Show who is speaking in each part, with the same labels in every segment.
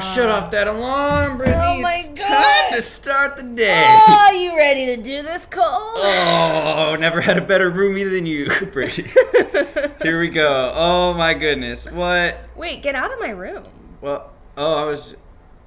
Speaker 1: Shut off that alarm, Brittany.
Speaker 2: Oh my
Speaker 1: it's
Speaker 2: God.
Speaker 1: time to start the day.
Speaker 2: Oh, you ready to do this, Cole?
Speaker 1: Oh, never had a better roomie than you, Brittany. Here we go. Oh my goodness. What?
Speaker 2: Wait, get out of my room.
Speaker 1: Well, oh, I was.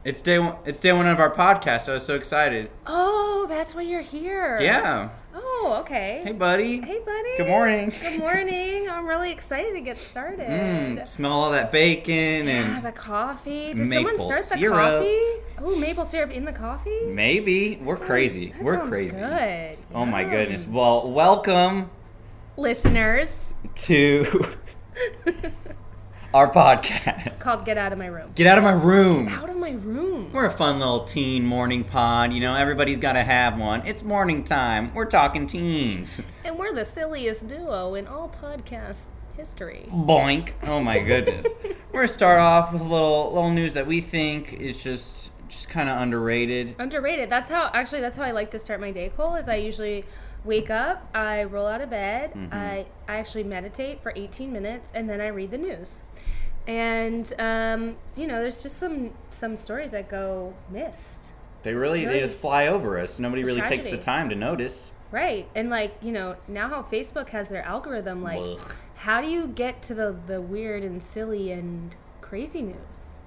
Speaker 1: It's day one. It's day one of our podcast. I was so excited.
Speaker 2: Oh, that's why you're here.
Speaker 1: Yeah.
Speaker 2: Oh, okay.
Speaker 1: Hey, buddy.
Speaker 2: Hey, buddy.
Speaker 1: Good morning.
Speaker 2: Good morning. I'm really excited to get started.
Speaker 1: Mm, smell all that bacon
Speaker 2: Ah,
Speaker 1: and
Speaker 2: the coffee. Did
Speaker 1: Maple
Speaker 2: someone start the
Speaker 1: syrup.
Speaker 2: coffee? Oh, maple syrup in the coffee?
Speaker 1: maybe we're crazy.
Speaker 2: That
Speaker 1: we're
Speaker 2: sounds
Speaker 1: crazy.
Speaker 2: Good.
Speaker 1: Oh my
Speaker 2: Yum.
Speaker 1: goodness. Well, welcome
Speaker 2: Listeners,
Speaker 1: to our podcast.
Speaker 2: called Get Out of My Room.
Speaker 1: Get out of my room.
Speaker 2: Out of my room.
Speaker 1: We're a fun little teen morning pod. You know, everybody's got to have one. It's morning time. We're talking teens.
Speaker 2: And we're the silliest duo in all podcast history.
Speaker 1: Boink. Oh my goodness. We're going to start off with a little little news that we think is just just kind of underrated.
Speaker 2: Underrated. That's how actually that's how I like to start my day, Cole, is I usually wake up, I roll out of bed,
Speaker 1: Mm-hmm.
Speaker 2: I, I actually meditate for 18 minutes and then I read the news. And um, you know, there's just some some stories that go missed.
Speaker 1: They really they
Speaker 2: Right.
Speaker 1: just fly over us. Nobody
Speaker 2: It's a
Speaker 1: really takes the
Speaker 2: tragedy.
Speaker 1: time to notice.
Speaker 2: Right. And like, you know, now how Facebook has their algorithm like
Speaker 1: Ugh.
Speaker 2: how do you get to the the weird and silly and crazy news?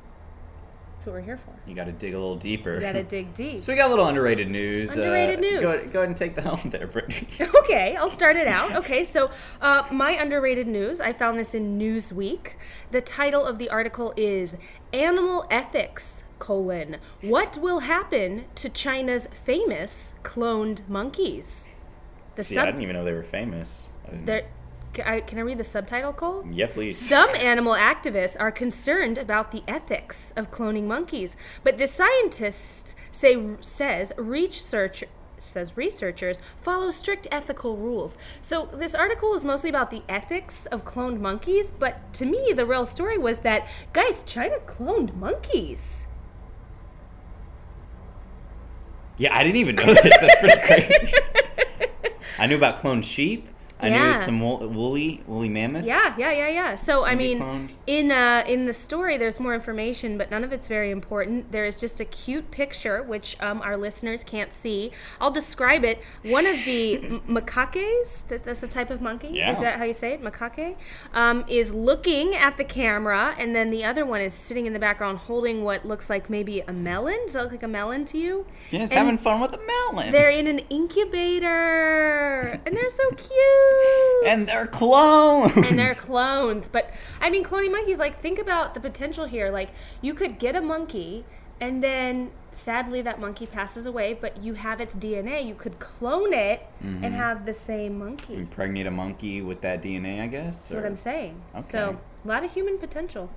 Speaker 2: That's what we're here for.
Speaker 1: You got to dig a little deeper.
Speaker 2: You got to dig deep.
Speaker 1: so we got a little underrated news. uh,
Speaker 2: Underrated
Speaker 1: go-
Speaker 2: news.
Speaker 1: Go, ahead and take the helm there, Brittany.
Speaker 2: Okay, I'll start it out. Okay, so uh, my underrated news, I found this in Newsweek. The title of the article is Animal Ethics, colon, What Will Happen to China's Famous Cloned Monkeys? The
Speaker 1: See, I
Speaker 2: sub...
Speaker 1: didn't even know they were famous. I didn't-
Speaker 2: there, can, I, can I read the subtitle, Cole?
Speaker 1: yeah, please.
Speaker 2: Some animal activists are concerned about the ethics of cloning monkeys, but the scientist say says research says researchers follow strict ethical rules. So this article was mostly about the ethics of cloned monkeys, but to me the real story was that guys, China cloned monkeys.
Speaker 1: Yeah, I didn't even know this. That's pretty crazy. I knew about cloned sheep. I
Speaker 2: Yeah.
Speaker 1: knew some wool- woolly woolly mammoths.
Speaker 2: Yeah, yeah, yeah, yeah. So I
Speaker 1: Can be
Speaker 2: mean,
Speaker 1: cloned.
Speaker 2: in uh, in the story, there's more information, but none of it's very important. There is just a cute picture which um, our listeners can't see. I'll describe it. One of the m- macaques, that's, that's the type of monkey.
Speaker 1: Yeah.
Speaker 2: Is that how you say it? Macaque um, is looking at the camera, and then the other one is sitting in the background holding what looks like maybe a melon. Does that look like a melon to you?
Speaker 1: Yeah, it's
Speaker 2: And-
Speaker 1: having fun with the melon.
Speaker 2: They're in an incubator, and they're so cute.
Speaker 1: and they're clones.
Speaker 2: and they're clones. But I mean, cloning monkeys. Like, think about the potential here. Like, you could get a monkey, and then sadly that monkey passes away, but you have its DNA. You could clone it
Speaker 1: Mm-hmm.
Speaker 2: and have the same monkey.
Speaker 1: Impregnate a monkey with that DNA, I guess.
Speaker 2: That's what
Speaker 1: or-
Speaker 2: I'm saying.
Speaker 1: Okay. Mm-hmm.
Speaker 2: So, a lot of human potential.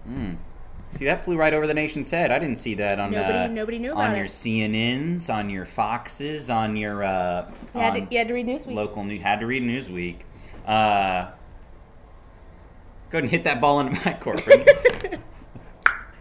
Speaker 1: see, that flew right over the nation's head. I didn't see that on
Speaker 2: Nobody-
Speaker 1: uh,
Speaker 2: nobody knew
Speaker 1: on
Speaker 2: about
Speaker 1: your
Speaker 2: it.
Speaker 1: CNNs, on your Foxes, on your uh,
Speaker 2: You, had
Speaker 1: on
Speaker 2: to, you had to read Newsweek.
Speaker 1: local news. Had to read Newsweek. Uh, go ahead and hit that ball into my court. Brittany.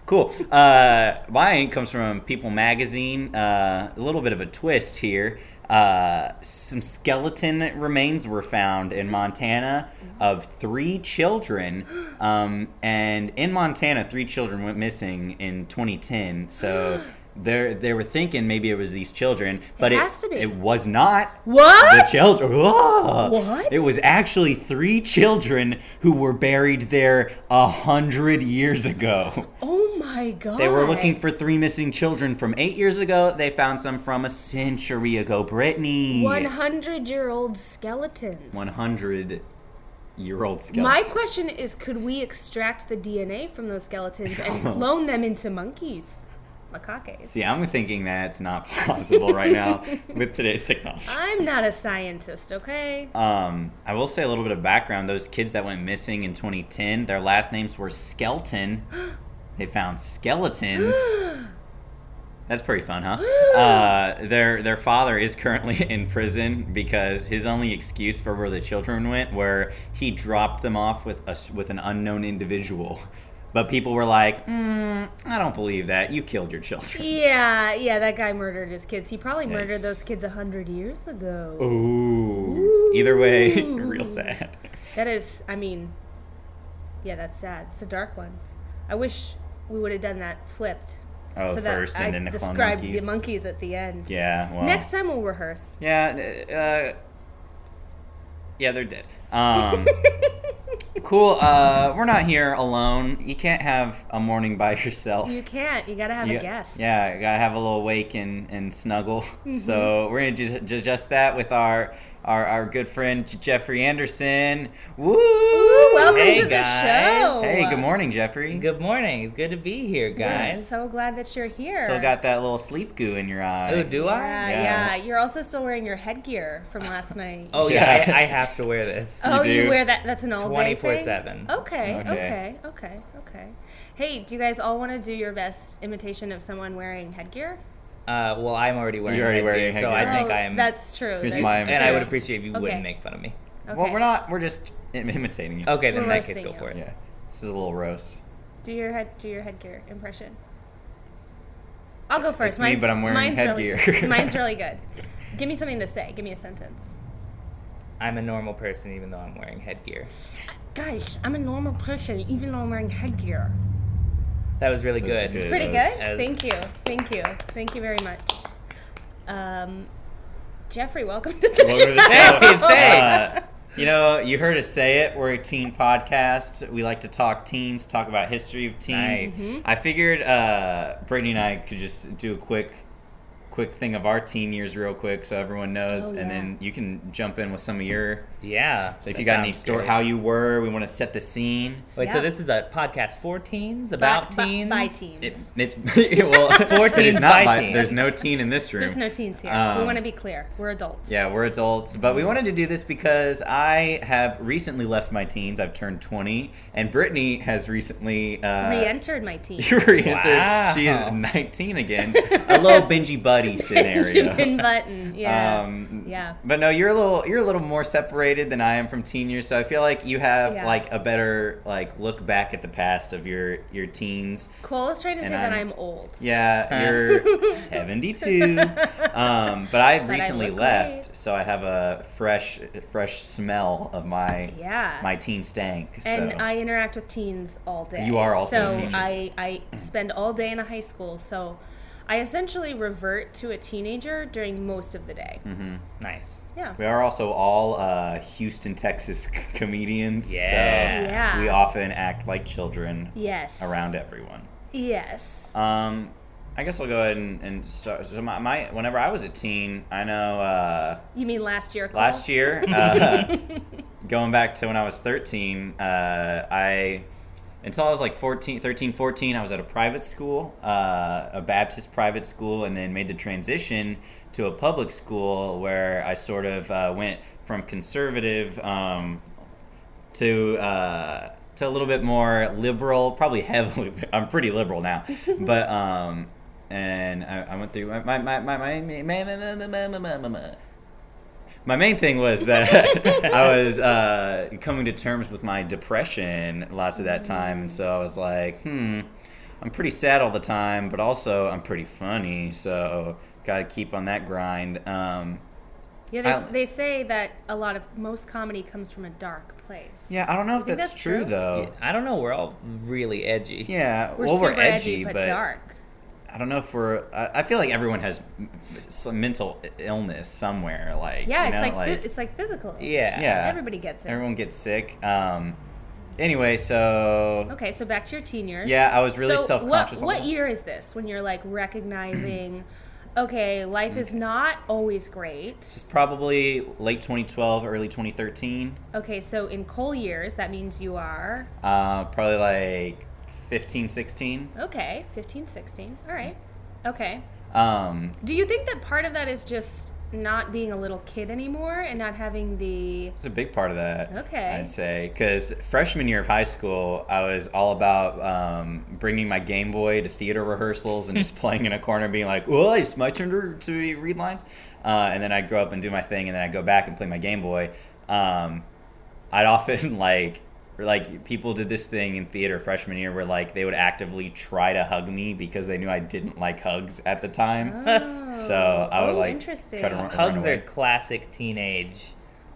Speaker 1: Cool. Uh, mine comes from People Magazine. Uh, a little bit of a twist here. Uh, some skeleton remains were found in Montana of three children. Um, and in Montana, three children went missing in 2010. So. They're, they were thinking maybe it was these children, but it,
Speaker 2: has to be.
Speaker 1: it was not
Speaker 2: What?
Speaker 1: the children. Ugh.
Speaker 2: What?
Speaker 1: It was actually three children who were buried there a hundred years ago.
Speaker 2: oh my god.
Speaker 1: They were looking for three missing children from eight years ago. They found some from a century ago. Brittany,
Speaker 2: 100 year old skeletons.
Speaker 1: one hundred year old skeleton.
Speaker 2: My question is could we extract the DNA from those skeletons and clone them into monkeys? Macaques.
Speaker 1: See, I'm thinking that's not possible right now with today's technology.
Speaker 2: I'm not a scientist, okay?
Speaker 1: Um, I will say a little bit of background. Those kids that went missing in 2010, their last names were Skelton. they found skeletons. That's pretty fun, huh? uh, their their father is currently in prison because his only excuse for where the children went were he dropped them off with us with an unknown individual. But people were like, mm, "I don't believe that. You killed your children."
Speaker 2: Yeah, yeah, that guy murdered his kids. He probably murdered
Speaker 1: Yikes. Oh.
Speaker 2: those kids a hundred years ago.
Speaker 1: Ooh. Either way,
Speaker 2: Ooh.
Speaker 1: real sad.
Speaker 2: That is, I mean, yeah, that's sad. It's a dark one. I wish we would have done that flipped.
Speaker 1: Oh, first and then the clone
Speaker 2: described
Speaker 1: monkeys.
Speaker 2: the monkeys at the end.
Speaker 1: yeah. Well.
Speaker 2: Next time we'll rehearse.
Speaker 1: Yeah. Uh, yeah, they're dead. Um, cool. Uh, we're not here alone. You can't have a morning by yourself.
Speaker 2: You can't. You gotta have
Speaker 1: You-
Speaker 2: a guest. Mm-hmm.
Speaker 1: Yeah, you gotta have a little wake and, and snuggle. So we're gonna ju- ju- adjust that with our, our our good friend J- Jeffrey Anderson. Woo!
Speaker 2: welcome
Speaker 3: Hey,
Speaker 2: to the
Speaker 3: guys.
Speaker 2: show.
Speaker 1: Hey, good morning, Jeffrey.
Speaker 3: Good morning. It's good to be here,
Speaker 2: I'm
Speaker 3: guys.
Speaker 2: so glad that you're here.
Speaker 1: Still got that little sleep goo in your eye.
Speaker 3: oh, do I?
Speaker 2: Yeah,
Speaker 1: Yeah.
Speaker 2: yeah, You're also still wearing your headgear from last night.
Speaker 3: Oh yeah,
Speaker 1: Yeah.
Speaker 3: I, I have to wear this.
Speaker 2: Oh,
Speaker 1: You
Speaker 2: you,
Speaker 1: do?
Speaker 2: wear that? That's an all day thing.
Speaker 3: 24/7.
Speaker 2: Okay,
Speaker 1: Okay.
Speaker 2: okay, okay, okay. Hey, do you guys all want to do your best imitation of someone wearing headgear?
Speaker 3: Uh, well, I'm already wearing.
Speaker 1: You're already
Speaker 3: my
Speaker 1: wearing
Speaker 3: face, so
Speaker 1: headgear.
Speaker 3: I think
Speaker 2: Oh,
Speaker 3: I am.
Speaker 2: That's true.
Speaker 1: Here's
Speaker 2: that's
Speaker 1: my
Speaker 3: and I
Speaker 1: true.
Speaker 3: would appreciate if you
Speaker 2: Okay.
Speaker 3: wouldn't make fun of me.
Speaker 1: Well,
Speaker 2: Okay.
Speaker 1: we're not. We're just im- imitating you.
Speaker 3: Okay, then
Speaker 2: We're
Speaker 3: in that case,
Speaker 2: roasting
Speaker 3: go
Speaker 2: you.
Speaker 3: for it.
Speaker 1: Yeah. This is a little roast.
Speaker 2: Do your head do your headgear impression. I'll go first.
Speaker 1: It's me, but I'm wearing
Speaker 2: Really,
Speaker 1: headgear.
Speaker 2: mine's really good. Give me something to say. Give me a sentence.
Speaker 3: I'm a normal person, even though I'm wearing headgear.
Speaker 2: Guys, I'm a normal person, even though I'm wearing headgear.
Speaker 3: That was really
Speaker 1: That's
Speaker 3: good.
Speaker 1: good.
Speaker 2: It's pretty
Speaker 1: As-
Speaker 2: good.
Speaker 3: as-
Speaker 2: Thank you. Thank you. Thank you very much. Um, Jeffrey, welcome to the
Speaker 1: Welcome to
Speaker 2: show.
Speaker 1: the show.
Speaker 3: Hey, thanks.
Speaker 1: Uh, you know, you heard us say it. We're a teen podcast. We like to talk teens, talk about history of teens.
Speaker 2: Mm-hmm.
Speaker 3: Nice.
Speaker 1: I figured uh, Brittany and I could just do a quick, quick thing of our teen years, real quick, so everyone knows,
Speaker 2: Oh,
Speaker 1: and
Speaker 2: yeah.
Speaker 1: then you can jump in with some of your.
Speaker 3: Yeah.
Speaker 1: So if you got any story,
Speaker 3: story,
Speaker 1: how you were, we want to set the scene.
Speaker 3: Wait, so
Speaker 2: Yeah.
Speaker 3: this is a podcast for teens, about
Speaker 2: By- by-
Speaker 3: teens,
Speaker 2: by
Speaker 1: It,
Speaker 2: teens.
Speaker 1: it's well,
Speaker 3: For
Speaker 1: it is
Speaker 3: teens,
Speaker 1: not
Speaker 3: by
Speaker 1: my-
Speaker 3: teens.
Speaker 1: There's no teen in this room.
Speaker 2: There's no teens here. we
Speaker 1: Um,
Speaker 2: want to be clear. We're adults.
Speaker 1: Yeah, we're adults, but we wanted to do this because I have recently left my teens. I've turned 20, and Brittany has recently uh,
Speaker 2: Re-entered my teens.
Speaker 1: re-entered.
Speaker 3: Wow.
Speaker 1: She is 19 again. a little Benji Buddy scenario.
Speaker 2: Benjamin Button. Yeah.
Speaker 1: Um,
Speaker 2: yeah.
Speaker 1: But no, you're a little you're a little more separated than I am from teen years, so I feel like you have
Speaker 2: Yeah.
Speaker 1: like a better like look back at the past of your your teens.
Speaker 2: Cole is trying to say
Speaker 1: and
Speaker 2: that
Speaker 1: I'm-
Speaker 2: I'm old.
Speaker 1: Yeah, you're 72. Um, but I recently
Speaker 2: look
Speaker 1: left,
Speaker 2: great.
Speaker 1: so I have a fresh, fresh smell of my
Speaker 2: Yeah.
Speaker 1: my teen stank. So.
Speaker 2: and I interact with teens all day.
Speaker 1: You are also a
Speaker 2: so
Speaker 1: teacher.
Speaker 2: I I spend all day in a high school, so I essentially revert to a teenager during most of the day.
Speaker 1: Mm-hmm.
Speaker 3: Nice.
Speaker 2: Yeah.
Speaker 1: we are also all uh, Houston, Texas c- comedians.
Speaker 3: Yeah.
Speaker 1: So
Speaker 2: Yeah.
Speaker 1: We often act like children
Speaker 2: Yes.
Speaker 1: around everyone.
Speaker 2: Yes.
Speaker 1: Um, I guess I'll go ahead and, and start. So my, my whenever I was a teen, I know. Uh,
Speaker 2: You mean last year? Cole?
Speaker 1: last year uh, going back to when i was 13 uh, i until i was like 14 13 14 i was at a private school uh, a baptist private school and then made the transition to a public school where i sort of uh, went from conservative um, to uh, to a little bit more liberal, probably heavily. I'm pretty liberal now, but um, and I, I went through my my my my my my my my my my my my my. My main thing was that I was uh, coming to terms with my depression lots of
Speaker 2: Mm.
Speaker 1: that time, and so I was like, hmm, I'm pretty sad all the time, but also I'm pretty funny, so gotta keep on that grind. Um,
Speaker 2: Yeah. They, s-
Speaker 1: I-
Speaker 2: they say that a lot of most comedy comes from a dark place.
Speaker 1: yeah, I don't know if
Speaker 2: think
Speaker 1: that's,
Speaker 2: that's
Speaker 1: true,
Speaker 2: true?
Speaker 1: though.
Speaker 3: I don't know. We're all really edgy.
Speaker 1: Yeah,
Speaker 2: We're
Speaker 1: well,
Speaker 2: super
Speaker 1: we're edgy,
Speaker 2: but,
Speaker 1: but
Speaker 2: dark.
Speaker 1: I don't know if we're. I, I feel like everyone has m- some mental illness somewhere. Like
Speaker 2: Yeah.
Speaker 1: you
Speaker 2: It's
Speaker 1: know,
Speaker 2: like, phy- it's like physical.
Speaker 3: Yeah.
Speaker 1: Yeah.
Speaker 2: Everybody gets it.
Speaker 1: everyone gets sick. Um, anyway, so
Speaker 2: Okay, so back to your teen years.
Speaker 1: Yeah, I was really
Speaker 2: so
Speaker 1: self-conscious on
Speaker 2: What, what
Speaker 1: that.
Speaker 2: year is this when you're like recognizing, okay, life is not always great.
Speaker 1: this is probably late 2012, early 2013.
Speaker 2: Okay, so in coal years, that means you are
Speaker 1: Uh, probably like 15, 16.
Speaker 2: okay, 15, 16. All right, okay.
Speaker 1: Um,
Speaker 2: Do you think that part of that is just not being a little kid anymore and not having the
Speaker 1: It's a big part of that.
Speaker 2: Okay.
Speaker 1: I'd say because freshman year of high school, I was all about um, bringing my Game Boy to theater rehearsals and just playing in a corner, being like, "Oh, it's my turn to, to read lines," uh, and then I'd grow up and do my thing, and then I'd go back and play my Game Boy. Um, I'd often like or, like people did this thing in theater freshman year where like they would actively try to hug me because they knew I didn't like hugs at the time. so I would
Speaker 2: oh,
Speaker 1: like
Speaker 2: interesting.
Speaker 1: try to run,
Speaker 3: Hugs
Speaker 1: run
Speaker 3: are
Speaker 1: away.
Speaker 3: classic teenage,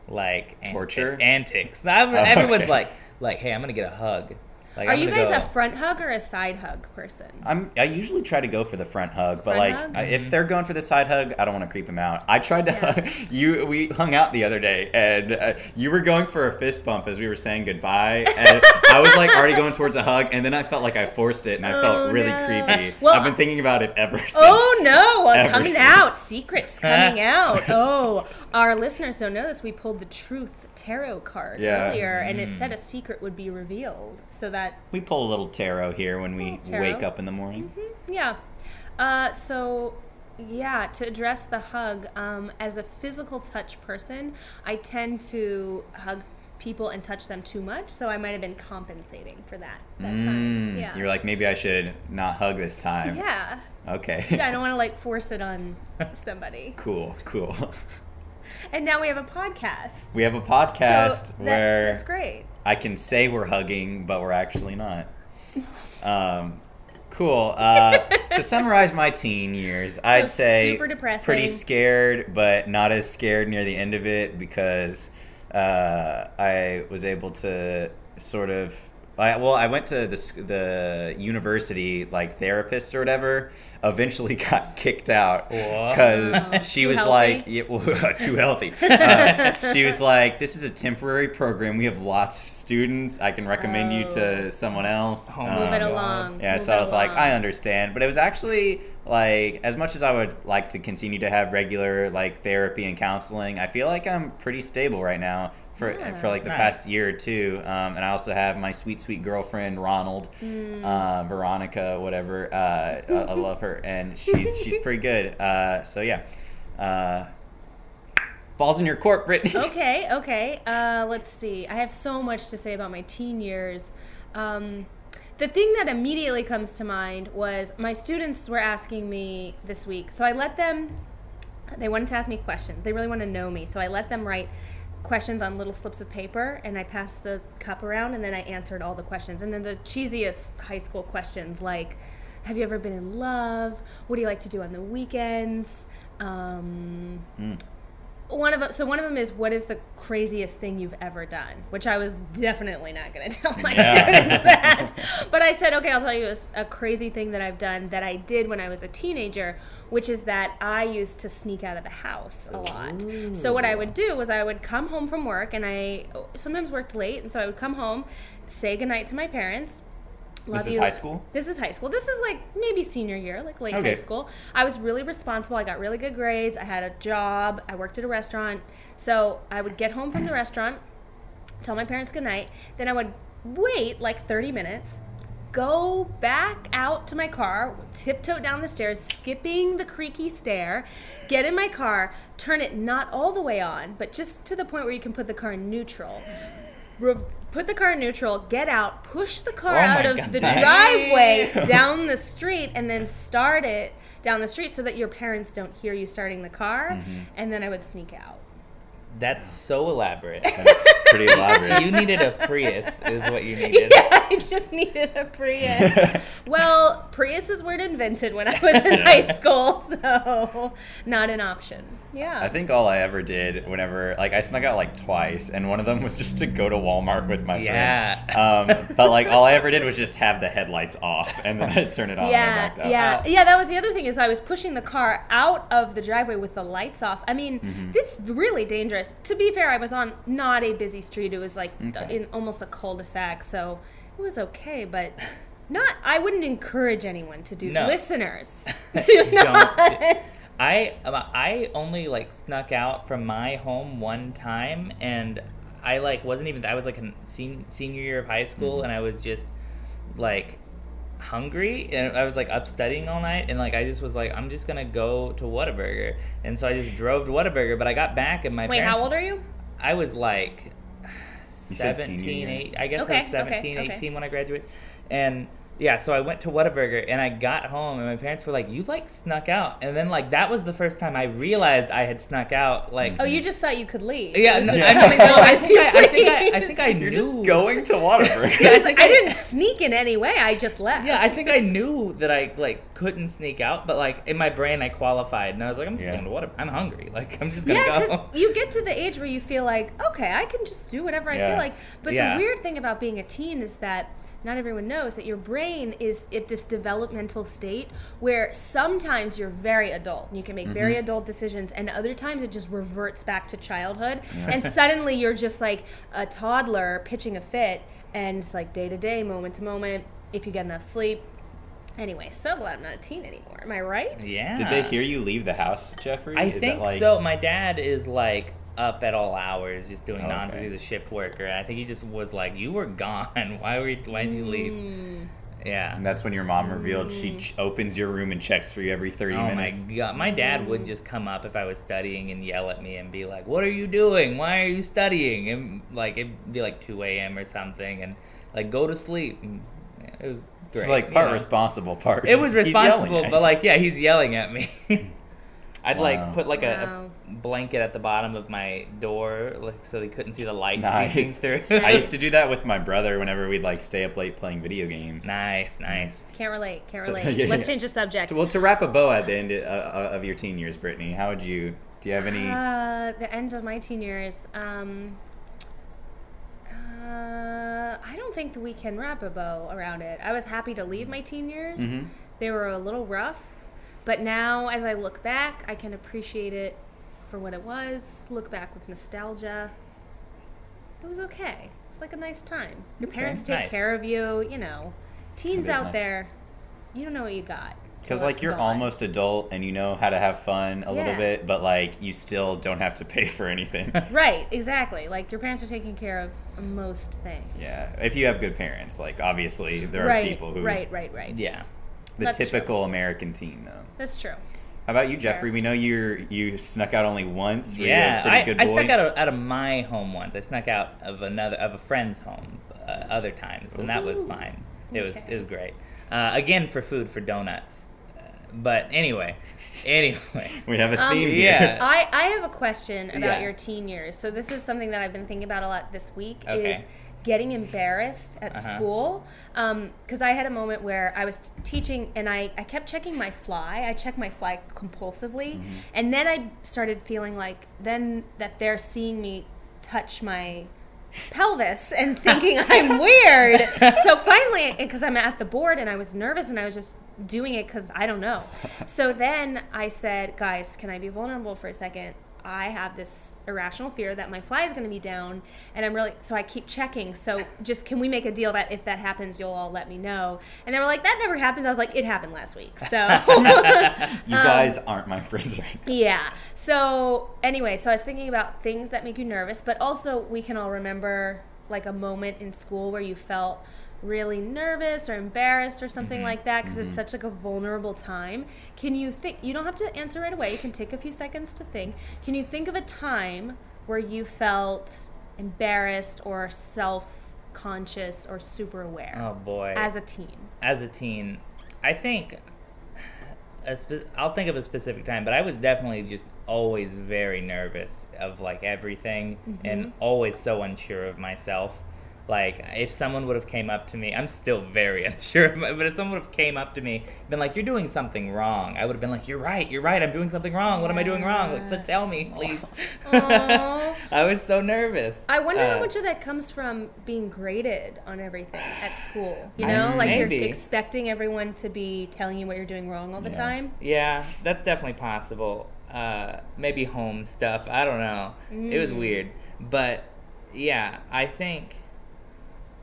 Speaker 3: like an-
Speaker 1: Torture? Oh,
Speaker 3: antics. I'm, everyone's
Speaker 1: okay.
Speaker 3: like, like, hey, I'm gonna get a hug. Like,
Speaker 2: Are
Speaker 3: I'm
Speaker 2: you
Speaker 3: gonna
Speaker 2: guys
Speaker 3: go-
Speaker 2: a front hug or a side hug person?
Speaker 1: I'm, I usually try to go for the front hug, but
Speaker 2: Front
Speaker 1: like
Speaker 2: hug?
Speaker 1: I, if they're going for the side hug, I don't want to creep them out. I tried to you. We hung out the other day, and uh, you were going for a fist bump as we were saying goodbye, and I was like already going towards a hug, and then I felt like I forced it, and I
Speaker 2: Oh,
Speaker 1: felt really
Speaker 2: no.
Speaker 1: creepy.
Speaker 2: Well,
Speaker 1: I've been thinking about it ever since.
Speaker 2: Oh no, I'm
Speaker 1: Ever
Speaker 2: coming
Speaker 1: since.
Speaker 2: out. Secrets coming out. Oh, our listeners don't know this. We pulled the truth tarot card
Speaker 1: Yeah. Mm.
Speaker 2: earlier and it said a secret would be revealed. So that
Speaker 1: We pull a little tarot here when we
Speaker 2: Little tarot.
Speaker 1: wake up in the morning.
Speaker 2: yeah. Uh, so yeah, to address the hug, um, as a physical touch person, I tend to hug people and touch them too much, so I might have been compensating for that Mm-hmm, that time.
Speaker 1: Mm,
Speaker 2: Yeah.
Speaker 1: You're like maybe I should not hug this time.
Speaker 2: yeah.
Speaker 1: Okay.
Speaker 2: I don't want to like force it on somebody.
Speaker 1: cool. Cool.
Speaker 2: And now we have a podcast.
Speaker 1: we have a podcast
Speaker 2: so that-
Speaker 1: where
Speaker 2: that's great.
Speaker 1: I can say we're hugging, but we're actually not. Um, cool. Uh, to summarize my teen years, I'd say
Speaker 2: super depressing.
Speaker 1: pretty scared, but not as scared near the end of it because uh, I was able to sort of. I, well, I went to the s- the university like therapist or whatever. Eventually, got kicked out
Speaker 3: Whoa.
Speaker 1: because
Speaker 2: Oh,
Speaker 1: she
Speaker 2: too
Speaker 1: was
Speaker 2: healthy?
Speaker 1: like, yeah, well, too healthy. Uh, she was like, "This is a temporary program. We have lots of students. I can recommend you to someone else."
Speaker 3: Oh,
Speaker 2: Move
Speaker 3: Um,
Speaker 2: it along.
Speaker 1: Yeah,
Speaker 2: Move
Speaker 1: so
Speaker 2: it
Speaker 1: I was like,
Speaker 2: along.
Speaker 1: "I understand," but it was actually like, as much as I would like to continue to have regular like therapy and counseling, I feel like I'm pretty stable right now. For,
Speaker 2: Yeah.
Speaker 1: for like the past
Speaker 3: Nice.
Speaker 1: year or two, um, and I also have my sweet sweet girlfriend Ronald,
Speaker 2: Mm.
Speaker 1: uh, Veronica, whatever. Uh, I, I love her, and she's she's pretty good. Uh, so yeah, uh, balls in your court, Brittany.
Speaker 2: Okay, okay. Uh, let's see. I have so much to say about my teen years. Um, the thing that immediately comes to mind was my students were asking me this week. So I let them, they wanted to ask me questions. They really want to know me. So I let them write questions on little slips of paper and I passed the cup around and then I answered all the questions. And then the cheesiest high school questions like, have you ever been in love? What do you like to do on the weekends? Um, one of so one of them is what is the craziest thing you've ever done which i was definitely not going to tell my students that but i said okay i'll tell you a, s- a crazy thing that i've done that i did when i was a teenager which is that i used to sneak out of the house a lot so what i would do was i would come home from work and i sometimes worked late and so i would come home say goodnight to my parents
Speaker 1: This
Speaker 2: Love
Speaker 1: is
Speaker 2: you.
Speaker 1: high school.
Speaker 2: This is high school. This is like maybe senior year, like late high
Speaker 1: Okay.
Speaker 2: school. I was really responsible. I got really good grades. I had a job. I worked at a restaurant. So I would get home from the restaurant, tell my parents goodnight. Then I would wait like 30 minutes, go back out to my car, tiptoe down the stairs, skipping the creaky stair, get in my car, turn it not all the way on, but just to the point where you can put the car in neutral. Re- put the car in neutral, get out, push the car
Speaker 3: Oh my
Speaker 2: out of
Speaker 3: God,
Speaker 2: the
Speaker 3: dang.
Speaker 2: driveway down the street, and then start it down the street so that your parents don't hear you starting the car. And then I would sneak out.
Speaker 3: That's so elaborate.
Speaker 1: That's pretty elaborate.
Speaker 3: you needed a Prius, is what you needed.
Speaker 2: Yeah, I just needed a Prius. well, Priuses weren't invented when I was in high school, so not an option. Yeah.
Speaker 1: I think all I ever did whenever, like, I snuck out like twice, and one of them was just to go to Walmart with my
Speaker 3: Yeah.
Speaker 1: friend. Um, but like, all I ever did was just have the headlights off, and then I'd turn it on. and I
Speaker 2: yeah,
Speaker 1: backed out.
Speaker 2: yeah,
Speaker 3: Oh.
Speaker 2: yeah. That was the other thing is I was pushing the car out of the driveway with the lights off. I mean,
Speaker 3: Mm-hmm.
Speaker 2: this is really dangerous. To be fair, I was on not a busy street. It was like
Speaker 1: Okay.
Speaker 2: in almost a cul-de-sac, so it was okay. But not. I wouldn't encourage anyone to do.
Speaker 3: No.
Speaker 2: Listeners, do not.
Speaker 3: I um, I only like snuck out from my home one time, and I like wasn't even. I was like in sen- senior year of high school, and I was just like hungry, and I was like up studying all night, and like I just was like, I'm just gonna go to Whataburger, and so I just drove to Whataburger. But I got back, and my
Speaker 2: Wait,
Speaker 3: parents,
Speaker 2: how old are you?
Speaker 3: I was like
Speaker 1: said senior
Speaker 3: 17,
Speaker 1: year.
Speaker 3: 8, I guess
Speaker 2: Okay,
Speaker 3: I
Speaker 2: okay,
Speaker 3: was 17,
Speaker 2: okay.
Speaker 3: 18 when I graduated. And yeah, so I went to Whataburger and I got home and my parents were like, You like snuck out. And then like that was the first time I realized I had snuck out. Like,
Speaker 2: Oh, you just thought you could leave.
Speaker 3: yeah,
Speaker 2: It was
Speaker 3: no,
Speaker 2: just
Speaker 3: I,
Speaker 2: coming
Speaker 3: no,
Speaker 2: down
Speaker 3: I
Speaker 2: the
Speaker 3: think I, I think I, I
Speaker 2: street.
Speaker 3: think I knew.
Speaker 1: You're just going to Waterbury.
Speaker 2: I, didn't sneak in any way. I just left.
Speaker 3: Yeah, I think I knew that I like couldn't sneak out, but like in my brain I qualified and I was like, I'm just
Speaker 1: Yeah.
Speaker 3: going to Whataburger. I'm hungry. Like I'm just gonna
Speaker 2: Yeah,
Speaker 3: go.
Speaker 2: because you get to the age where you feel like, okay, I can just do whatever I
Speaker 1: Yeah.
Speaker 2: feel like. But
Speaker 3: Yeah.
Speaker 2: the weird thing about being a teen is that not everyone knows that your brain is at this developmental state where sometimes you're very adult and you can make
Speaker 1: Mm-hmm.
Speaker 2: very adult decisions, and other times it just reverts back to childhood. And suddenly you're just like a toddler pitching a fit, and it's like day to day, moment to moment, if you get enough sleep. Anyway, so glad I'm not a teen anymore. Am I right?
Speaker 3: Yeah.
Speaker 1: Did they hear you leave the house, Jeffrey?
Speaker 3: I
Speaker 1: Is that
Speaker 3: think
Speaker 1: like-
Speaker 3: so. My dad is like up at all hours, just doing
Speaker 1: Oh,
Speaker 3: nonsense.
Speaker 1: okay.
Speaker 3: He's a shift worker. I think he just was like, "You were gone. Why were? You, why did you leave?"
Speaker 1: Mm.
Speaker 3: Yeah.
Speaker 1: And that's when your mom revealed she ch- opens your room and checks for you every 30
Speaker 3: Oh my
Speaker 1: minutes.
Speaker 3: god! My dad would just come up if I was studying and yell at me and be like, "What are you doing? Why are you studying?" And like it'd be like two a.m. or something, and like go to sleep. And it was great.
Speaker 1: It's like
Speaker 3: you
Speaker 1: part
Speaker 3: know?
Speaker 1: responsible, part.
Speaker 3: It was
Speaker 1: he's yelling
Speaker 3: responsible,
Speaker 1: at
Speaker 3: but
Speaker 1: you.
Speaker 3: like yeah, he's yelling at me. I'd
Speaker 1: Wow.
Speaker 3: like put like
Speaker 2: Wow.
Speaker 3: a, a blanket at the bottom of my door, like so they couldn't see the lights seeping
Speaker 1: nice.
Speaker 3: through.
Speaker 1: I used to do that with my brother whenever we'd like stay up late playing video games.
Speaker 3: nice, nice.
Speaker 2: Can't relate. Can't
Speaker 1: So-
Speaker 2: relate.
Speaker 1: yeah,
Speaker 2: Let's
Speaker 1: yeah.
Speaker 2: change the subject.
Speaker 1: So, well, to wrap a bow at the end uh, uh, of your teen years, Brittany, how would you? Do you have any?
Speaker 2: Uh, the end of my teen years. Um, uh, I don't think that we can wrap a bow around it. I was happy to leave my teen years.
Speaker 1: Mm-hmm.
Speaker 2: They were a little rough, but now as I look back, I can appreciate it for what it was. Look back with nostalgia. It was okay. It's like a nice time. Your parents take
Speaker 3: nice.
Speaker 2: care of you. You know, teens
Speaker 1: is
Speaker 2: out
Speaker 1: nice.
Speaker 2: there, you don't know what you got. till
Speaker 1: Because like
Speaker 2: it's
Speaker 1: you're
Speaker 2: gone.
Speaker 1: almost adult and you know how to have fun a little
Speaker 2: Yeah.
Speaker 1: bit, but like you still don't have to pay for anything.
Speaker 2: Right, exactly. Like your parents are taking care of most things.
Speaker 1: yeah, if you have good parents, like obviously there
Speaker 2: right,
Speaker 1: are people who
Speaker 2: right, right, right.
Speaker 3: Yeah.
Speaker 1: the
Speaker 2: That's true.
Speaker 1: typical American teen though.
Speaker 2: That's true.
Speaker 1: How about you, Jeffrey? We know you you snuck out only once. Were you a
Speaker 3: Yeah,
Speaker 1: pretty
Speaker 3: I,
Speaker 1: good
Speaker 3: I
Speaker 1: boy?
Speaker 3: snuck out of, out of my home once. I snuck out of another of a friend's home uh, other times, and that was
Speaker 2: Ooh.
Speaker 3: fine. It was
Speaker 2: Okay.
Speaker 3: it was great. Uh, again for food for donuts, uh, but anyway, anyway,
Speaker 1: We have a
Speaker 2: Um,
Speaker 1: theme here.
Speaker 3: yeah.
Speaker 2: I, I have a question about
Speaker 3: Yeah.
Speaker 2: your teen years. So this is something that I've been thinking about a lot this week
Speaker 3: Okay.
Speaker 2: is getting embarrassed at
Speaker 3: Uh-huh.
Speaker 2: school. Because I had a moment where I was t- teaching and I, I kept checking my fly. I checked my fly compulsively.
Speaker 1: Mm-hmm.
Speaker 2: And then I started feeling like then that they're seeing me touch my pelvis and thinking I'm weird. So finally, because I'm at the board and I was nervous and I was just doing it because I don't know. So then I said, guys, can I be vulnerable for a second? I have this irrational fear that my fly is going to be down, and I'm really so I keep checking. So, just can we make a deal that if that happens, you'll all let me know? And they were like, "That never happens." I was like, "It happened last week." So,
Speaker 1: You guys aren't my friends right now.
Speaker 2: Yeah. So anyway, so I was thinking about things that make you nervous, but also we can all remember like a moment in school where you felt really nervous or embarrassed or something like that because it's such like a vulnerable time. Can you think you don't have to answer right away. You can take a few seconds to think. Can you think of a time where you felt embarrassed or self-conscious or super aware
Speaker 3: oh boy.
Speaker 2: as a teen?
Speaker 3: as a teen, I think a spe- I'll think of a specific time, but I was definitely just always very nervous of like everything
Speaker 2: Mm-hmm.
Speaker 3: and always so unsure of myself. Like if someone would have came up to me, I'm still very unsure, of my- but if someone would have came up to me, been like, "You're doing something wrong," I would have been like, "You're right, you're right, I'm doing something wrong. What am I doing wrong? Like, pl- tell me, please."
Speaker 2: Aw.
Speaker 3: I was so nervous.
Speaker 2: I wonder
Speaker 3: Uh,
Speaker 2: how much of that comes from being graded on everything at school. You
Speaker 3: I-
Speaker 2: know, like
Speaker 3: maybe.
Speaker 2: you're expecting everyone to be telling you what you're doing wrong all the
Speaker 1: Yeah.
Speaker 2: time.
Speaker 3: Yeah, that's definitely possible. Uh, maybe home stuff. I don't know. It was weird, but yeah, I think.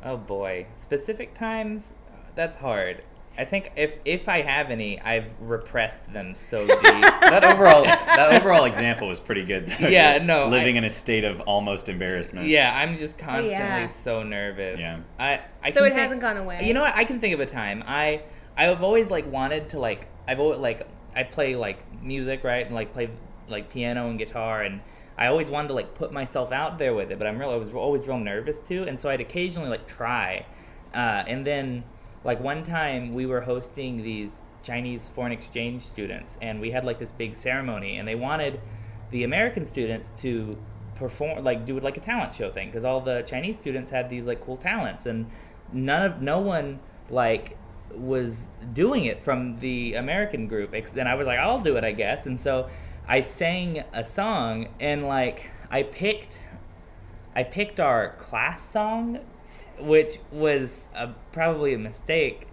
Speaker 3: Oh boy, specific times. That's hard. I think if if I have any, I've repressed them so deep.
Speaker 1: That overall that overall example was pretty good. though.
Speaker 3: Yeah,
Speaker 1: You're
Speaker 3: no,
Speaker 1: Living in a state of almost embarrassment.
Speaker 3: yeah, I'm just constantly
Speaker 2: Oh, yeah.
Speaker 3: so nervous.
Speaker 1: Yeah.
Speaker 3: I, I
Speaker 2: So
Speaker 3: can
Speaker 2: it
Speaker 3: think-
Speaker 2: hasn't gone away.
Speaker 3: You know what? I can think of a time. I I've always like wanted to like I've always like I play like music right and like play like piano and guitar and I always wanted to like put myself out there with it, but I'm real I was always real nervous too, and so I'd occasionally like try, uh, and then like one time we were hosting these Chinese foreign exchange students, and we had like this big ceremony, and they wanted the American students to perform like do like a talent show thing because all the Chinese students had these like cool talents and none of no one like was doing it from the American group ex- and I was like I'll do it I guess and so I sang a song and like I picked I picked our class song, which was a, probably a mistake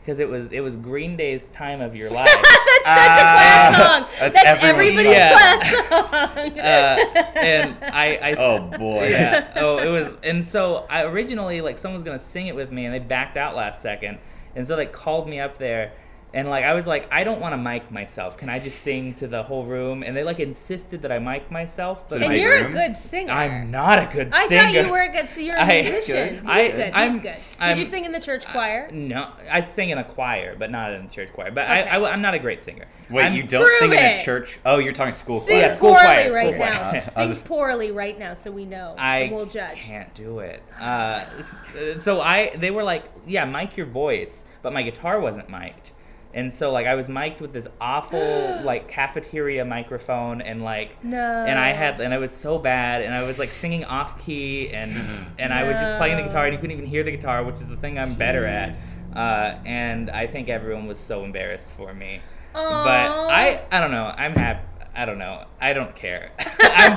Speaker 3: because it was it was Green Day's "Time of Your Life."
Speaker 4: That's such a
Speaker 3: Uh,
Speaker 4: class song. That's,
Speaker 1: that's everyone's
Speaker 4: everybody's
Speaker 3: song.
Speaker 4: class song.
Speaker 3: uh, and I, I s-
Speaker 1: Oh, boy.
Speaker 3: yeah. Oh, it was, and so I originally like someone was gonna sing it with me, and they backed out last second, and so they called me up there, and like I was like, I don't want to mic myself. Can I just sing to the whole room? And they like insisted that I mic myself,
Speaker 1: So
Speaker 3: but
Speaker 2: And
Speaker 1: Make
Speaker 2: you're a
Speaker 1: room.
Speaker 2: good singer.
Speaker 3: I'm not a good
Speaker 2: I
Speaker 3: singer.
Speaker 2: thought you were a good. So you're a
Speaker 3: I-
Speaker 2: musician.
Speaker 3: I-
Speaker 2: He's good.
Speaker 3: I'm-
Speaker 2: He's good. Did
Speaker 3: I'm- uh,
Speaker 2: you sing in the church choir?
Speaker 3: No, I sing in a choir, but not in a church choir. But
Speaker 2: Okay.
Speaker 3: I, I, am not a great singer.
Speaker 1: Wait,
Speaker 3: I'm-
Speaker 1: you don't
Speaker 2: Prove
Speaker 1: sing in
Speaker 2: it.
Speaker 1: a church? Oh, you're talking school
Speaker 2: Sing
Speaker 1: choir.
Speaker 3: yeah, school
Speaker 2: poorly right
Speaker 3: choir, school choir.
Speaker 2: now.
Speaker 1: Okay. I
Speaker 2: Sing
Speaker 1: was-
Speaker 2: poorly right now, so we know.
Speaker 3: I
Speaker 2: and we'll judge.
Speaker 3: can't do it. Uh, s- so I, they were like, yeah, mic your voice, but my guitar wasn't mic'd, and so like I was mic'd with this awful like cafeteria microphone, and like
Speaker 2: No.
Speaker 3: and I had, and I was so bad, and I was like singing off key, and and I was just playing the guitar, and you couldn't even hear the guitar, which is the thing I'm better at.
Speaker 1: Jeez.
Speaker 3: Uh, and I think everyone was so embarrassed for me. But
Speaker 2: Aw.
Speaker 3: I, I don't know. I'm happy. I don't know. I don't care. I'm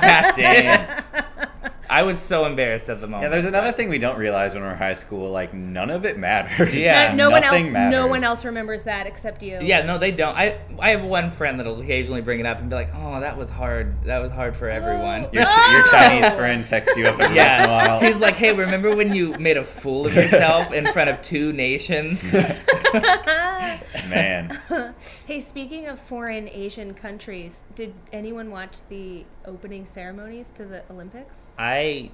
Speaker 3: past it.
Speaker 1: Damn.
Speaker 3: I was so embarrassed at the moment.
Speaker 1: Yeah, there's another thing we don't realize when we're in high school. Like none of it matters.
Speaker 3: Yeah.
Speaker 2: no, no one else. No
Speaker 1: nothing matters.
Speaker 2: one else remembers that except you.
Speaker 3: Yeah, no, they don't. I I have one friend that'll occasionally bring it up and be like, "Oh, that was hard. That was hard for everyone."
Speaker 1: Your,
Speaker 2: Oh.
Speaker 1: your Chinese friend texts you up every once in a
Speaker 3: Yeah.
Speaker 1: while.
Speaker 3: He's like, "Hey, remember when you made a fool of yourself in front of two nations?"
Speaker 2: Ah.
Speaker 1: Man,
Speaker 2: Hey, speaking of foreign Asian countries, did anyone watch the opening ceremonies to the Olympics?
Speaker 3: I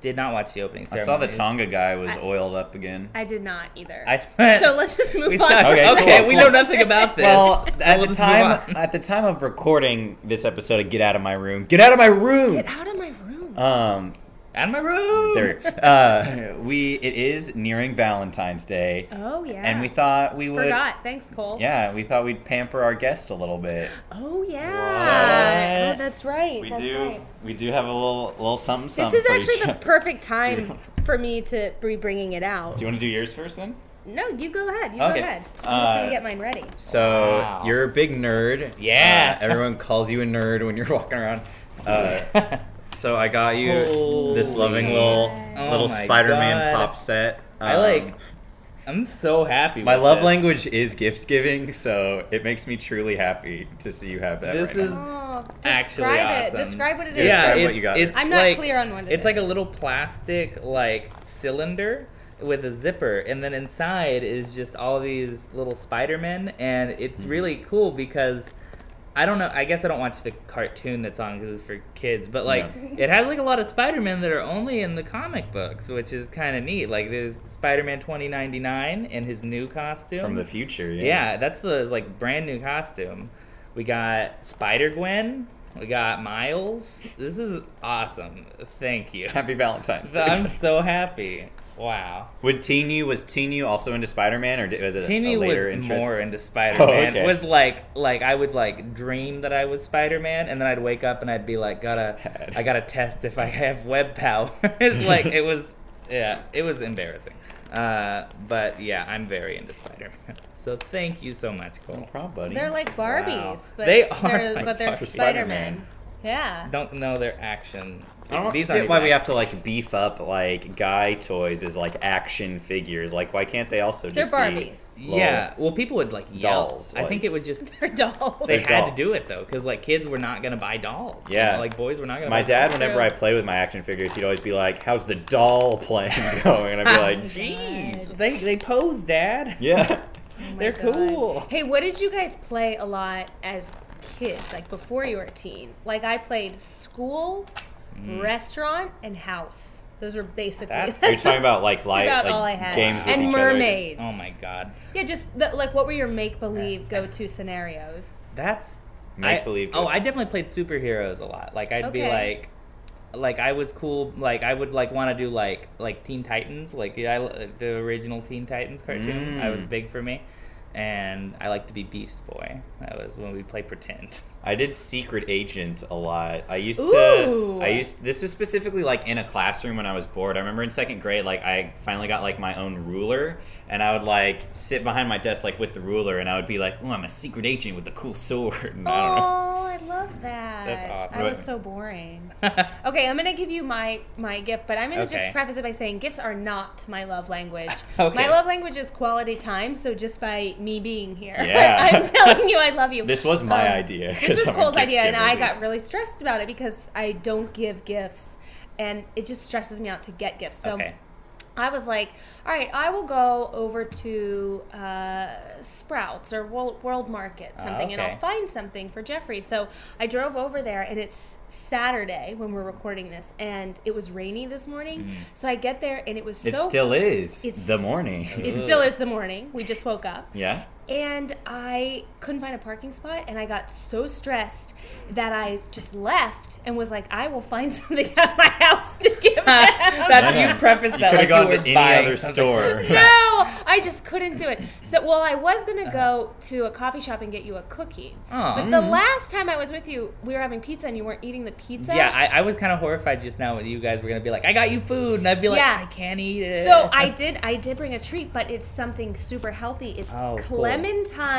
Speaker 3: did not watch the opening
Speaker 1: I
Speaker 3: ceremony.
Speaker 1: saw the Tonga guy was
Speaker 2: I-
Speaker 1: oiled up again.
Speaker 2: I did not either.
Speaker 3: I
Speaker 2: so let's just move
Speaker 3: we
Speaker 2: on.
Speaker 3: saw,
Speaker 1: Okay,
Speaker 3: okay,
Speaker 1: cool,
Speaker 3: we
Speaker 1: cool.
Speaker 3: know nothing about this.
Speaker 1: Well, at
Speaker 3: We'll
Speaker 1: the
Speaker 3: just move
Speaker 1: time
Speaker 3: on.
Speaker 1: at the time of recording this episode of Get Out of My Room, get out of my room.
Speaker 2: Get out of my room.
Speaker 1: Um,
Speaker 3: out of my room.
Speaker 1: there, we go. uh, we it is nearing Valentine's Day,
Speaker 2: oh yeah.
Speaker 1: and we thought we would.
Speaker 2: forgot. Thanks, Cole.
Speaker 1: Yeah, we thought we'd pamper our guest a little bit.
Speaker 2: Oh yeah.
Speaker 3: What?
Speaker 2: Oh, that's right.
Speaker 1: We
Speaker 2: that's
Speaker 1: do.
Speaker 2: Right.
Speaker 1: We do have a little little something.
Speaker 2: This
Speaker 1: something
Speaker 2: is
Speaker 1: for
Speaker 2: actually
Speaker 1: you,
Speaker 2: the
Speaker 1: Jeff.
Speaker 2: perfect time for me to be bringing it out.
Speaker 1: Do you want to do yours first then?
Speaker 2: No, you go ahead. You go
Speaker 1: Okay.
Speaker 2: ahead. I'm just gonna
Speaker 1: Uh,
Speaker 2: get mine ready.
Speaker 1: So
Speaker 3: Wow.
Speaker 1: you're a big nerd.
Speaker 3: Yeah.
Speaker 1: Uh, everyone calls you a nerd when you're walking around. Uh, so I got you this loving
Speaker 3: Holy-
Speaker 1: little
Speaker 3: Oh
Speaker 1: little
Speaker 3: my
Speaker 1: Spider-Man
Speaker 3: God.
Speaker 1: pop set.
Speaker 3: I
Speaker 1: Um,
Speaker 3: like. I'm so happy.
Speaker 1: My
Speaker 3: with
Speaker 1: love
Speaker 3: this.
Speaker 1: language is gift giving, so it makes me truly happy to see you have that.
Speaker 3: This
Speaker 1: right
Speaker 3: is
Speaker 1: now.
Speaker 2: Oh,
Speaker 3: actually
Speaker 2: describe it.
Speaker 3: awesome.
Speaker 2: Describe what it is.
Speaker 3: Yeah,
Speaker 1: Describe what
Speaker 3: it's,
Speaker 1: you got.
Speaker 3: it's
Speaker 2: I'm not
Speaker 3: like-
Speaker 2: clear on what it
Speaker 3: It's like a
Speaker 2: is.
Speaker 3: little plastic like cylinder with a zipper, and then inside is just all these little Spider-Men, and it's
Speaker 1: Mm-hmm.
Speaker 3: really cool because. I don't know. I guess I don't watch the cartoon that's on because it's for kids. But like, it has like a lot of Spider-Man that are only in the comic books, which is kind of neat. Like, there's Spider-Man 2099 in his new costume
Speaker 1: from the future. Yeah.
Speaker 3: yeah, that's the it's like brand new costume. We got Spider Gwen. We got Miles. This is awesome. Thank you.
Speaker 1: Happy Valentine's Day.
Speaker 3: I'm so happy. Wow.
Speaker 1: Would Teen U was Teen U also into Spider-Man, or did- was it a-
Speaker 3: Timmy
Speaker 1: a
Speaker 3: was
Speaker 1: later interest? Oh,
Speaker 3: more into Spider Man.
Speaker 1: okay.
Speaker 3: Was like like I would like dream that I was Spider Man, and then I'd wake up and I'd be like, gotta
Speaker 1: Sad.
Speaker 3: I gotta test if I have web powers. like it was, yeah, it was embarrassing. Uh, but yeah, I'm very into Spider Man. So thank you so much, Cole.
Speaker 1: no problem, buddy.
Speaker 2: They're like Barbies, but
Speaker 3: They are
Speaker 2: They're,
Speaker 3: like
Speaker 2: but they're
Speaker 1: Spider-
Speaker 2: Spider
Speaker 1: Spider-Man.
Speaker 2: Man. Yeah.
Speaker 3: don't know their action.
Speaker 1: I don't
Speaker 3: These
Speaker 1: get
Speaker 3: aren't
Speaker 1: why
Speaker 3: even
Speaker 1: we have
Speaker 3: action.
Speaker 1: to like beef up like guy toys as like action figures. Like, why can't they also
Speaker 2: They're
Speaker 1: just
Speaker 2: Barbies.
Speaker 1: be
Speaker 3: Yeah, well, people would like yell.
Speaker 1: Dolls,
Speaker 3: I think
Speaker 1: like-
Speaker 3: it was just
Speaker 2: They're dolls.
Speaker 1: They're
Speaker 3: they had
Speaker 1: doll.
Speaker 3: to do it though, because like kids were not gonna buy dolls. You
Speaker 1: Yeah.
Speaker 3: know, like boys were not gonna.
Speaker 1: My
Speaker 3: buy
Speaker 1: dad,
Speaker 3: dolls.
Speaker 1: whenever I play with my action figures, he'd always be like, "How's the doll playing going?" And I'd be like,
Speaker 3: Jeez, they they pose, Dad.
Speaker 1: "Yeah."
Speaker 2: Oh my
Speaker 3: They're
Speaker 2: God.
Speaker 3: cool.
Speaker 2: Hey, what did you guys play a lot as kids? Like before you were a teen? Like I played school, restaurant, and house. Those were basically
Speaker 3: Mm. That's-
Speaker 1: You're talking about like light,
Speaker 2: about
Speaker 1: like
Speaker 2: all I had.
Speaker 1: games with
Speaker 2: and
Speaker 1: each other.
Speaker 2: mermaids.
Speaker 3: Oh my God,
Speaker 2: Yeah, just the, like what were your make believe go to scenarios?
Speaker 3: that's
Speaker 1: Make
Speaker 3: I-
Speaker 1: believe.
Speaker 3: Oh, I definitely played superheroes a lot. Like I'd be
Speaker 2: Okay.
Speaker 3: like. Like I was cool. Like I would like want to do like like Teen Titans, like yeah, I, the original Teen Titans cartoon. I was
Speaker 1: Mm.
Speaker 3: big for me, and I like to be Beast Boy. That was when we play pretend.
Speaker 1: I did Secret Agent a lot. I used
Speaker 2: Ooh.
Speaker 1: to. I used. This was specifically like in a classroom when I was bored. I remember in second grade, like I finally got like my own ruler, and I would like sit behind my desk like with the ruler, and I would be like, "Oh, I'm a secret agent with a cool sword." And I don't know.
Speaker 2: Oh, I love love that.
Speaker 3: That's awesome.
Speaker 2: I was so boring. Okay, I'm gonna give you my my gift, but I'm gonna just
Speaker 3: Okay.
Speaker 2: preface it by saying gifts are not my love language.
Speaker 3: Okay.
Speaker 2: My love language is quality time. So just by me being here,
Speaker 5: Yeah.
Speaker 2: I'm telling you, I love you.
Speaker 5: This was my
Speaker 2: Um,
Speaker 5: idea. 'cause
Speaker 2: This was
Speaker 5: I'm a
Speaker 2: Cole's
Speaker 5: gift
Speaker 2: idea, and
Speaker 5: giver,
Speaker 2: I
Speaker 5: dude.
Speaker 2: got really stressed about it because I don't give gifts, and it just stresses me out to get gifts. So
Speaker 3: okay.
Speaker 2: I was like, all right, I will go over to uh, Sprouts or World, World Market,
Speaker 3: Ah,
Speaker 2: something, and
Speaker 3: okay.
Speaker 2: I'll find something for Jeffrey. So I drove over there, and it's Saturday when we're recording this, and it was rainy this morning. So I get there, and it was so.
Speaker 5: It still is
Speaker 2: It's-
Speaker 5: the morning.
Speaker 2: it still is the morning. We just woke up.
Speaker 5: yeah.
Speaker 2: And I couldn't find a parking spot, and I got so stressed that I just left and was like, I will find something at my house to give them.
Speaker 3: That's you preface
Speaker 5: You
Speaker 3: that
Speaker 5: could
Speaker 3: like
Speaker 5: have gone
Speaker 3: you
Speaker 5: to
Speaker 3: were
Speaker 5: any
Speaker 3: buying
Speaker 5: other
Speaker 3: something.
Speaker 5: store.
Speaker 2: no, I just couldn't do it. So, well, I was
Speaker 3: Uh-huh.
Speaker 2: gonna go to a coffee shop and get you a cookie,
Speaker 3: Aw.
Speaker 2: but the last time I was with you, we were having pizza and you weren't eating the pizza.
Speaker 3: Yeah, I, I was kind of horrified just now when you guys were gonna be like, "I got you food," and I'd be like,
Speaker 2: Yeah.
Speaker 3: "I can't eat it."
Speaker 2: so I did. I did bring a treat, but it's something super healthy. It's
Speaker 3: Oh, cool.
Speaker 2: clementine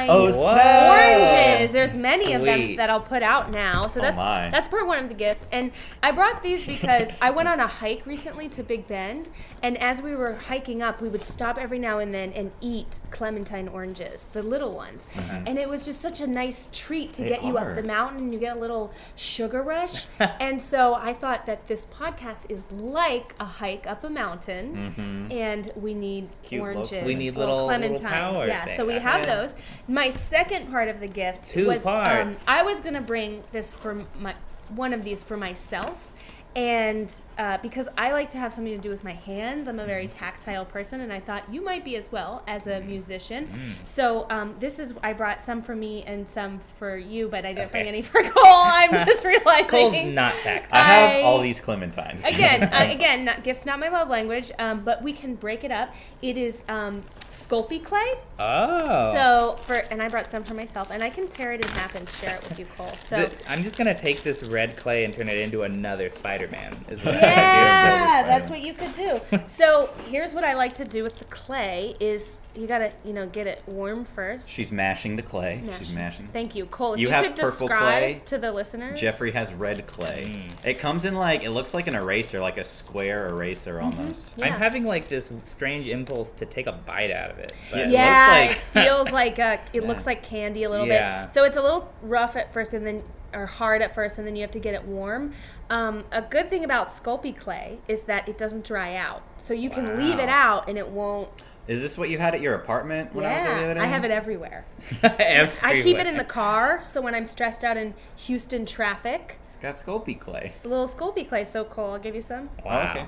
Speaker 5: Oh, snap.
Speaker 2: oranges. There's many of them
Speaker 3: Sweet.
Speaker 2: that I'll put out now. So
Speaker 5: Oh,
Speaker 2: that's
Speaker 5: my.
Speaker 2: that's part one of the gift. And I brought these because I went on a hike recently to Big Bend, and as we were hiking up, we would stop every now and then and eat clementine oranges, the little ones.
Speaker 3: Uh-huh.
Speaker 2: And it was just such a nice treat to
Speaker 5: They
Speaker 2: get you up
Speaker 5: are.
Speaker 2: the mountain and you get a little sugar rush. and so I thought that this podcast is like a hike up a mountain, and we need
Speaker 5: Cute local-
Speaker 2: oranges.
Speaker 3: Mm-hmm. We need little- little power
Speaker 2: yeah, so
Speaker 3: thing.
Speaker 2: we have
Speaker 3: Yeah.
Speaker 2: those. My second part of the gift
Speaker 3: Two
Speaker 2: was
Speaker 3: parts.
Speaker 2: Um, I was gonna bring this for my one of these for myself, and uh, because I like to have something to do with my hands, I'm a very
Speaker 3: Mm-hmm.
Speaker 2: tactile person, and I thought you might be as well as a musician.
Speaker 3: Mm.
Speaker 2: So um, this is I brought some for me and some for you, but I didn't bring
Speaker 3: Okay.
Speaker 2: any for Cole. I'm just realizing
Speaker 3: Cole's not tactile.
Speaker 5: I have
Speaker 2: I-
Speaker 5: all these clementines.
Speaker 2: again, uh, again, not, gifts not my love language, um, but we can break it up. It is um, Sculpey clay.
Speaker 3: Oh,
Speaker 2: So for and I brought some for myself, and I can tear it in half and share it with you, Cole. So
Speaker 3: Th- I'm just gonna take this red clay and turn it into another Spider-Man. Is what I'm gonna do.
Speaker 2: yeah,
Speaker 5: Spider-Man.
Speaker 2: that's what you could do. So here's what I like to do with the clay: is you gotta you know get it warm first.
Speaker 5: She's mashing the clay. She's mashing.
Speaker 2: Thank you, Cole. If you,
Speaker 5: You have
Speaker 2: could
Speaker 5: purple
Speaker 2: describe
Speaker 5: clay.
Speaker 2: to the listeners,
Speaker 5: Jeffrey has red clay. It comes in like it looks like an eraser, like a square eraser almost.
Speaker 2: Mm-hmm. Yeah.
Speaker 3: I'm having like this strange impulse to take a bite out of it. but-
Speaker 5: it
Speaker 2: yeah,
Speaker 5: looks
Speaker 2: it feels like a, it looks like candy a little
Speaker 3: Yeah.
Speaker 2: bit. So it's a little rough at first, and then or hard at first, and then you have to get it warm. Um, a good thing about Sculpey clay is that it doesn't dry out, so you can leave it out and it won't.
Speaker 5: Is this what you had at your apartment when I was there the
Speaker 2: yeah,
Speaker 5: other day?
Speaker 2: I have it everywhere. I
Speaker 3: Everywhere.
Speaker 2: keep it in the car, so when I'm stressed out in Houston traffic,
Speaker 5: It's got Sculpey clay.
Speaker 2: it's a little Sculpey clay. So Cole, I'll give you some.
Speaker 3: Wow.
Speaker 5: Okay.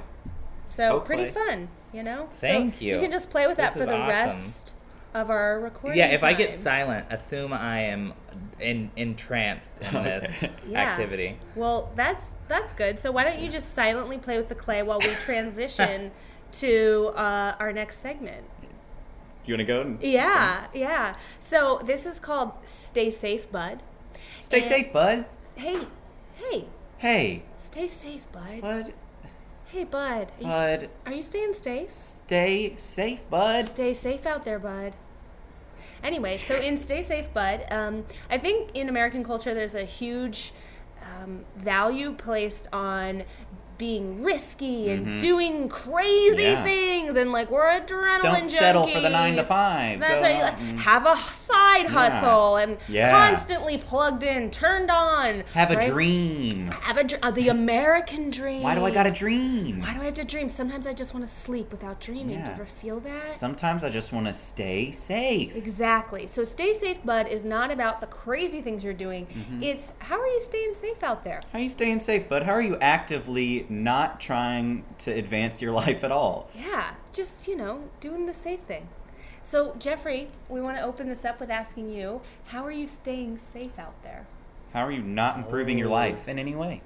Speaker 2: So
Speaker 5: Oh,
Speaker 2: pretty
Speaker 5: clay.
Speaker 2: fun, you know. So
Speaker 3: Thank you.
Speaker 2: You can just play with that
Speaker 3: This
Speaker 2: for
Speaker 3: is
Speaker 2: the
Speaker 3: awesome.
Speaker 2: rest of our recording.
Speaker 3: Yeah, if I
Speaker 2: time.
Speaker 3: get silent, assume I am in, entranced in this
Speaker 5: Okay.
Speaker 2: Yeah.
Speaker 3: activity.
Speaker 2: Well, that's that's good. So why don't you just silently play with the clay while we transition to uh, our next segment?
Speaker 5: Do you want to go? And
Speaker 2: Yeah, yeah. So this is called "Stay Safe, Bud."
Speaker 5: Stay safe, bud.
Speaker 2: Hey, hey,
Speaker 5: Hey,
Speaker 2: stay safe, Bud.
Speaker 5: bud,
Speaker 2: Hey, Bud. Are you,
Speaker 5: bud.
Speaker 2: are you staying safe?
Speaker 5: Stay safe, bud.
Speaker 2: Stay safe out there, bud. Anyway, so in Stay Safe, Bud, um, I think in American culture there's a huge um, value placed on being risky and doing crazy
Speaker 5: Mm-hmm. Yeah.
Speaker 2: things and like we're adrenaline
Speaker 5: Don't settle for the
Speaker 2: junkies.
Speaker 5: nine to five.
Speaker 2: That's
Speaker 5: Go
Speaker 2: right.
Speaker 5: out
Speaker 2: Like,
Speaker 5: and
Speaker 2: have a side hustle and
Speaker 5: Yeah.
Speaker 2: constantly plugged in, turned on.
Speaker 5: Have a
Speaker 2: right?
Speaker 5: dream.
Speaker 2: Have a dr- uh, the American dream.
Speaker 5: Why do I got to dream?
Speaker 2: Why do I have to dream? Sometimes I just want to sleep without dreaming. Do
Speaker 5: Yeah.
Speaker 2: you ever feel that?
Speaker 5: Sometimes I just want to stay safe.
Speaker 2: Exactly. So stay safe, bud, is not about the crazy things you're doing. It's how are you staying safe out there?
Speaker 5: How are you staying safe, bud? How are you actively not trying to advance your life at all?
Speaker 2: Yeah, just you know, doing the safe thing. So Jeffrey, we want to open this up with asking you, how are you staying safe out there?
Speaker 5: How are you not improving your
Speaker 3: Oh.
Speaker 5: life in any way?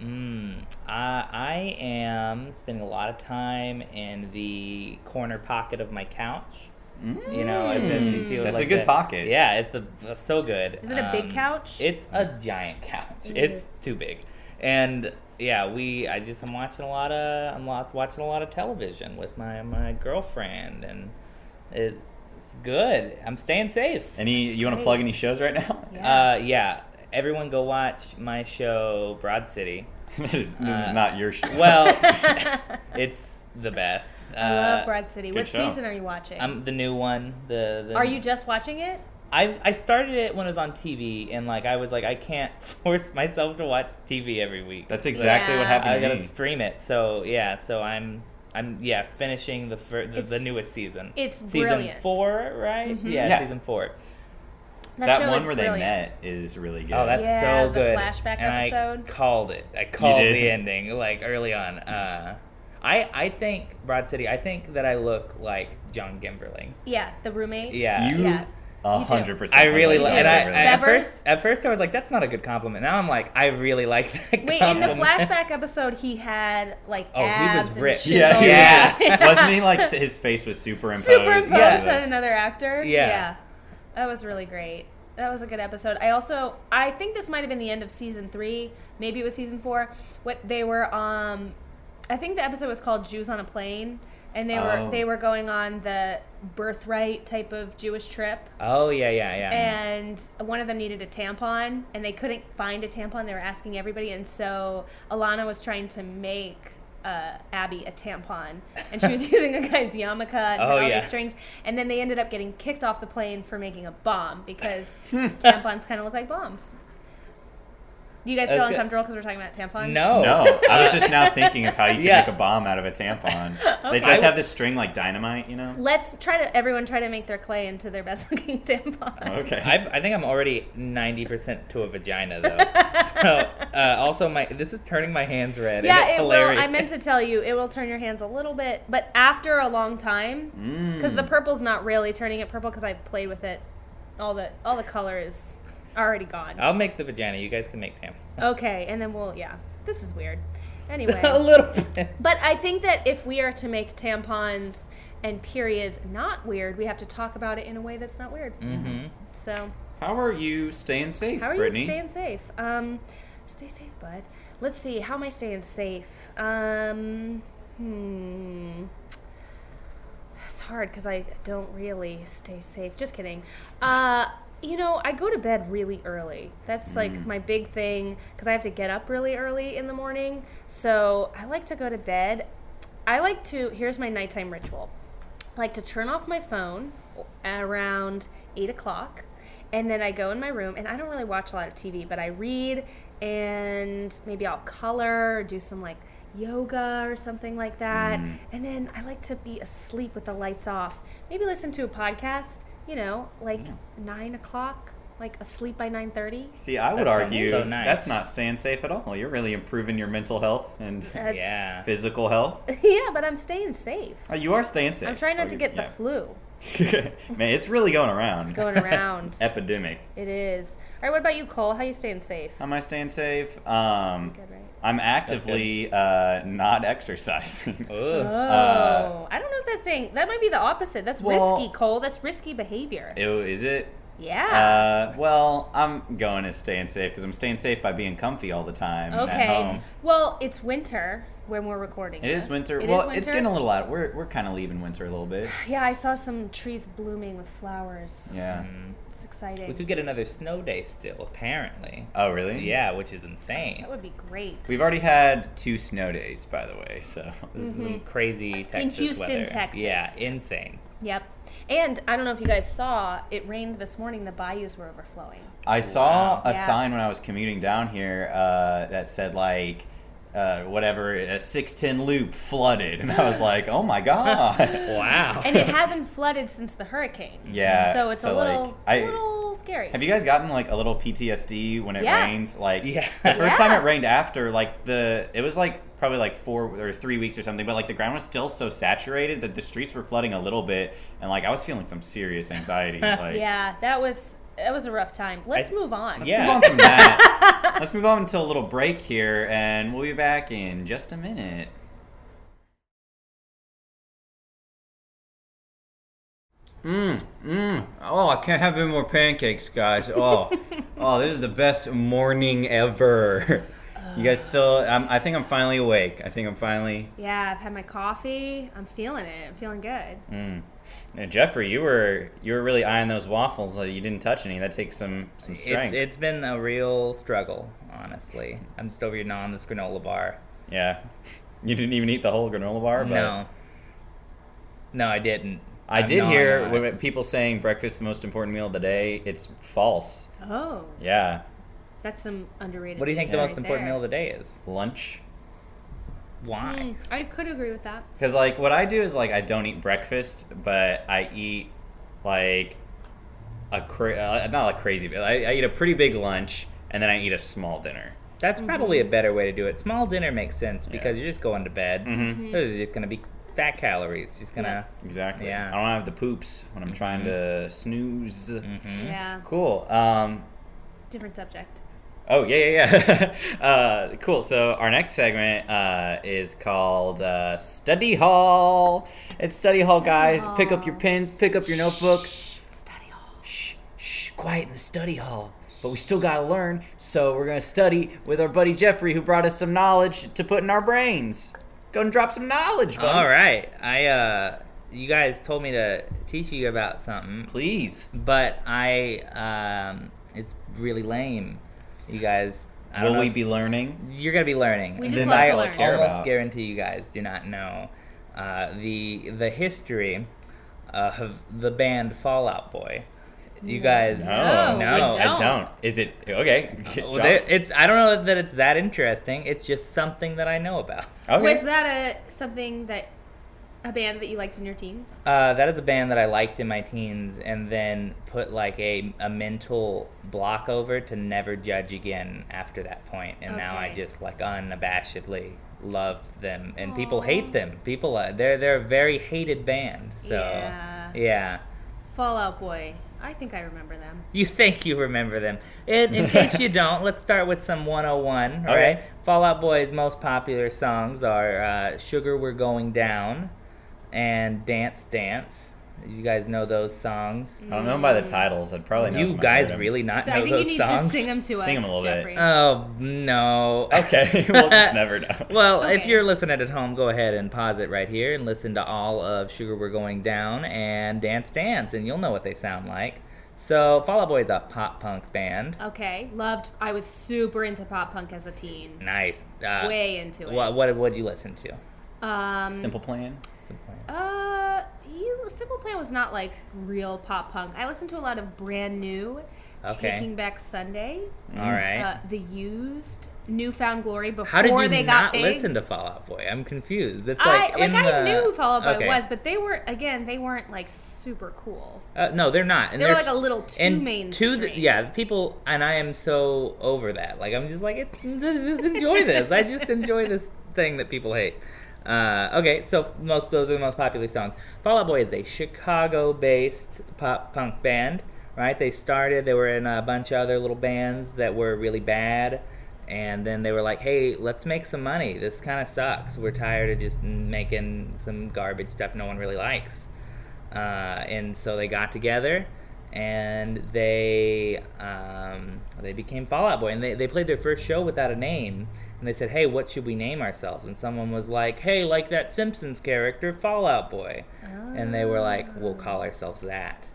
Speaker 3: Mm, I, I am spending a lot of time in the corner pocket of my couch. You know, I've been- you see,
Speaker 5: Mm. That's a
Speaker 3: like
Speaker 5: good
Speaker 3: the-
Speaker 5: pocket.
Speaker 3: Yeah, it's the it's so good. Um,
Speaker 2: Is it a big couch? Mm.
Speaker 3: It's a giant couch. It's too big, and yeah, we. I just I'm watching a lot of I'm lot, watching a lot of television with my my girlfriend, and it, it's good. I'm staying safe.
Speaker 5: Any you want to
Speaker 2: great.
Speaker 5: plug any shows right now?
Speaker 2: Yeah.
Speaker 3: Uh, yeah. everyone go watch my show Broad City.
Speaker 1: that is, this
Speaker 3: Uh,
Speaker 1: is not your show.
Speaker 3: Well, it's the best.
Speaker 2: I
Speaker 3: Uh,
Speaker 2: love Broad City.
Speaker 1: good
Speaker 2: What
Speaker 1: show.
Speaker 2: season are you watching?
Speaker 3: I'm the new one. The, the
Speaker 2: are you just watching it?
Speaker 3: I I started it when it was on TV, and like I was like I can't force myself to watch TV every week.
Speaker 1: That's
Speaker 3: So
Speaker 1: exactly what
Speaker 2: Yeah.
Speaker 1: happened
Speaker 3: I
Speaker 1: to
Speaker 3: gotta
Speaker 1: me.
Speaker 3: stream it. So yeah, so I'm I'm yeah finishing the fir- the, the
Speaker 2: It's-
Speaker 3: newest season.
Speaker 2: it's
Speaker 3: season
Speaker 2: brilliant. Mm-hmm.
Speaker 3: four, right? Yeah,
Speaker 1: Yeah.
Speaker 3: season four.
Speaker 1: that
Speaker 2: show
Speaker 1: one
Speaker 2: is
Speaker 1: where they
Speaker 2: brilliant.
Speaker 1: met is really good.
Speaker 3: Oh, that's
Speaker 2: Yeah,
Speaker 3: so
Speaker 2: the
Speaker 3: good.
Speaker 2: flashback
Speaker 3: and
Speaker 2: episode.
Speaker 3: I called it. I called
Speaker 1: did?
Speaker 3: the ending like early on. Uh, I I think Broad City. I think that I look like John Gimberling.
Speaker 2: Yeah, the roommate.
Speaker 3: Yeah.
Speaker 1: you
Speaker 2: yeah.
Speaker 1: a
Speaker 2: You do.
Speaker 1: hundred percent.
Speaker 3: I really
Speaker 2: like
Speaker 3: like, and I,
Speaker 2: Gimberling.
Speaker 3: I- at
Speaker 2: Bevers?
Speaker 3: first, at first I was like, "That's not a good compliment." Now I'm like, "I really like that."
Speaker 2: Wait, in the
Speaker 3: compliment.
Speaker 2: flashback episode, he had like
Speaker 3: Oh, he was
Speaker 2: abs
Speaker 3: ripped.
Speaker 2: and
Speaker 1: Yeah, he
Speaker 2: chiseled.
Speaker 3: Yeah.
Speaker 1: was- wasn't he like s- his face was superimposed?
Speaker 2: superimposed
Speaker 3: Yeah.
Speaker 2: on another actor.
Speaker 3: Yeah.
Speaker 2: That was really great. That was a good episode. I also I think this might have been the end of season three, maybe it was season four. What they were um I think the episode was called Jews on a Plane and they were
Speaker 1: Oh.
Speaker 2: they were going on the birthright type of Jewish trip
Speaker 3: Oh yeah, yeah, yeah.
Speaker 2: and one of them needed a tampon and they couldn't find a tampon they were asking everybody and so alana was trying to make uh, abby a tampon and she was using a guy's yarmulke and had
Speaker 3: Oh,
Speaker 2: all
Speaker 3: yeah.
Speaker 2: these strings and then they ended up getting kicked off the plane for making a bomb because tampons kind of look like bombs do you guys
Speaker 3: That's
Speaker 2: feel
Speaker 3: good.
Speaker 2: uncomfortable because we're talking about tampons
Speaker 3: no,
Speaker 1: No, I was just now thinking of how you can
Speaker 3: Yeah.
Speaker 1: make a bomb out of a tampon. They
Speaker 3: I would-
Speaker 1: just have this string like dynamite, you know?
Speaker 2: let's try to everyone try to make their clay into their best looking tampon
Speaker 1: Okay.
Speaker 3: I've, I think I'm already ninety percent to a vagina though. so uh, also my this is turning my hands red. and
Speaker 2: Yeah,
Speaker 3: it's
Speaker 2: it
Speaker 3: hilarious.
Speaker 2: will. I meant to tell you, it will turn your hands a little bit, but after a long time, because the purple's not really turning it purple. Because I've played with it, all the all the color is already gone.
Speaker 3: I'll make the vagina. You guys can make Pam.
Speaker 2: Okay, and then we'll yeah. This is weird. Anyway,
Speaker 3: a little bit.
Speaker 2: but I think that if we are to make tampons and periods not weird, we have to talk about it in a way that's not weird.
Speaker 3: hmm
Speaker 2: So
Speaker 1: How are you staying safe,
Speaker 2: How are
Speaker 1: Brittany?
Speaker 2: you staying safe? Um, stay safe, bud. Let's see. How am I staying safe? Um, hmm. It's hard because I don't really stay safe. Just kidding. Uh, you know, I go to bed really early. That's like
Speaker 1: Mm.
Speaker 2: my big thing because I have to get up really early in the morning. So I like to go to bed. I like to. Here's my nighttime ritual like to turn off my phone around eight o'clock and then i go in my room and i don't really watch a lot of tv but i read and maybe i'll color or do some like yoga or something like that and then i like to be asleep with the lights off maybe listen to a podcast you know like nine o'clock like asleep by 9.30
Speaker 1: See, I would
Speaker 3: That sounds
Speaker 1: argue
Speaker 3: so nice.
Speaker 1: that's not staying safe at all. You're really improving your mental health and
Speaker 2: That's-
Speaker 3: Yeah.
Speaker 1: physical health.
Speaker 2: yeah but i'm staying safe
Speaker 1: Oh, you are staying safe.
Speaker 2: i'm trying not to
Speaker 1: Oh,
Speaker 2: get the
Speaker 1: yeah.
Speaker 2: flu
Speaker 1: Man, it's really going around.
Speaker 2: going around
Speaker 1: Epidemic.
Speaker 2: it is all right what about you cole how you staying safe
Speaker 1: How am I staying safe? Um,
Speaker 2: good right
Speaker 1: I'm actively uh, not exercising.
Speaker 3: Ugh.
Speaker 2: Oh, I don't know if that's saying that might be the opposite. That's
Speaker 1: Uh, Well-
Speaker 2: risky, Cole. That's risky behavior.
Speaker 1: Ew, is it?
Speaker 2: yeah.
Speaker 1: Uh, well, I'm going to staying safe because I'm staying safe by being comfy all the time at
Speaker 2: okay.
Speaker 1: home.
Speaker 2: Well, it's winter when we're recording.
Speaker 1: It is
Speaker 2: this.
Speaker 1: winter.
Speaker 2: It is
Speaker 1: well, it's
Speaker 2: winter.
Speaker 1: getting a little out. We're, we're kind of leaving winter a little bit.
Speaker 2: Yeah, I saw some trees blooming with flowers.
Speaker 1: Yeah.
Speaker 2: It's
Speaker 3: We
Speaker 2: exciting.
Speaker 3: could get another snow day still, apparently.
Speaker 1: Oh, really?
Speaker 3: Yeah, which is insane.
Speaker 2: that would be great.
Speaker 1: We've already had two snow days, by the way. So
Speaker 3: This is some crazy Texas
Speaker 2: Houston,
Speaker 3: weather.
Speaker 2: Texas.
Speaker 3: Yeah, insane.
Speaker 2: yep. And I don't know if you guys saw, it rained this morning. The bayous were overflowing.
Speaker 1: I saw
Speaker 3: Wow.
Speaker 1: a
Speaker 2: Yeah.
Speaker 1: sign when I was commuting down here uh, that said like. Uh, whatever, a 610 loop flooded. And I was like, oh my God.
Speaker 3: Wow.
Speaker 2: And it hasn't flooded since the hurricane.
Speaker 1: Yeah,
Speaker 2: So it's a
Speaker 1: so,
Speaker 2: little,
Speaker 1: like, I-
Speaker 2: little scary.
Speaker 1: Have you guys gotten like a little PTSD when it
Speaker 2: Yeah.
Speaker 1: rains? Like
Speaker 3: Yeah.
Speaker 1: the first time
Speaker 2: Yeah.
Speaker 1: it rained after, like the it was like probably like four or three weeks or something, but like the ground was still so saturated that the streets were flooding a little bit, and like I was feeling some serious anxiety. Like
Speaker 2: yeah, that was that was a rough time. Let's
Speaker 3: I-
Speaker 2: move on.
Speaker 1: let's
Speaker 3: Yeah.
Speaker 1: move on from that. let's move on to a little break here, and we'll be back in just a minute.
Speaker 6: Mm. Oh, I can't have any more pancakes, guys. Oh, oh, this is the best morning ever.
Speaker 1: You guys still? I'm, I think I'm finally awake. I think I'm finally.
Speaker 2: Yeah, I've had my coffee. I'm feeling it. I'm feeling good.
Speaker 3: Mm.
Speaker 1: And Jeffrey, you were you were really eyeing those waffles. uh, You didn't touch any. That takes some some
Speaker 3: It's,
Speaker 1: strength.
Speaker 3: it's been a real struggle, honestly. I'm still reading on this granola bar.
Speaker 1: yeah. You didn't even eat the whole granola bar, but
Speaker 3: No. No, I didn't.
Speaker 1: I
Speaker 3: I'm
Speaker 1: did
Speaker 3: gnawing
Speaker 1: hear
Speaker 3: on it.
Speaker 1: women, people saying breakfast is the most important meal of the day. It's false.
Speaker 2: Oh,
Speaker 1: Yeah,
Speaker 2: that's some underrated.
Speaker 3: What do you think the
Speaker 2: news
Speaker 3: most
Speaker 2: right
Speaker 3: important
Speaker 2: there.
Speaker 3: meal of the day is?
Speaker 1: lunch.
Speaker 3: Why?
Speaker 2: Mm, I could agree with that.
Speaker 1: Because like what I do is like I don't eat breakfast, but I eat like a cra- uh, not a crazy, but I, I eat a pretty big lunch and then I eat a small dinner.
Speaker 3: That's probably
Speaker 2: Mm-hmm.
Speaker 3: a better way to do it. Small dinner makes sense because you're just going to bed. Mm-hmm. Those are just gonna be fat calories. Just gonna.
Speaker 1: Exactly.
Speaker 3: Yeah. Mm-hmm.
Speaker 1: I don't have the poops when I'm trying to snooze.
Speaker 3: Mm.
Speaker 2: Yeah,
Speaker 1: Cool. Um,
Speaker 2: different subject.
Speaker 1: oh yeah yeah yeah. uh, cool. So our next segment uh, is called uh, study hall. It's study hall, guys. Pick up your pens. Pick up your notebooks.
Speaker 2: Study hall.
Speaker 1: shh, shh, quiet in the study hall. But we still gotta learn, so we're gonna study with our buddy Jeffrey, who brought us some knowledge to put in our brains. Go and drop some knowledge, buddy.
Speaker 3: All right. I uh, you guys told me to teach you about something,
Speaker 1: Please.
Speaker 3: but I um, it's really lame. You guys. I don't
Speaker 1: Will
Speaker 3: know
Speaker 1: we
Speaker 3: if-
Speaker 1: be learning?
Speaker 3: You're gonna be learning.
Speaker 2: We just
Speaker 3: Then
Speaker 2: love
Speaker 3: I
Speaker 2: to learn.
Speaker 1: care
Speaker 3: almost
Speaker 1: about.
Speaker 3: guarantee you guys do not know uh, the the history uh, of the band Fallout Boy. You guys,
Speaker 1: No,
Speaker 2: we
Speaker 3: no,
Speaker 2: don't.
Speaker 1: Oh, I don't. Is it okay? Get
Speaker 3: Well,
Speaker 1: dropped.
Speaker 3: there- it's I don't know that it's that interesting. It's just something that I know about.
Speaker 1: okay.
Speaker 2: Was that a something that a band that you liked in your teens?
Speaker 3: Uh, that is a band that I liked in my teens, and then put like a, a mental block over to never judge again after that point. And now I
Speaker 2: Okay.
Speaker 3: just like unabashedly love them, and people hate them. People uh, they're they're a very hated band. So
Speaker 2: Yeah.
Speaker 3: yeah.
Speaker 2: Fallout Boy. I think I remember them.
Speaker 3: You think you remember them. In, in case you don't, let's start with some 101, all right? Fallout Boy's most popular songs are uh, Sugar We're Going Down and Dance Dance. You guys know those songs?
Speaker 1: I don't know them by the titles. I'd probably know.
Speaker 3: Do you
Speaker 1: them. I
Speaker 3: guys
Speaker 1: heard them.
Speaker 3: really
Speaker 2: Mm.
Speaker 3: not
Speaker 2: so
Speaker 3: know
Speaker 2: I think
Speaker 3: those
Speaker 2: you need
Speaker 3: songs?
Speaker 2: to sing them to
Speaker 1: Sing
Speaker 2: us,
Speaker 1: 'em a little bit.
Speaker 2: Jeffrey.
Speaker 3: Oh, no.
Speaker 1: Okay, we'll just never know.
Speaker 3: Well, if
Speaker 2: Okay.
Speaker 3: you're listening at home, go ahead and pause it right here and listen to all of Sugar We're Going Down and Dance Dance, and you'll know what they sound like. So, Fallout Boy is a pop punk band.
Speaker 2: okay, loved. I was super into pop punk as a teen.
Speaker 3: Nice. Uh,
Speaker 2: Way into it.
Speaker 3: What what would you listen to?
Speaker 2: Um,
Speaker 1: Simple plan.
Speaker 3: Some point.
Speaker 2: Uh, he, Simple Plan was not like real pop punk. I listened to a lot of brand new,
Speaker 3: Okay.
Speaker 2: Taking Back Sunday,
Speaker 3: All right.
Speaker 2: uh, The Used, Newfound Glory before
Speaker 3: How did you
Speaker 2: they
Speaker 3: not
Speaker 2: got big.
Speaker 3: listen to Fall Out Boy? I'm confused. It's
Speaker 2: I
Speaker 3: like
Speaker 2: like,
Speaker 3: in
Speaker 2: I
Speaker 3: the-
Speaker 2: knew who Fall Out Boy
Speaker 3: Okay.
Speaker 2: was, but they were again they weren't like super cool.
Speaker 3: Uh, no, they're not. And
Speaker 2: They were
Speaker 3: there's-
Speaker 2: like a little too
Speaker 3: and
Speaker 2: mainstream.
Speaker 3: To the, yeah, the people and I am so over that. Like I'm just like it's just enjoy this. I just enjoy this thing that people hate. Uh, okay, so most those are the most popular songs. Fall Out Boy is a Chicago-based pop punk band, right? They started. They were in a bunch of other little bands that were really bad, and then they were like, "Hey, let's make some money. This kind of sucks. We're tired of just making some garbage stuff no one really likes." uh, and so they got together and they um, they became Fallout Boy and they, they played their first show without a name and they said hey what should we name ourselves and someone was like hey like that Simpsons character Fallout Boy and they were like we'll
Speaker 2: Ah.
Speaker 3: call ourselves that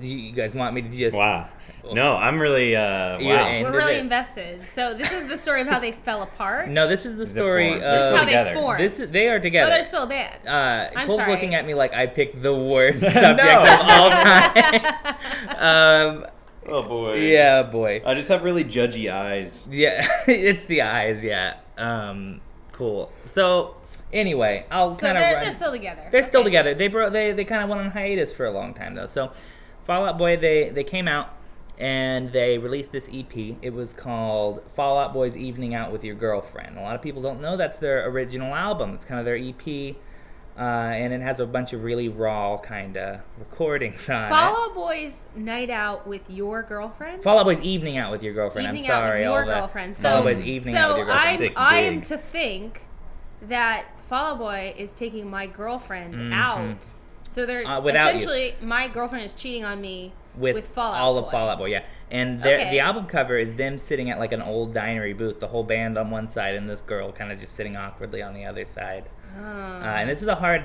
Speaker 3: you, you guys want me to just
Speaker 1: Wow. No, I'm really. Uh,
Speaker 3: You're
Speaker 1: wow.
Speaker 3: in-
Speaker 2: We're
Speaker 3: Into
Speaker 2: really
Speaker 3: this.
Speaker 2: invested. So this is the story of how they fell apart.
Speaker 3: no this is the story
Speaker 1: form.
Speaker 3: of
Speaker 1: They're still
Speaker 2: how
Speaker 1: together.
Speaker 2: they formed.
Speaker 3: this is they are
Speaker 2: but
Speaker 3: together
Speaker 2: they're still a band.
Speaker 3: uh,
Speaker 2: Oh, I'm
Speaker 3: Cole's
Speaker 2: sorry.
Speaker 3: looking at me like I picked the worst subject of
Speaker 1: no.
Speaker 3: all time. um,
Speaker 5: Oh boy.
Speaker 3: yeah, boy.
Speaker 5: I just have really judgy eyes.
Speaker 3: Yeah, it's the eyes. Yeah. Um, cool. So anyway, I'll
Speaker 2: so
Speaker 3: kind of
Speaker 2: they're,
Speaker 3: run.
Speaker 2: they're still together.
Speaker 3: They're still
Speaker 2: Okay.
Speaker 3: together. They bro they they kind of went on hiatus for a long time though. So Fallout Boy they they came out and they released this EP. It was called Fallout Boy's Evening Out with Your Girlfriend. A lot of people don't know that's their original album. It's kind of their EP. Uh, and it has a bunch of really raw kind of recordings on it.
Speaker 2: Follow Boy's night out with your girlfriend.
Speaker 3: Fall Out Boy's evening out with your girlfriend. I'm
Speaker 2: Evening Out with
Speaker 3: sorry,
Speaker 2: Your
Speaker 3: all the-
Speaker 2: Girlfriend.
Speaker 3: Fall Out
Speaker 2: So-
Speaker 3: Boy's evening out with
Speaker 2: so
Speaker 3: your girlfriend.
Speaker 2: I'm
Speaker 1: Sick
Speaker 2: I am
Speaker 1: dig.
Speaker 2: to think that Fall Out Boy is taking my girlfriend out. So they're
Speaker 3: Mm-hmm. Uh, without you.
Speaker 2: essentially my girlfriend is cheating on me
Speaker 3: with,
Speaker 2: With Fall Out
Speaker 3: all of
Speaker 2: Boy.
Speaker 3: Fall Out Boy, yeah. And their,
Speaker 2: Okay.
Speaker 3: the album cover is them sitting at like an old dinery booth, the whole band on one side, and this girl kind of just sitting awkwardly on the other side. Uh, and this is a hard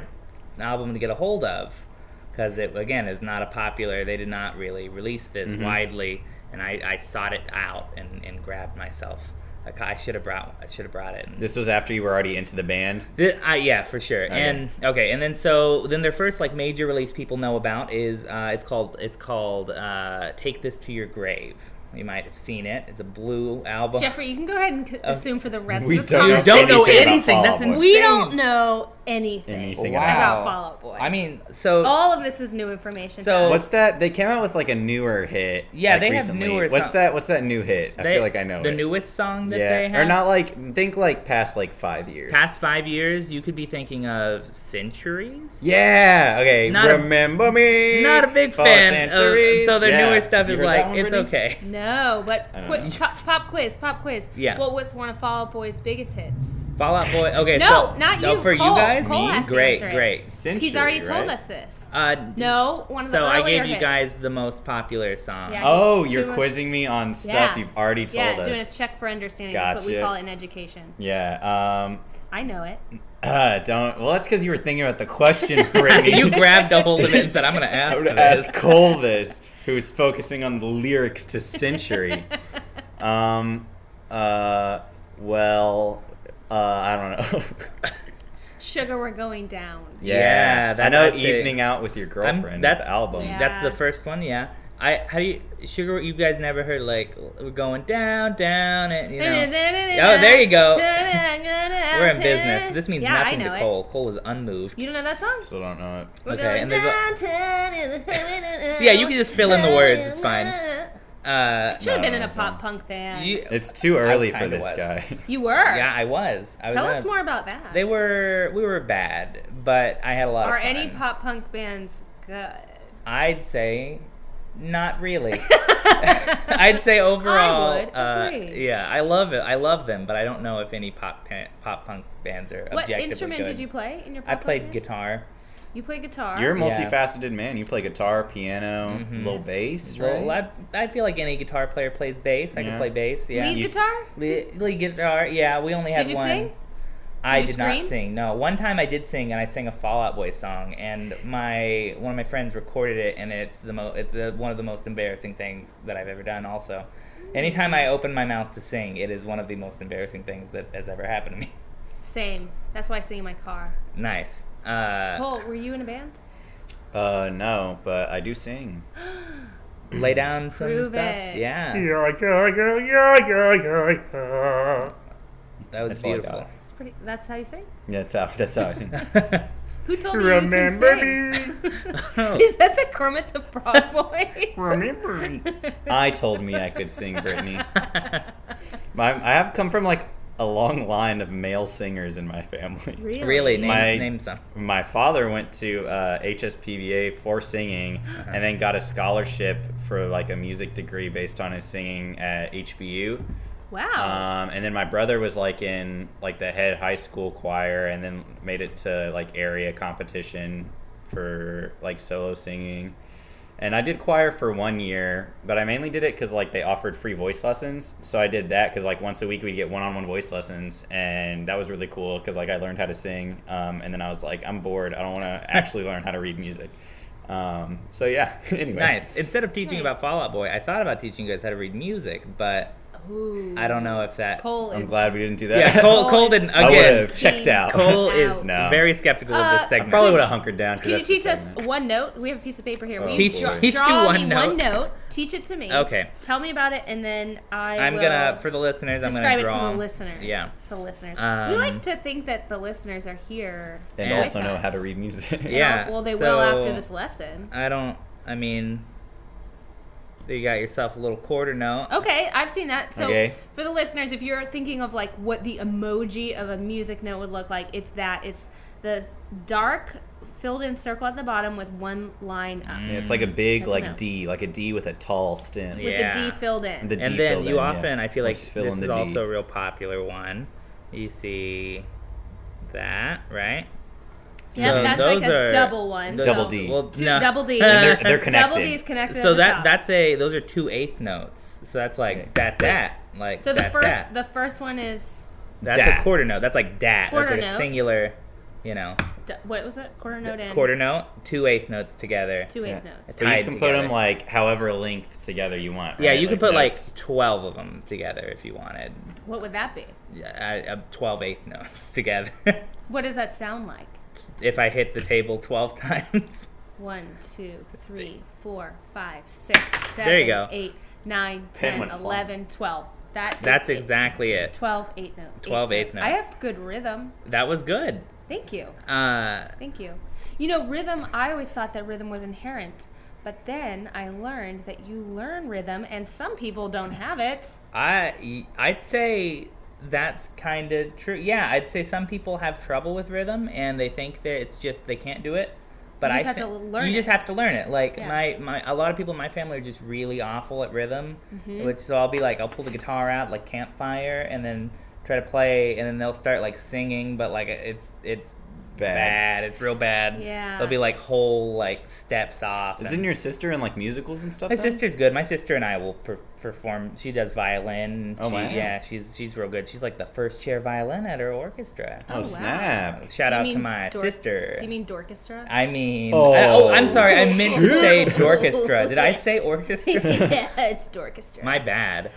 Speaker 3: album to get a hold of because it again is not a popular. They did not really release this widely, and I, I sought it out and, and grabbed myself. Like, I should have brought I should have brought it. And
Speaker 1: This was after you were already into the band.
Speaker 3: Th uh, yeah, for sure. And okay, and then so then their first like major release people know about is uh, it's called it's called uh, Take This to Your Grave. You might have seen it. It's a blue album.
Speaker 2: Jeffrey, you can go ahead and
Speaker 3: uh,
Speaker 2: c- assume for the rest
Speaker 1: we
Speaker 2: of the
Speaker 1: don't
Speaker 2: podcast.
Speaker 3: you don't know
Speaker 1: Anything about
Speaker 3: anything.
Speaker 1: Fall
Speaker 3: That's
Speaker 1: Out Boy.
Speaker 3: insane.
Speaker 2: We don't know anything.
Speaker 1: Anything
Speaker 3: Wow.
Speaker 1: at all.
Speaker 2: about Fall Out Boy.
Speaker 3: I mean, so
Speaker 2: All of this is new information.
Speaker 3: So-
Speaker 2: So
Speaker 1: What's that? They came out with like a newer hit.
Speaker 3: Yeah,
Speaker 1: like,
Speaker 3: they have
Speaker 1: recently.
Speaker 3: newer
Speaker 1: What's
Speaker 3: song-
Speaker 1: that? What's that new hit? I
Speaker 3: they-
Speaker 1: feel like I know
Speaker 3: the
Speaker 1: it.
Speaker 3: newest song that
Speaker 1: yeah,
Speaker 3: they have.
Speaker 1: or not like think like past like five years.
Speaker 3: Past five years, you could be thinking of centuries.
Speaker 1: Yeah. Okay.
Speaker 3: Not a-
Speaker 1: Remember me.
Speaker 3: Not a big
Speaker 1: Fall
Speaker 3: fan. Of,
Speaker 1: Centuries.
Speaker 3: so their
Speaker 1: Yeah.
Speaker 3: newer stuff
Speaker 1: You
Speaker 3: is
Speaker 1: heard that
Speaker 3: like
Speaker 1: one,
Speaker 3: it's
Speaker 1: Brittany?
Speaker 3: okay.
Speaker 2: no, but
Speaker 1: I don't know.
Speaker 2: quick, pop, pop quiz, pop quiz.
Speaker 3: Yeah.
Speaker 2: What was one of Fall Out Boy's biggest hits?
Speaker 3: Fallout Boy. Okay,
Speaker 2: No,
Speaker 3: so,
Speaker 2: not
Speaker 3: Oh,
Speaker 2: you,
Speaker 3: for you
Speaker 2: Cole.
Speaker 3: guys,
Speaker 2: Cole has to
Speaker 3: great,
Speaker 2: answer it.
Speaker 3: great.
Speaker 1: Century,
Speaker 2: He's already
Speaker 1: right?
Speaker 2: told us this.
Speaker 3: Uh,
Speaker 2: No, one of the
Speaker 3: so I
Speaker 2: earlier
Speaker 3: gave you
Speaker 2: hits.
Speaker 3: guys the most popular song.
Speaker 2: Yeah.
Speaker 1: Oh,
Speaker 2: She
Speaker 1: you're
Speaker 2: was-
Speaker 1: quizzing me on stuff
Speaker 2: Yeah.
Speaker 1: you've already told
Speaker 2: yeah,
Speaker 1: us.
Speaker 2: doing a check for understanding. That's what we
Speaker 1: Gotcha.
Speaker 2: call it in education.
Speaker 1: yeah. Um.
Speaker 2: I know it.
Speaker 1: Uh, don't. Well, that's because you were thinking about the question, Brittany.
Speaker 3: you grabbed a hold of it and said, "I'm gonna
Speaker 1: I
Speaker 3: ask."
Speaker 1: would
Speaker 3: for
Speaker 1: ask
Speaker 3: this."
Speaker 1: Cole this, who is focusing on the lyrics to Century. um, uh, well, uh, I don't know.
Speaker 2: Sugar, we're going down.
Speaker 3: Yeah, that-
Speaker 1: I know.
Speaker 3: that's it.
Speaker 1: Evening out with your girlfriend. is
Speaker 3: that's-
Speaker 1: the album.
Speaker 2: Yeah.
Speaker 3: That's the first one. Yeah. I how do you sugar? You guys never heard like we're going down, down, and you know.
Speaker 2: Oh,
Speaker 3: there you go. We're
Speaker 2: We're
Speaker 3: in business. This means
Speaker 2: yeah,
Speaker 3: nothing
Speaker 2: I know
Speaker 3: to
Speaker 2: it.
Speaker 3: Cole. Cole is unmoved.
Speaker 2: You don't know that song?
Speaker 1: Still don't know it.
Speaker 2: We're
Speaker 3: Okay,
Speaker 2: going
Speaker 3: and there's
Speaker 2: downtown in the-
Speaker 3: Yeah, you can just fill in the words, it's fine. Uh,
Speaker 2: Should have been in a
Speaker 1: No, no,
Speaker 2: pop punk band.
Speaker 3: you,
Speaker 2: You,
Speaker 1: It's too early for
Speaker 3: kinda
Speaker 1: this
Speaker 3: was.
Speaker 1: guy.
Speaker 2: were.
Speaker 3: yeah, I was. I was
Speaker 2: Tell
Speaker 3: in
Speaker 2: us
Speaker 3: a-
Speaker 2: more about that.
Speaker 3: They were we were bad, but I had a lot
Speaker 2: Are
Speaker 3: of fun.
Speaker 2: any pop punk bands good?
Speaker 3: I'd say not really. I'd say overall,
Speaker 2: I would
Speaker 3: uh,
Speaker 2: agree.
Speaker 3: yeah, I love it. I love them, but I don't know if any pop pan, pop punk bands are
Speaker 2: What
Speaker 3: objectively
Speaker 2: instrument
Speaker 3: good.
Speaker 2: did you play in your pop
Speaker 3: I played
Speaker 2: punk band?
Speaker 3: guitar,
Speaker 2: You play guitar.
Speaker 1: You're a
Speaker 3: Yeah. Mm-hmm.
Speaker 1: multifaceted man. You play guitar, piano, little bass, right?
Speaker 3: Well, I, I feel like any guitar player plays bass. I
Speaker 1: Yeah.
Speaker 3: can play bass. Yeah,
Speaker 2: Lead
Speaker 1: You s-
Speaker 2: guitar?
Speaker 3: lead, lead guitar. Yeah, we only had
Speaker 2: Did you
Speaker 3: one.
Speaker 2: sing?
Speaker 3: I
Speaker 2: Did
Speaker 3: did
Speaker 2: you
Speaker 3: not
Speaker 2: scream?
Speaker 3: sing. No, one time I did sing, and I sang a Fallout Boy song, and my one of my friends recorded it, and it's the mo- it's the, one of the most embarrassing things that I've ever done. Also, anytime I open my mouth to sing, it is one of the most embarrassing things that has ever happened to me.
Speaker 2: Same. That's why I sing in my car.
Speaker 3: nice. Uh,
Speaker 2: Cole, were you in a band?
Speaker 1: Uh, no, but I do sing.
Speaker 3: lay down some
Speaker 2: Prove
Speaker 3: stuff.
Speaker 2: it.
Speaker 3: Yeah. That was
Speaker 1: That's all I
Speaker 3: beautiful.
Speaker 2: It's pretty. That's how you sing.
Speaker 1: That's how. That's how I sing.
Speaker 2: Who told you you can sing? Is that the Kermit the Frog voice?
Speaker 1: I told me I could sing, Brittany. My, I have come from like a long line of male singers in my family.
Speaker 2: really?
Speaker 3: really, name,
Speaker 1: My-
Speaker 3: name some.
Speaker 1: My father went to uh, HSPBA for singing,
Speaker 3: Uh-huh.
Speaker 1: and then got a scholarship for like a music degree based on his singing at HBU.
Speaker 2: Wow.
Speaker 1: Um, and then my brother was like in like the head high school choir, and then made it to like area competition for like solo singing. And I did choir for one year, but I mainly did it because like they offered free voice lessons. So I did that because like once a week we'd get one-on-one voice lessons, and that was really cool because like I learned how to sing. Um, and then I was like, I'm bored. I don't want to actually learn how to read music. Um, so yeah. anyway.
Speaker 3: Nice. Instead of teaching about
Speaker 2: Nice.
Speaker 3: Fallout Boy, I thought about teaching you guys how to read music, but
Speaker 2: Ooh.
Speaker 3: I don't know if that.
Speaker 2: Cole is.
Speaker 1: I'm glad we didn't do that.
Speaker 3: Yeah, Cole,
Speaker 2: Cole
Speaker 3: Cole
Speaker 2: is-
Speaker 3: didn't.
Speaker 1: I would
Speaker 3: Again,
Speaker 1: have checked out.
Speaker 3: Cole is
Speaker 1: No.
Speaker 3: very skeptical of
Speaker 2: Uh,
Speaker 3: this segment.
Speaker 1: Probably would have hunkered down. 'cause
Speaker 2: Can you
Speaker 1: that's the
Speaker 2: teach us
Speaker 1: segment.
Speaker 2: one note? We have a piece of paper here. Will
Speaker 1: Oh,
Speaker 2: you
Speaker 1: boy.
Speaker 2: draw,
Speaker 3: Teach
Speaker 2: draw
Speaker 3: you
Speaker 2: me
Speaker 3: one
Speaker 2: one
Speaker 3: note?
Speaker 2: note. Teach it to me.
Speaker 3: Okay.
Speaker 2: Tell me about it, and then I
Speaker 3: I'm
Speaker 2: will
Speaker 3: gonna for the listeners. I'm
Speaker 2: describe
Speaker 3: gonna
Speaker 2: it
Speaker 3: draw
Speaker 2: to the listeners.
Speaker 3: Yeah.
Speaker 2: To the listeners. we
Speaker 3: Um,
Speaker 2: like to think that the listeners are here.
Speaker 1: and
Speaker 3: Yeah.
Speaker 1: also know how to read music.
Speaker 3: Yeah.
Speaker 2: Well, they
Speaker 3: so,
Speaker 2: will after this lesson.
Speaker 3: I don't. I mean, you got yourself a little quarter note.
Speaker 2: Okay, I've seen that. So
Speaker 1: Okay.
Speaker 2: for the listeners, if you're thinking of like what the emoji of a music note would look like, it's that. It's the dark filled in circle at the bottom with one line up.
Speaker 3: Mm,
Speaker 1: Yeah, it's like a big
Speaker 2: That's
Speaker 1: like
Speaker 2: enough.
Speaker 1: D, like a D with a tall stem.
Speaker 2: With
Speaker 3: Yeah.
Speaker 2: the D filled in.
Speaker 1: The D
Speaker 3: and then
Speaker 1: filled
Speaker 3: you
Speaker 1: in, yeah.
Speaker 3: often, I feel like
Speaker 1: Just fill
Speaker 3: this
Speaker 1: in
Speaker 3: is
Speaker 1: the D.
Speaker 3: also a real popular one. You see that right?
Speaker 2: Yep,
Speaker 3: So
Speaker 2: that's
Speaker 3: those
Speaker 2: like a
Speaker 3: are-
Speaker 2: double one.
Speaker 3: those-
Speaker 1: Double
Speaker 2: so
Speaker 1: D.
Speaker 3: Well,
Speaker 2: Two,
Speaker 3: no.
Speaker 2: Double D.
Speaker 3: And
Speaker 1: they're- they're
Speaker 2: Double
Speaker 1: connected.
Speaker 2: D's connected.
Speaker 3: so
Speaker 2: at the
Speaker 3: that
Speaker 2: top.
Speaker 3: that's a those are two eighth notes. So that's like that that like
Speaker 2: So the
Speaker 3: that,
Speaker 2: first
Speaker 3: that.
Speaker 2: the first one is
Speaker 3: that's
Speaker 1: Dat.
Speaker 3: a quarter note. That's like dat.
Speaker 2: Quarter
Speaker 3: that's like
Speaker 2: note.
Speaker 3: a singular, you know,
Speaker 2: d- what was it? Quarter note and
Speaker 3: quarter note, two eighth notes together.
Speaker 2: two eighth
Speaker 1: Yeah.
Speaker 2: notes.
Speaker 1: So you
Speaker 3: tied
Speaker 1: can put
Speaker 3: together.
Speaker 1: them like however linked together you want.
Speaker 3: yeah,
Speaker 1: right?
Speaker 3: you could put
Speaker 1: notes.
Speaker 3: like twelve of them together if you wanted.
Speaker 2: What would that be?
Speaker 3: Yeah, I, uh, 12 eighth notes together.
Speaker 2: What does that sound like?
Speaker 3: if I hit the table twelve times.
Speaker 2: One, two, three, four, five, six, seven,
Speaker 3: There you go.
Speaker 2: eight, nine,
Speaker 1: Pen
Speaker 2: 10,
Speaker 1: went flying.
Speaker 2: 11, 12. That is
Speaker 3: That's
Speaker 2: eight-
Speaker 3: exactly it.
Speaker 2: 12 eight notes.
Speaker 3: 12 eighth
Speaker 2: I
Speaker 3: notes.
Speaker 2: have good rhythm.
Speaker 3: That was good.
Speaker 2: Thank you.
Speaker 3: Uh,
Speaker 2: Thank you. You know, rhythm, I always thought that rhythm was inherent, but then I learned that you learn rhythm and some people don't have it.
Speaker 3: I I'd say that's kind of true. Yeah, I'd say some people have trouble with rhythm and they think that it's just they can't do it. But
Speaker 2: You just
Speaker 3: I
Speaker 2: have
Speaker 3: thi-
Speaker 2: to learn
Speaker 3: You
Speaker 2: it.
Speaker 3: just have to learn it. Like
Speaker 2: Yeah.
Speaker 3: my, my a lot of people in my family are just really awful at rhythm,
Speaker 2: Mm-hmm.
Speaker 3: which so I'll be like I'll pull the guitar out like campfire and then try to play and then they'll start like singing but like it's it's
Speaker 1: Bad.
Speaker 3: bad, it's real bad
Speaker 2: Yeah.
Speaker 3: they'll be like whole like steps off and-
Speaker 1: Isn't your sister in like musicals and stuff?
Speaker 3: my
Speaker 1: then?
Speaker 3: sister's good. My sister and I will per- perform. She does violin.
Speaker 1: Oh,
Speaker 3: she,
Speaker 1: wow.
Speaker 3: Yeah, she's she's real good. She's like the first chair violin at her orchestra.
Speaker 1: Oh,
Speaker 2: Oh, wow.
Speaker 1: snap!
Speaker 3: Shout
Speaker 2: Do you
Speaker 3: out to
Speaker 2: mean
Speaker 3: my
Speaker 2: Dor-
Speaker 3: sister.
Speaker 2: Do you mean Dorchestra?
Speaker 3: I mean,
Speaker 1: Oh.
Speaker 3: I, oh, I'm sorry. I meant to say orchestra. Did I say orchestra?
Speaker 2: yeah, it's Dorchestra.
Speaker 3: my bad.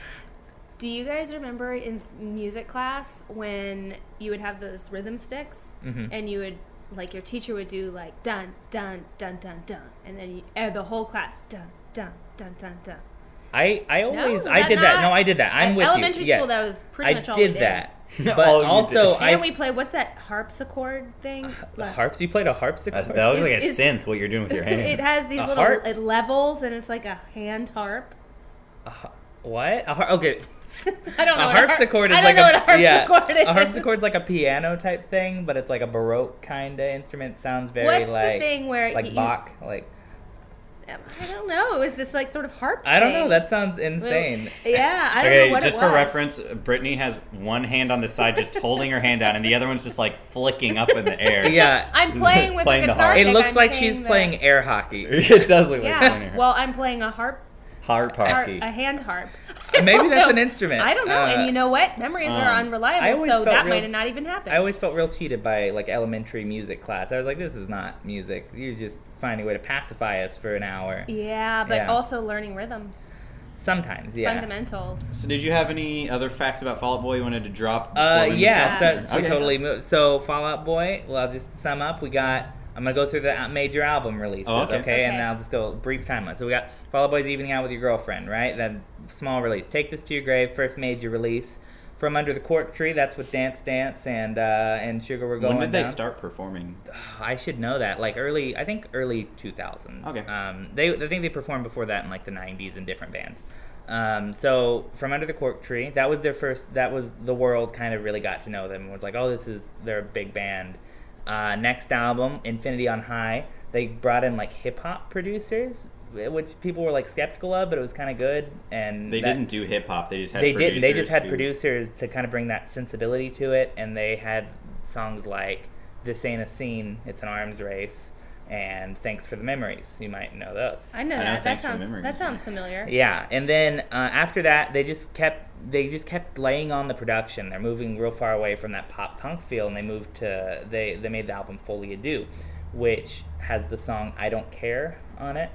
Speaker 2: Do you guys remember in s- music class when you would have those rhythm sticks
Speaker 3: Mm-hmm.
Speaker 2: and you would like your teacher would do like dun dun dun dun dun and then you, eh, the whole class dun dun dun dun dun.
Speaker 3: I I always
Speaker 2: is
Speaker 3: I
Speaker 2: that
Speaker 3: did that.
Speaker 2: not-
Speaker 3: No, I did that. I'm
Speaker 2: At
Speaker 3: with you.
Speaker 2: elementary school,
Speaker 3: Yes.
Speaker 2: that was pretty much
Speaker 3: I
Speaker 2: all we
Speaker 3: did
Speaker 2: did.
Speaker 3: that. But
Speaker 1: All you did.
Speaker 3: also, I
Speaker 2: Didn't we play what's that harpsichord thing?
Speaker 3: Uh, the
Speaker 2: Like-
Speaker 3: harps. You played a harpsichord.
Speaker 1: That's- that was like a
Speaker 2: Is-
Speaker 1: synth. What you're doing with your hand?
Speaker 2: it has these
Speaker 3: A
Speaker 2: little
Speaker 3: harp?
Speaker 2: uh, levels and it's like a hand harp.
Speaker 3: what? A har- okay.
Speaker 2: I don't know.
Speaker 3: a
Speaker 2: what har-
Speaker 3: harpsichord is
Speaker 2: I don't
Speaker 3: like
Speaker 2: know
Speaker 3: a,
Speaker 2: what a
Speaker 3: yeah,
Speaker 2: harpsichord is.
Speaker 3: a harpsichord's like a piano type thing, but it's like a baroque kind of instrument. Sounds very
Speaker 2: What's
Speaker 3: like
Speaker 2: the thing where
Speaker 3: like
Speaker 2: you,
Speaker 3: Bach. Like
Speaker 2: I don't know. It was this like sort of harp.
Speaker 3: I don't
Speaker 2: thing.
Speaker 3: know. That sounds insane.
Speaker 2: Yeah, I don't know
Speaker 1: okay,
Speaker 2: what
Speaker 1: just
Speaker 2: it
Speaker 1: for
Speaker 2: was.
Speaker 1: reference, Brittany has one hand on the side, just holding her hand out, and the other one's just like flicking up in the air.
Speaker 3: yeah,
Speaker 2: I'm playing with
Speaker 1: Playing
Speaker 2: a
Speaker 1: the
Speaker 2: guitar.
Speaker 1: harp.
Speaker 3: it
Speaker 2: pick,
Speaker 3: looks
Speaker 2: I'm
Speaker 3: like she's
Speaker 2: the-
Speaker 3: playing air hockey.
Speaker 1: it does look like playing
Speaker 2: Yeah.
Speaker 1: her.
Speaker 2: Well, I'm playing a harp,
Speaker 1: Hard
Speaker 2: harp
Speaker 1: party.
Speaker 2: a hand harp.
Speaker 3: Maybe that's an
Speaker 2: know.
Speaker 3: instrument.
Speaker 2: I don't know.
Speaker 3: Uh,
Speaker 2: and you know what? Memories are
Speaker 1: um,
Speaker 3: I
Speaker 2: unreliable,
Speaker 3: always
Speaker 2: so
Speaker 3: felt
Speaker 2: that
Speaker 3: real-
Speaker 2: might have not even happened.
Speaker 3: I always felt real cheated by like elementary music class. I was like, this is not music. You're just finding a way to pacify us for an hour.
Speaker 2: yeah, but
Speaker 3: Yeah.
Speaker 2: also learning rhythm
Speaker 3: Sometimes, yeah.
Speaker 2: fundamentals.
Speaker 1: So, did you have any other facts about Fall Out Boy you wanted to drop? before
Speaker 3: Uh,
Speaker 1: we moved
Speaker 3: yeah,
Speaker 1: on?
Speaker 2: on?
Speaker 3: so, so we
Speaker 1: Okay.
Speaker 3: totally moved. So Fallout Boy. Well, I'll just sum up. We got. I'm gonna go through the uh, major album releases,
Speaker 1: Oh, okay.
Speaker 3: and
Speaker 2: Okay.
Speaker 3: I'll just go brief timeline. So we got Fallout Boy's "Evening Out with Your Girlfriend," right? That small release. Take this to your grave. First major release. From Under the Cork Tree. That's with Dance Dance and uh, and Sugar. We're going.
Speaker 1: When did they
Speaker 3: down.
Speaker 1: start performing?
Speaker 3: I should know that. Like early, I think early 2000s.
Speaker 1: Okay.
Speaker 3: Um, they, I think they performed before that in like the 90s in different bands. Um, so from under the cork tree, that was their first. That was the world kind of really got to know them and was like, oh, this is they're a big band. Uh, next album, Infinity on High, they brought in like hip hop producers, eh, which people were like skeptical of, but it was kind of good. And
Speaker 1: They
Speaker 3: that-
Speaker 1: didn't do hip hop. They just had
Speaker 3: they did. They just had
Speaker 1: who-
Speaker 3: producers to kind of bring that sensibility to it, and they had songs like "This Ain't a Scene, It's an Arms Race," and "Thanks for the Memories." You might know those.
Speaker 2: I know
Speaker 1: I know,
Speaker 2: that. That
Speaker 1: thanks for
Speaker 2: sounds
Speaker 1: memories.
Speaker 2: that sounds familiar.
Speaker 3: Yeah, and then uh, after that, they just kept they just kept laying on the production. They're moving real far away from that pop punk feel, and they moved to they they made the album Fully Ado, which has the song "I Don't Care" on it.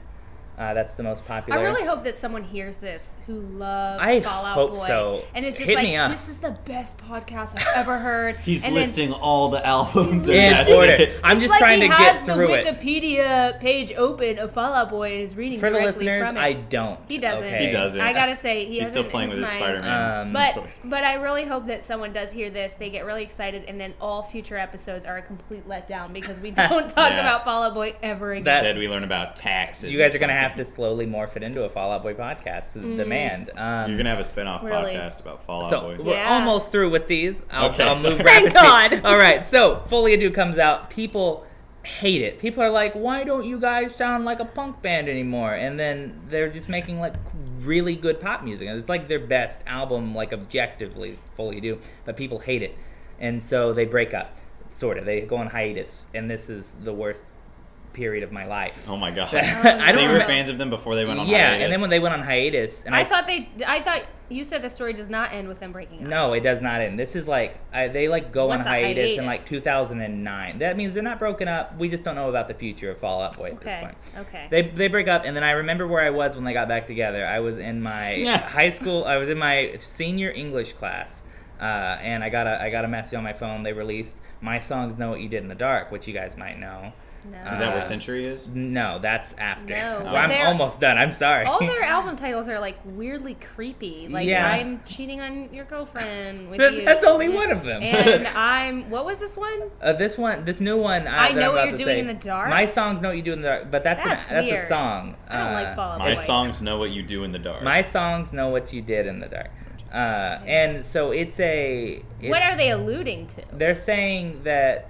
Speaker 3: Uh, that's the most popular.
Speaker 2: I really hope that someone hears this who loves
Speaker 3: I
Speaker 2: Fallout
Speaker 3: hope
Speaker 2: Boy
Speaker 3: so.
Speaker 2: and it's just
Speaker 3: Hit
Speaker 2: like
Speaker 3: me up.
Speaker 2: this is the best podcast I've ever heard.
Speaker 1: He's
Speaker 2: and then
Speaker 1: listing all the albums. and
Speaker 3: in
Speaker 1: that's
Speaker 3: order.
Speaker 1: it.
Speaker 3: I'm
Speaker 2: It's
Speaker 3: just
Speaker 2: like
Speaker 3: trying
Speaker 2: he
Speaker 3: to
Speaker 2: has
Speaker 3: get through
Speaker 2: the
Speaker 3: it.
Speaker 2: Wikipedia page open of Fallout Boy and is reading
Speaker 3: For the
Speaker 2: directly
Speaker 3: listeners,
Speaker 2: from it.
Speaker 3: I don't.
Speaker 2: He doesn't.
Speaker 3: okay?
Speaker 1: He doesn't.
Speaker 2: I gotta say he
Speaker 1: He's
Speaker 2: hasn't
Speaker 1: still playing
Speaker 2: in
Speaker 1: with his Mm,
Speaker 2: mind.
Speaker 1: Spider Man.
Speaker 3: Um,
Speaker 2: But but I really hope that someone does hear this. They get really excited, and then all future episodes are a complete letdown because we don't talk
Speaker 1: Yeah.
Speaker 2: about Fallout Boy ever again.
Speaker 3: That-
Speaker 1: Instead, we learn about taxes.
Speaker 3: You guys
Speaker 1: or
Speaker 3: are gonna
Speaker 1: something.
Speaker 3: have to slowly morph it into a Fallout Boy podcast. The demand. Um,
Speaker 1: Mm. You're gonna have a spin-off
Speaker 2: Really?
Speaker 1: podcast about Fallout
Speaker 3: so
Speaker 1: Boy.
Speaker 3: we're
Speaker 2: Yeah.
Speaker 3: almost through with these. I'll,
Speaker 1: Okay,
Speaker 3: I'll
Speaker 1: so-
Speaker 3: move
Speaker 2: Thank
Speaker 3: rapid speed.
Speaker 2: God.
Speaker 3: All right. So Fully Ado comes out. People hate it. People are like, "Why don't you guys sound like a punk band anymore?" And then they're just making like really good pop music. And It's like their best album, like objectively, Fully Ado. But people hate it, and so they break up. sort of. They go on hiatus, and this is the worst period of my life.
Speaker 1: Oh my god. so
Speaker 3: I
Speaker 1: you
Speaker 3: don't
Speaker 1: were
Speaker 3: remember-
Speaker 1: fans of them before they went on
Speaker 3: yeah,
Speaker 1: hiatus.
Speaker 3: and then when they went on hiatus, and I,
Speaker 2: I thought they. I thought you said the story does not end with them breaking up.
Speaker 3: no, it does not end. This is like I, they like go
Speaker 2: What's a
Speaker 3: on hiatus, in
Speaker 2: hiatus?
Speaker 3: like 2009. That means they're not broken up. We just don't know about the future of Fall Out Boy at this
Speaker 2: Okay.
Speaker 3: point.
Speaker 2: Okay.
Speaker 3: They, they break up, and then I remember where I was when they got back together. I was in my high school. I was in my senior English class, uh, and I got a I got a message on my phone. They released my songs "Know What You Did in the Dark," which you guys might know.
Speaker 2: no.
Speaker 1: is that
Speaker 3: uh,
Speaker 1: where Century is?
Speaker 3: No, that's after.
Speaker 2: No,
Speaker 3: Well,
Speaker 2: but
Speaker 3: I'm
Speaker 2: they're-
Speaker 3: almost done. I'm sorry.
Speaker 2: All their album titles are like weirdly creepy. Like
Speaker 3: Yeah.
Speaker 2: I'm cheating on your girlfriend with
Speaker 3: That-
Speaker 2: you.
Speaker 3: that's only one of them.
Speaker 2: And I'm. What was this one?
Speaker 3: Uh, this one, this new one. Uh,
Speaker 2: I
Speaker 3: that
Speaker 2: Know
Speaker 3: I'm
Speaker 2: What
Speaker 3: about
Speaker 2: You're
Speaker 3: to
Speaker 2: Doing
Speaker 3: say-
Speaker 2: in the Dark?
Speaker 3: My songs know what you do in the dark, but that's
Speaker 2: That's
Speaker 3: an, that's a
Speaker 2: weird.
Speaker 3: song.
Speaker 2: I don't like
Speaker 3: Uh,
Speaker 2: Fall Out Boy.
Speaker 1: My songs know what you do in the dark.
Speaker 3: My songs know what you did in the dark, uh, and so it's a. It's,
Speaker 2: What are they alluding to?
Speaker 3: They're saying that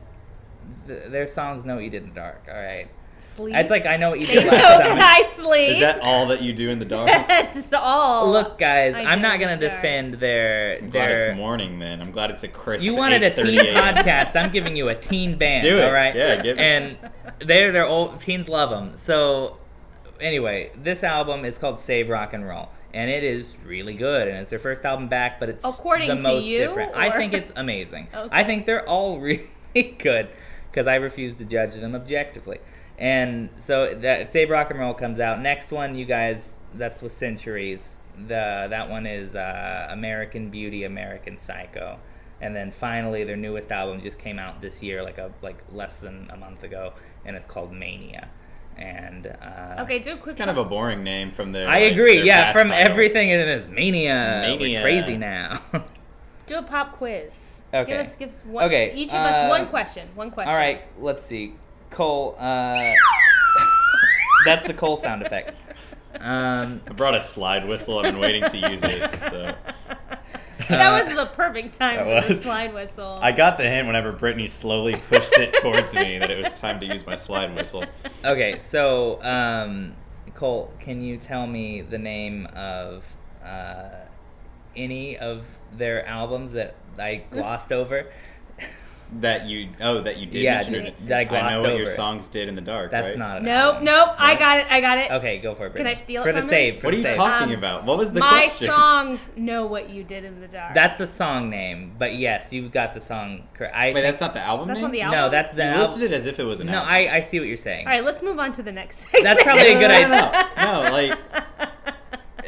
Speaker 3: th- their songs know what you did in the dark. All right,
Speaker 2: Sleep.
Speaker 3: it's like I know what you
Speaker 2: they
Speaker 3: did
Speaker 2: know
Speaker 3: last summer.
Speaker 2: that I sleep.
Speaker 1: is that all that you do in the dark?
Speaker 2: That's all.
Speaker 3: Look, guys,
Speaker 2: I
Speaker 3: I'm
Speaker 2: did
Speaker 3: not
Speaker 2: in
Speaker 3: gonna
Speaker 2: the dark.
Speaker 3: defend their
Speaker 1: I'm glad
Speaker 3: their.
Speaker 1: it's morning then. I'm glad it's a crisp.
Speaker 3: You wanted a
Speaker 1: 8:30
Speaker 3: teen
Speaker 1: a.m.
Speaker 3: podcast. I'm giving you a teen band.
Speaker 1: Do it.
Speaker 3: All right.
Speaker 1: Yeah, give it.
Speaker 3: And they're they're old teens love them. So anyway, this album is called Save Rock and Roll, and it is really good. And it's their first album back, but it's
Speaker 2: According
Speaker 3: the
Speaker 2: to
Speaker 3: most
Speaker 2: you,
Speaker 3: different. I
Speaker 2: or-
Speaker 3: think it's amazing.
Speaker 2: Okay.
Speaker 3: I think they're all really good because I refuse to judge them objectively. And so that Save Rock and Roll comes out. Next one, you guys, that's with Centuries. The that one is uh, American Beauty, American Psycho, and then finally their newest album just came out this year, like a like less than a month ago, and it's called Mania. And uh,
Speaker 2: Okay, do a quick.
Speaker 1: It's kind of a boring name from the.
Speaker 3: I agree. Yeah, from everything in it is Mania. We're
Speaker 1: Mania.
Speaker 3: crazy now.
Speaker 2: do a pop quiz.
Speaker 3: Okay.
Speaker 2: Give us, give us one,
Speaker 3: Okay,
Speaker 2: Each of us
Speaker 3: uh,
Speaker 2: one question. One question.
Speaker 3: All right, let's see. Cole. Uh, that's the Cole sound effect. Um,
Speaker 1: I brought a slide whistle. I've been waiting to use it. So
Speaker 2: That
Speaker 3: uh,
Speaker 2: was the perfect time
Speaker 1: That
Speaker 2: for the
Speaker 1: was.
Speaker 2: slide whistle.
Speaker 1: I got the hint whenever Brittany slowly pushed it towards me that it was time to use my slide whistle.
Speaker 3: okay. So, um, Cole, can you tell me the name of uh, any of their albums that I glossed over?
Speaker 1: That you oh that you did.
Speaker 3: Yeah,
Speaker 1: mention
Speaker 3: just
Speaker 1: it.
Speaker 3: that I
Speaker 1: know
Speaker 3: glossed
Speaker 1: what your
Speaker 3: over.
Speaker 1: songs did in the dark.
Speaker 3: That's
Speaker 1: right?
Speaker 3: not an
Speaker 2: Nope,
Speaker 3: album.
Speaker 2: nope. I got it. I got it.
Speaker 3: Okay, go for it.
Speaker 2: Can I
Speaker 3: Brittany.
Speaker 2: steal it
Speaker 3: for the
Speaker 2: from her?
Speaker 3: save? For
Speaker 1: What are
Speaker 3: the
Speaker 1: you
Speaker 3: save.
Speaker 1: talking
Speaker 2: Um,
Speaker 1: about? What was the
Speaker 2: My
Speaker 1: question?
Speaker 2: songs know what you did in the dark.
Speaker 3: That's a song name, but yes, you've got the song correct. I
Speaker 1: Wait,
Speaker 3: think-
Speaker 1: that's not the album.
Speaker 2: That's
Speaker 1: name?
Speaker 2: not the album.
Speaker 3: no, that's the
Speaker 1: You listed
Speaker 3: album.
Speaker 1: it as if it was an
Speaker 3: No,
Speaker 1: album.
Speaker 3: I, I see what you're saying.
Speaker 2: All right, let's move on to the next segment.
Speaker 3: That's probably a good
Speaker 1: no,
Speaker 3: idea.
Speaker 1: no, no, no, like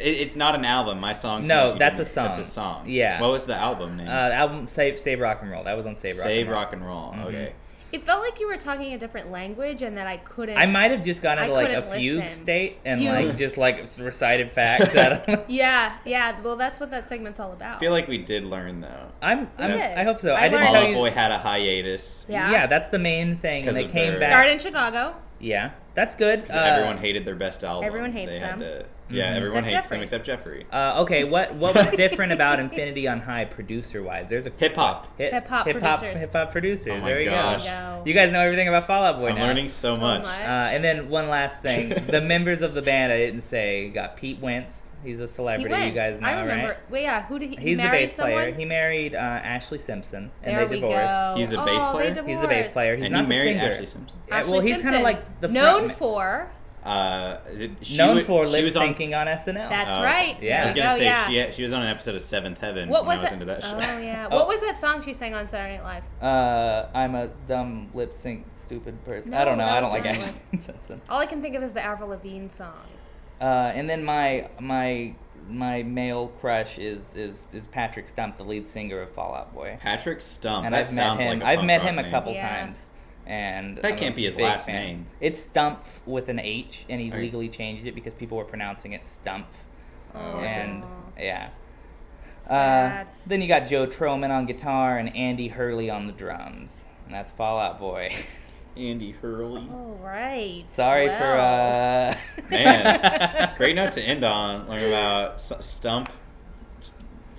Speaker 1: it, it's not an album. My songs.
Speaker 3: No,
Speaker 1: know what you
Speaker 3: that's
Speaker 1: did.
Speaker 3: a song.
Speaker 1: It's a song.
Speaker 3: Yeah.
Speaker 1: What was the album name?
Speaker 3: Uh, the album Save Save Rock and Roll. That was on Save Rock.
Speaker 1: Save
Speaker 3: and Roll. Mm-hmm.
Speaker 1: rock and roll. Okay.
Speaker 2: It felt like you were talking a different language and that I couldn't.
Speaker 3: I might have just gone
Speaker 2: I
Speaker 3: into like a
Speaker 2: couldn't
Speaker 3: fugue
Speaker 2: listen.
Speaker 3: state and
Speaker 2: You-
Speaker 3: like just like s- recited facts. I don't know.
Speaker 2: Yeah, yeah. Well, that's what that segment's all about.
Speaker 1: I feel like we did learn though.
Speaker 3: I'm, I'm
Speaker 2: did.
Speaker 3: I hope so.
Speaker 2: I
Speaker 3: I, didn't
Speaker 2: learned-
Speaker 1: Fall
Speaker 3: tell
Speaker 1: Out
Speaker 3: you.
Speaker 1: Boy had a hiatus.
Speaker 2: Yeah.
Speaker 3: that's the main thing. And
Speaker 1: 'Cause
Speaker 3: they
Speaker 1: of
Speaker 3: came
Speaker 1: their-
Speaker 3: back.
Speaker 2: Started in Chicago.
Speaker 3: Yeah, that's good.
Speaker 1: 'Cause
Speaker 3: Uh, Mm-hmm.
Speaker 1: everyone hated their best album.
Speaker 2: everyone hates
Speaker 1: They had
Speaker 2: them.
Speaker 1: to- yeah,
Speaker 2: Except
Speaker 1: everyone hates
Speaker 2: Jeffrey.
Speaker 1: them except Jeffrey.
Speaker 3: Uh, okay, what what was different about Infinity on High producer wise? There's a
Speaker 1: Hip hop.
Speaker 3: hip
Speaker 2: Hip-hop
Speaker 3: hop hip hop
Speaker 2: producers.
Speaker 3: hip hop producers.
Speaker 1: Oh my
Speaker 3: there you
Speaker 1: gosh.
Speaker 2: No.
Speaker 3: go. You guys know everything about Fallout Boy
Speaker 1: I'm
Speaker 3: now.
Speaker 1: learning so, much.
Speaker 3: Uh, and then one last thing: the members of the band I didn't say got Pete Wentz. He's a
Speaker 2: He
Speaker 3: celebrity.
Speaker 2: went.
Speaker 3: you guys know,
Speaker 2: I remember.
Speaker 3: right?
Speaker 2: Well, yeah. Who did he? he
Speaker 3: He's the
Speaker 2: married
Speaker 3: bass
Speaker 2: someone?
Speaker 3: player. He married uh, Ashley Simpson, and
Speaker 2: there
Speaker 3: they
Speaker 2: we
Speaker 3: divorced.
Speaker 2: go.
Speaker 1: He's a bass
Speaker 2: oh,
Speaker 1: player?
Speaker 2: They
Speaker 3: He's the bass player. He's
Speaker 2: divorced.
Speaker 1: and
Speaker 3: not
Speaker 1: he married
Speaker 3: the singer.
Speaker 1: Ashley Simpson.
Speaker 3: Yeah,
Speaker 2: Ashley
Speaker 3: well, he's kind of
Speaker 2: Simpson,
Speaker 3: like the
Speaker 2: known
Speaker 3: front ma-
Speaker 2: for.
Speaker 1: Uh, she
Speaker 3: known
Speaker 1: wa-
Speaker 3: for
Speaker 1: she
Speaker 3: lip
Speaker 1: was on-
Speaker 3: syncing on, SNL.
Speaker 2: That's
Speaker 1: Oh,
Speaker 2: right.
Speaker 3: yeah.
Speaker 1: I was gonna
Speaker 2: Oh,
Speaker 1: say
Speaker 2: yeah.
Speaker 1: she she was on an episode of Seventh Heaven
Speaker 2: What was
Speaker 1: when I was
Speaker 2: that?
Speaker 1: into that show.
Speaker 2: Oh yeah.
Speaker 3: Oh.
Speaker 2: What was that song she sang on Saturday Night Live?
Speaker 3: uh, I'm a dumb lip sync stupid person. I
Speaker 2: No,
Speaker 3: don't know.
Speaker 2: that
Speaker 3: I
Speaker 2: was
Speaker 3: don't like
Speaker 2: on
Speaker 3: Ashley Simpson.
Speaker 2: All I can think of is the Avril Lavigne song.
Speaker 3: Uh, and then my my my male crush is is is Patrick Stump, the lead singer of Fallout Boy.
Speaker 1: Patrick Stump.
Speaker 3: and
Speaker 1: Oh, that
Speaker 3: I've met
Speaker 1: sounds
Speaker 3: him.
Speaker 1: like a
Speaker 3: I've
Speaker 1: punk
Speaker 3: met
Speaker 1: rock
Speaker 3: him a
Speaker 1: name.
Speaker 3: couple
Speaker 2: Yeah.
Speaker 3: times, and
Speaker 1: That
Speaker 3: I'm
Speaker 1: can't
Speaker 3: a
Speaker 1: be his
Speaker 3: big
Speaker 1: last
Speaker 3: fan.
Speaker 1: name.
Speaker 3: It's Stump with an H, and he
Speaker 1: Okay.
Speaker 3: legally changed it because people were pronouncing it Stump,
Speaker 2: Oh,
Speaker 3: and yeah. Uh,
Speaker 2: Sad.
Speaker 3: then you got Joe Troman on guitar and Andy Hurley on the drums, and that's Fallout Boy.
Speaker 1: Andy Hurley.
Speaker 2: All right.
Speaker 3: Sorry uh,
Speaker 2: well.
Speaker 3: for uh.
Speaker 1: Man, great note to end on. Learn about S- Stump.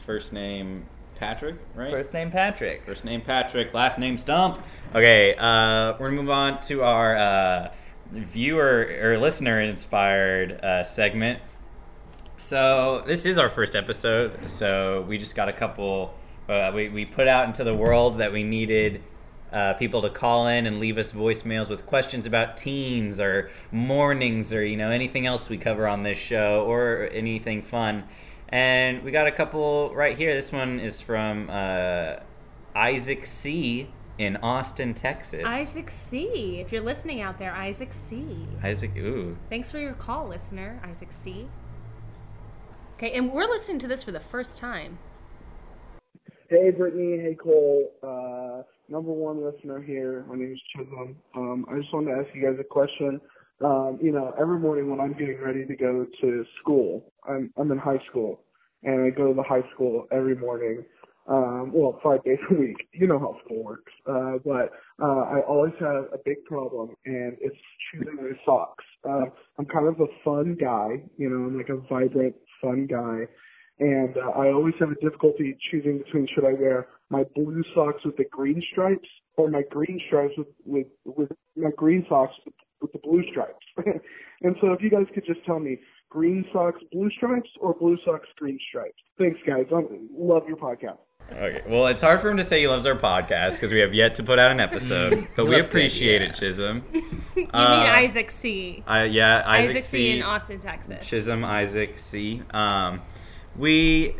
Speaker 1: First name Patrick, right?
Speaker 3: First name Patrick.
Speaker 1: First name Patrick, last name Stump. Okay, uh, we're gonna move on to our uh, viewer or listener inspired uh, segment. So this is our first episode. So we just got a couple. Uh, we we put out into the world that we needed uh, people to call in and leave us voicemails with questions about teens or mornings or you know anything else we cover on this show or anything fun. And we got a couple right here. This one is from uh, Isaac C in Austin, Texas.
Speaker 2: Isaac C. If you're listening out there, Isaac C.
Speaker 1: Isaac, ooh,
Speaker 2: Thanks for your call, listener, Isaac C. Okay, and we're listening to this for the first time.
Speaker 7: Hey, Brittany. Hey, Cole. Uh, number one listener here. My name is Chisholm. Um, I just wanted to ask you guys a question. Um, you know, every morning when I'm getting ready to go to school, I'm I'm in high school, and I go to the high school every morning. Um, well, five days a week. You know how school works. Uh, but uh, I always have a big problem, and it's choosing my socks. Uh, I'm kind of a fun guy. You know, I'm like a vibrant, fun guy and uh, I always have a difficulty choosing between should I wear my blue socks with the green stripes or my green stripes with with, with my green socks with, with the blue stripes. and so if you guys could just tell me green socks blue stripes or blue socks green stripes. Thanks guys. I love your podcast.
Speaker 1: Okay. Well, it's hard for him to say he loves our podcast because we have yet to put out an episode, but we
Speaker 3: Loves it,
Speaker 1: appreciate
Speaker 3: yeah.
Speaker 1: it, Chisholm.
Speaker 2: You mean
Speaker 1: Uh,
Speaker 2: Isaac C.
Speaker 1: I, yeah, Isaac,
Speaker 2: Isaac
Speaker 1: C.
Speaker 2: C. in Austin, Texas.
Speaker 1: Chisholm Isaac C. Um, we.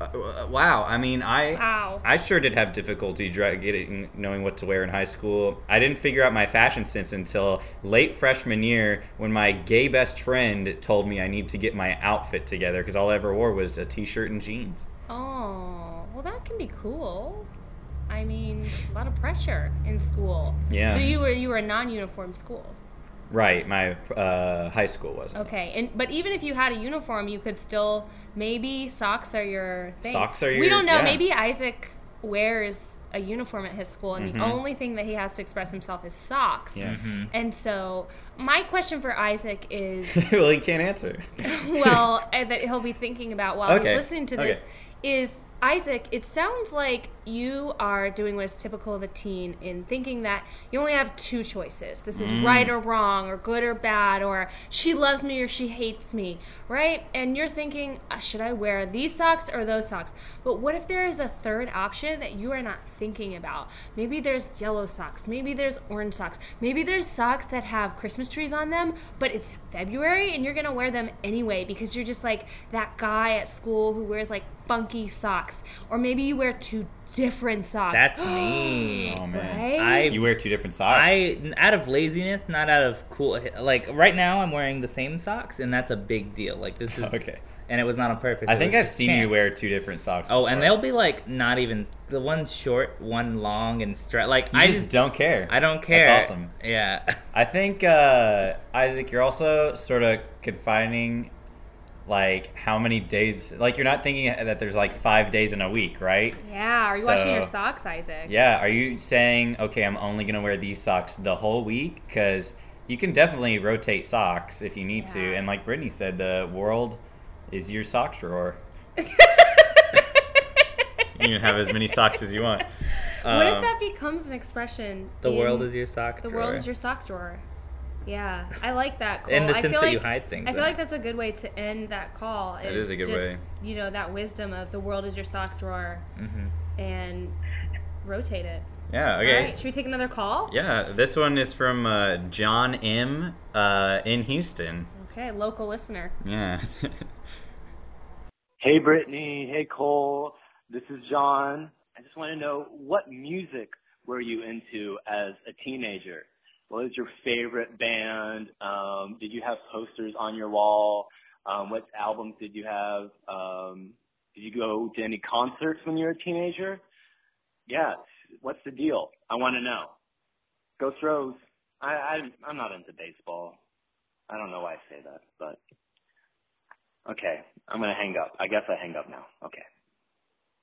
Speaker 1: Uh, wow. I mean, I.
Speaker 2: Wow.
Speaker 1: I sure did have difficulty dra- getting knowing what to wear in high school. I didn't figure out my fashion sense until late freshman year when my gay best friend told me I need to get my outfit together because all I ever wore was a t-shirt and jeans.
Speaker 2: Oh, well, that can be cool. I mean, a lot of pressure in school.
Speaker 1: Yeah.
Speaker 2: So you were you were a non-uniform school.
Speaker 1: Right. My uh, high school was. not
Speaker 2: Okay, and but even if you had a uniform, you could still maybe socks are your thing.
Speaker 1: Socks are
Speaker 2: We
Speaker 1: your-
Speaker 2: don't know.
Speaker 1: yeah.
Speaker 2: Maybe Isaac wears a uniform at his school, and the only thing that he has to express himself is socks.
Speaker 1: Mm-hmm. Yeah.
Speaker 2: And so, my question for Isaac is,
Speaker 1: well, he can't answer.
Speaker 2: well, uh, that he'll be thinking about while
Speaker 1: Okay,
Speaker 2: he's listening to this
Speaker 1: okay.
Speaker 2: is. Isaac, it sounds like you are doing what is typical of a teen in thinking that you only have two choices. This
Speaker 1: Mm.
Speaker 2: is right or wrong, or good or bad, or she loves me or she hates me, right? And you're thinking, uh, should I wear these socks or those socks? But what if there is a third option that you are not thinking about? Maybe there's yellow socks, maybe there's orange socks, maybe there's socks that have Christmas trees on them, but it's February and you're gonna wear them anyway because you're just like that guy at school who wears like funky socks, or maybe you wear two different socks.
Speaker 3: That's me.
Speaker 1: Oh man.
Speaker 2: right.
Speaker 3: I
Speaker 1: You wear two different socks.
Speaker 3: I out of laziness, not out of cool. Like right now, I'm wearing the same socks, and that's a big deal. Like this is
Speaker 1: Okay.
Speaker 3: and it was not on purpose.
Speaker 1: I
Speaker 3: it
Speaker 1: think
Speaker 3: was
Speaker 1: I've
Speaker 3: just
Speaker 1: seen you
Speaker 3: chance.
Speaker 1: wear two different socks.
Speaker 3: Oh,
Speaker 1: before.
Speaker 3: and they'll be like not even the one's short, one long, and straight. Like
Speaker 1: You
Speaker 3: I
Speaker 1: just,
Speaker 3: just
Speaker 1: don't care.
Speaker 3: I don't care.
Speaker 1: That's awesome.
Speaker 3: Yeah.
Speaker 1: I think uh, Isaac, you're also sort of confining, like how many days. Like you're not thinking that there's like five days in a week, right?
Speaker 2: yeah, are you washing your
Speaker 1: So-
Speaker 2: socks, Isaac?
Speaker 1: Yeah. Are you saying okay, I'm only gonna wear these socks the whole week? Because you can definitely rotate socks if you need to.
Speaker 2: Yeah.
Speaker 1: And like Brittany said, the world is your sock drawer. you can have as many socks as you want.
Speaker 2: What if
Speaker 1: Um,
Speaker 2: that becomes an expression?
Speaker 3: The
Speaker 2: in-
Speaker 3: world is your sock.
Speaker 2: The
Speaker 3: drawer.
Speaker 2: world is your sock drawer. Yeah, I like that. Cole.
Speaker 3: In the
Speaker 2: Oh, I
Speaker 3: sense
Speaker 2: feel
Speaker 3: that
Speaker 2: like,
Speaker 3: you hide things
Speaker 2: I feel
Speaker 3: in.
Speaker 2: like that's a good way to end that call. That
Speaker 1: is a good way.
Speaker 2: You know that wisdom of the world is your sock drawer, and rotate it.
Speaker 1: Yeah. Mm-hmm. Okay.
Speaker 2: All right, should we take another call?
Speaker 1: Yeah, this one is from uh, John M. Uh, in Houston.
Speaker 2: Okay, local listener.
Speaker 1: Yeah.
Speaker 8: Hey Brittany, hey Cole, this is John. I just want to know what music were you into as a teenager? What was your favorite band? Um, did you have posters on your wall? Um, what albums did you have? Um, did you go to any concerts when you were a teenager? Yeah, what's the deal? I want to know. Go Throws. I, I I'm not into baseball. I don't know why I say that, but Okay, I'm gonna hang up. I guess I hang up now. Okay.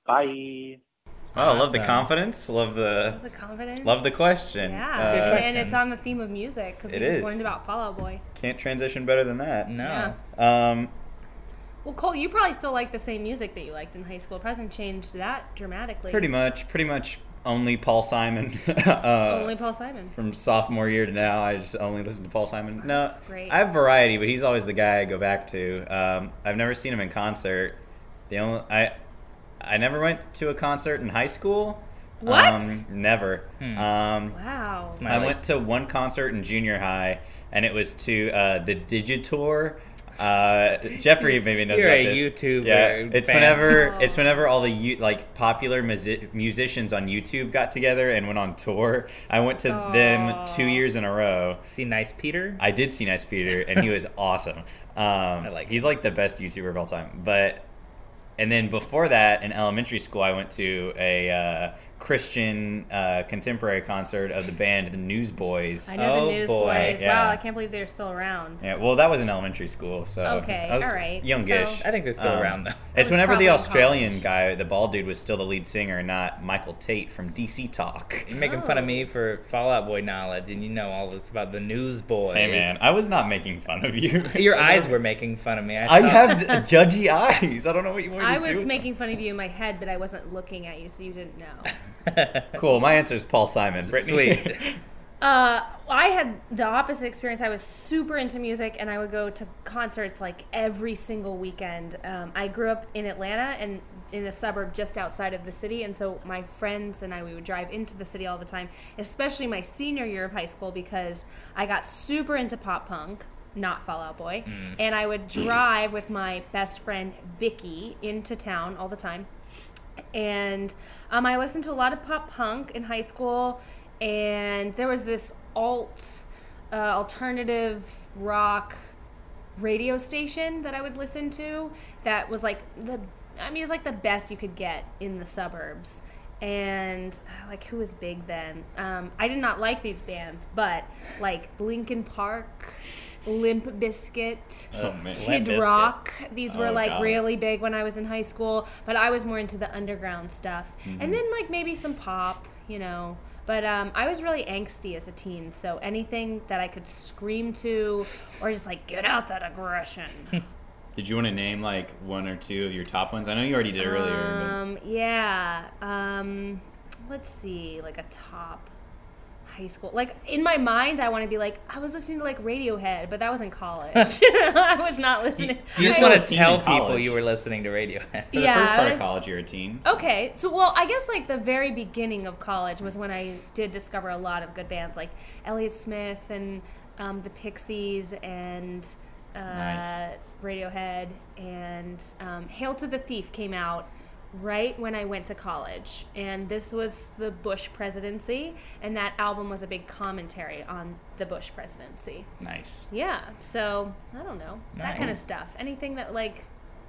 Speaker 8: Bye.
Speaker 1: Oh, I love the
Speaker 3: Awesome.
Speaker 1: confidence. Love the
Speaker 2: The confidence.
Speaker 1: love the question.
Speaker 2: Yeah,
Speaker 1: Uh,
Speaker 2: and
Speaker 3: question.
Speaker 2: it's on the theme of music because we
Speaker 1: It
Speaker 2: just
Speaker 1: is. Oh.
Speaker 2: learned about Fall Out Boy.
Speaker 1: can't transition better than that.
Speaker 3: No.
Speaker 2: Yeah.
Speaker 1: Um,
Speaker 2: Well, Cole, you probably still like the same music that you liked in high school. It hasn't changed that dramatically.
Speaker 1: pretty much, pretty much only Paul Simon. uh,
Speaker 2: Only Paul Simon.
Speaker 1: from sophomore year to now, I just only listen to Paul Simon. No,
Speaker 2: That's great.
Speaker 1: I have variety, but he's always the guy I go back to. Um, I've never seen him in concert. The only I, I never went to a concert in high school,
Speaker 9: What?
Speaker 1: Um, never. Um,
Speaker 2: Wow.
Speaker 3: My,
Speaker 1: I
Speaker 3: like-
Speaker 1: went to one concert in junior high, and it was to uh, the Digitour. Uh, Jeffrey maybe knows
Speaker 3: You're
Speaker 1: about
Speaker 3: a
Speaker 1: this.
Speaker 3: YouTuber
Speaker 1: Yeah, it's
Speaker 3: fan.
Speaker 1: whenever it's whenever all the U- like popular music- musicians on YouTube got together and went on tour. I went to them two years in a row.
Speaker 3: see nice Peter.
Speaker 2: Oh.
Speaker 1: I did see Nice Peter, and he was awesome. Um,
Speaker 3: like
Speaker 1: he's like the best YouTuber of all time. But and then before that, in elementary school, I went to a uh, Christian uh, contemporary concert of the band The Newsboys.
Speaker 2: I know
Speaker 3: Oh,
Speaker 2: the Newsboys.
Speaker 3: boy,
Speaker 2: Wow,
Speaker 1: yeah.
Speaker 2: I can't believe they're still around.
Speaker 1: Yeah, well, that was in elementary school, so
Speaker 2: Okay,
Speaker 1: I was
Speaker 2: alright,
Speaker 1: youngish.
Speaker 2: so-
Speaker 3: I think they're still
Speaker 1: Um,
Speaker 3: around though.
Speaker 1: It's
Speaker 2: was
Speaker 1: whenever
Speaker 2: probably
Speaker 1: the
Speaker 2: in
Speaker 1: Australian
Speaker 2: college.
Speaker 1: guy, the bald dude, was still the lead singer, not Michael Tate from DC Talk.
Speaker 3: You're making fun of me for Fallout Boy knowledge, and you know all this about the Newsboys.
Speaker 1: Hey man, I was not making fun of you.
Speaker 3: your eyes were making fun of me. I,
Speaker 1: I
Speaker 3: saw-
Speaker 1: have judgy eyes. I don't know what you want me
Speaker 2: I
Speaker 1: to do.
Speaker 2: was making fun of you in my head, but I wasn't looking at you, so you didn't know.
Speaker 1: Cool. My answer is Paul Simon. Brittany.
Speaker 3: Sweet.
Speaker 2: Uh, I had the opposite experience. I was super into music, and I would go to concerts like every single weekend. Um, I grew up in Atlanta and in a suburb just outside of the city, and so my friends and I we would drive into the city all the time, especially my senior year of high school because I got super into pop punk. Not Fallout Boy,
Speaker 1: Mm.
Speaker 2: and I would drive with my best friend Vicky into town all the time and um, I listened to a lot of pop punk in high school, and there was this alt, uh, alternative rock radio station that I would listen to that was like the, I mean, it was like the best you could get in the suburbs. And uh, like, who was big then? Um, I did not like these bands, but like Linkin Park, Limp Biscuit.
Speaker 1: oh man.
Speaker 2: Kid
Speaker 3: Bizkit.
Speaker 2: Rock. These were
Speaker 1: Oh,
Speaker 2: like
Speaker 1: God.
Speaker 2: really big when I was in high school, but I was more into the underground stuff. And then like maybe some pop, you know. But um, I was really angsty as a teen, so anything that I could scream to or just like get out that aggression.
Speaker 1: Did you want to name like one or two of your top ones? I know you already did earlier.
Speaker 2: Um, yeah. Um, let's see, like a top high school. Like in my mind, I want to be like I was listening to like Radiohead, but that was in college. I was not listening.
Speaker 3: you just
Speaker 2: I-
Speaker 1: still
Speaker 3: want
Speaker 1: a
Speaker 3: to
Speaker 1: teen
Speaker 3: tell
Speaker 1: in
Speaker 3: people
Speaker 1: college.
Speaker 3: you were listening to Radiohead.
Speaker 1: But for
Speaker 2: yeah,
Speaker 1: the first part
Speaker 2: I
Speaker 1: of
Speaker 2: was-
Speaker 1: college, you're a teen.
Speaker 3: Oh.
Speaker 2: Okay, so well, I guess like the very beginning of college was when I did discover a lot of good bands like Elliott Smith and um, the Pixies and uh,
Speaker 1: Nice.
Speaker 2: Radiohead and um, Hail to the Thief came out right when I went to college, and this was the Bush presidency, and that album was a big commentary on the Bush presidency.
Speaker 1: Nice.
Speaker 2: Yeah, so I don't know that kind of
Speaker 3: Nice.
Speaker 2: stuff. Anything that like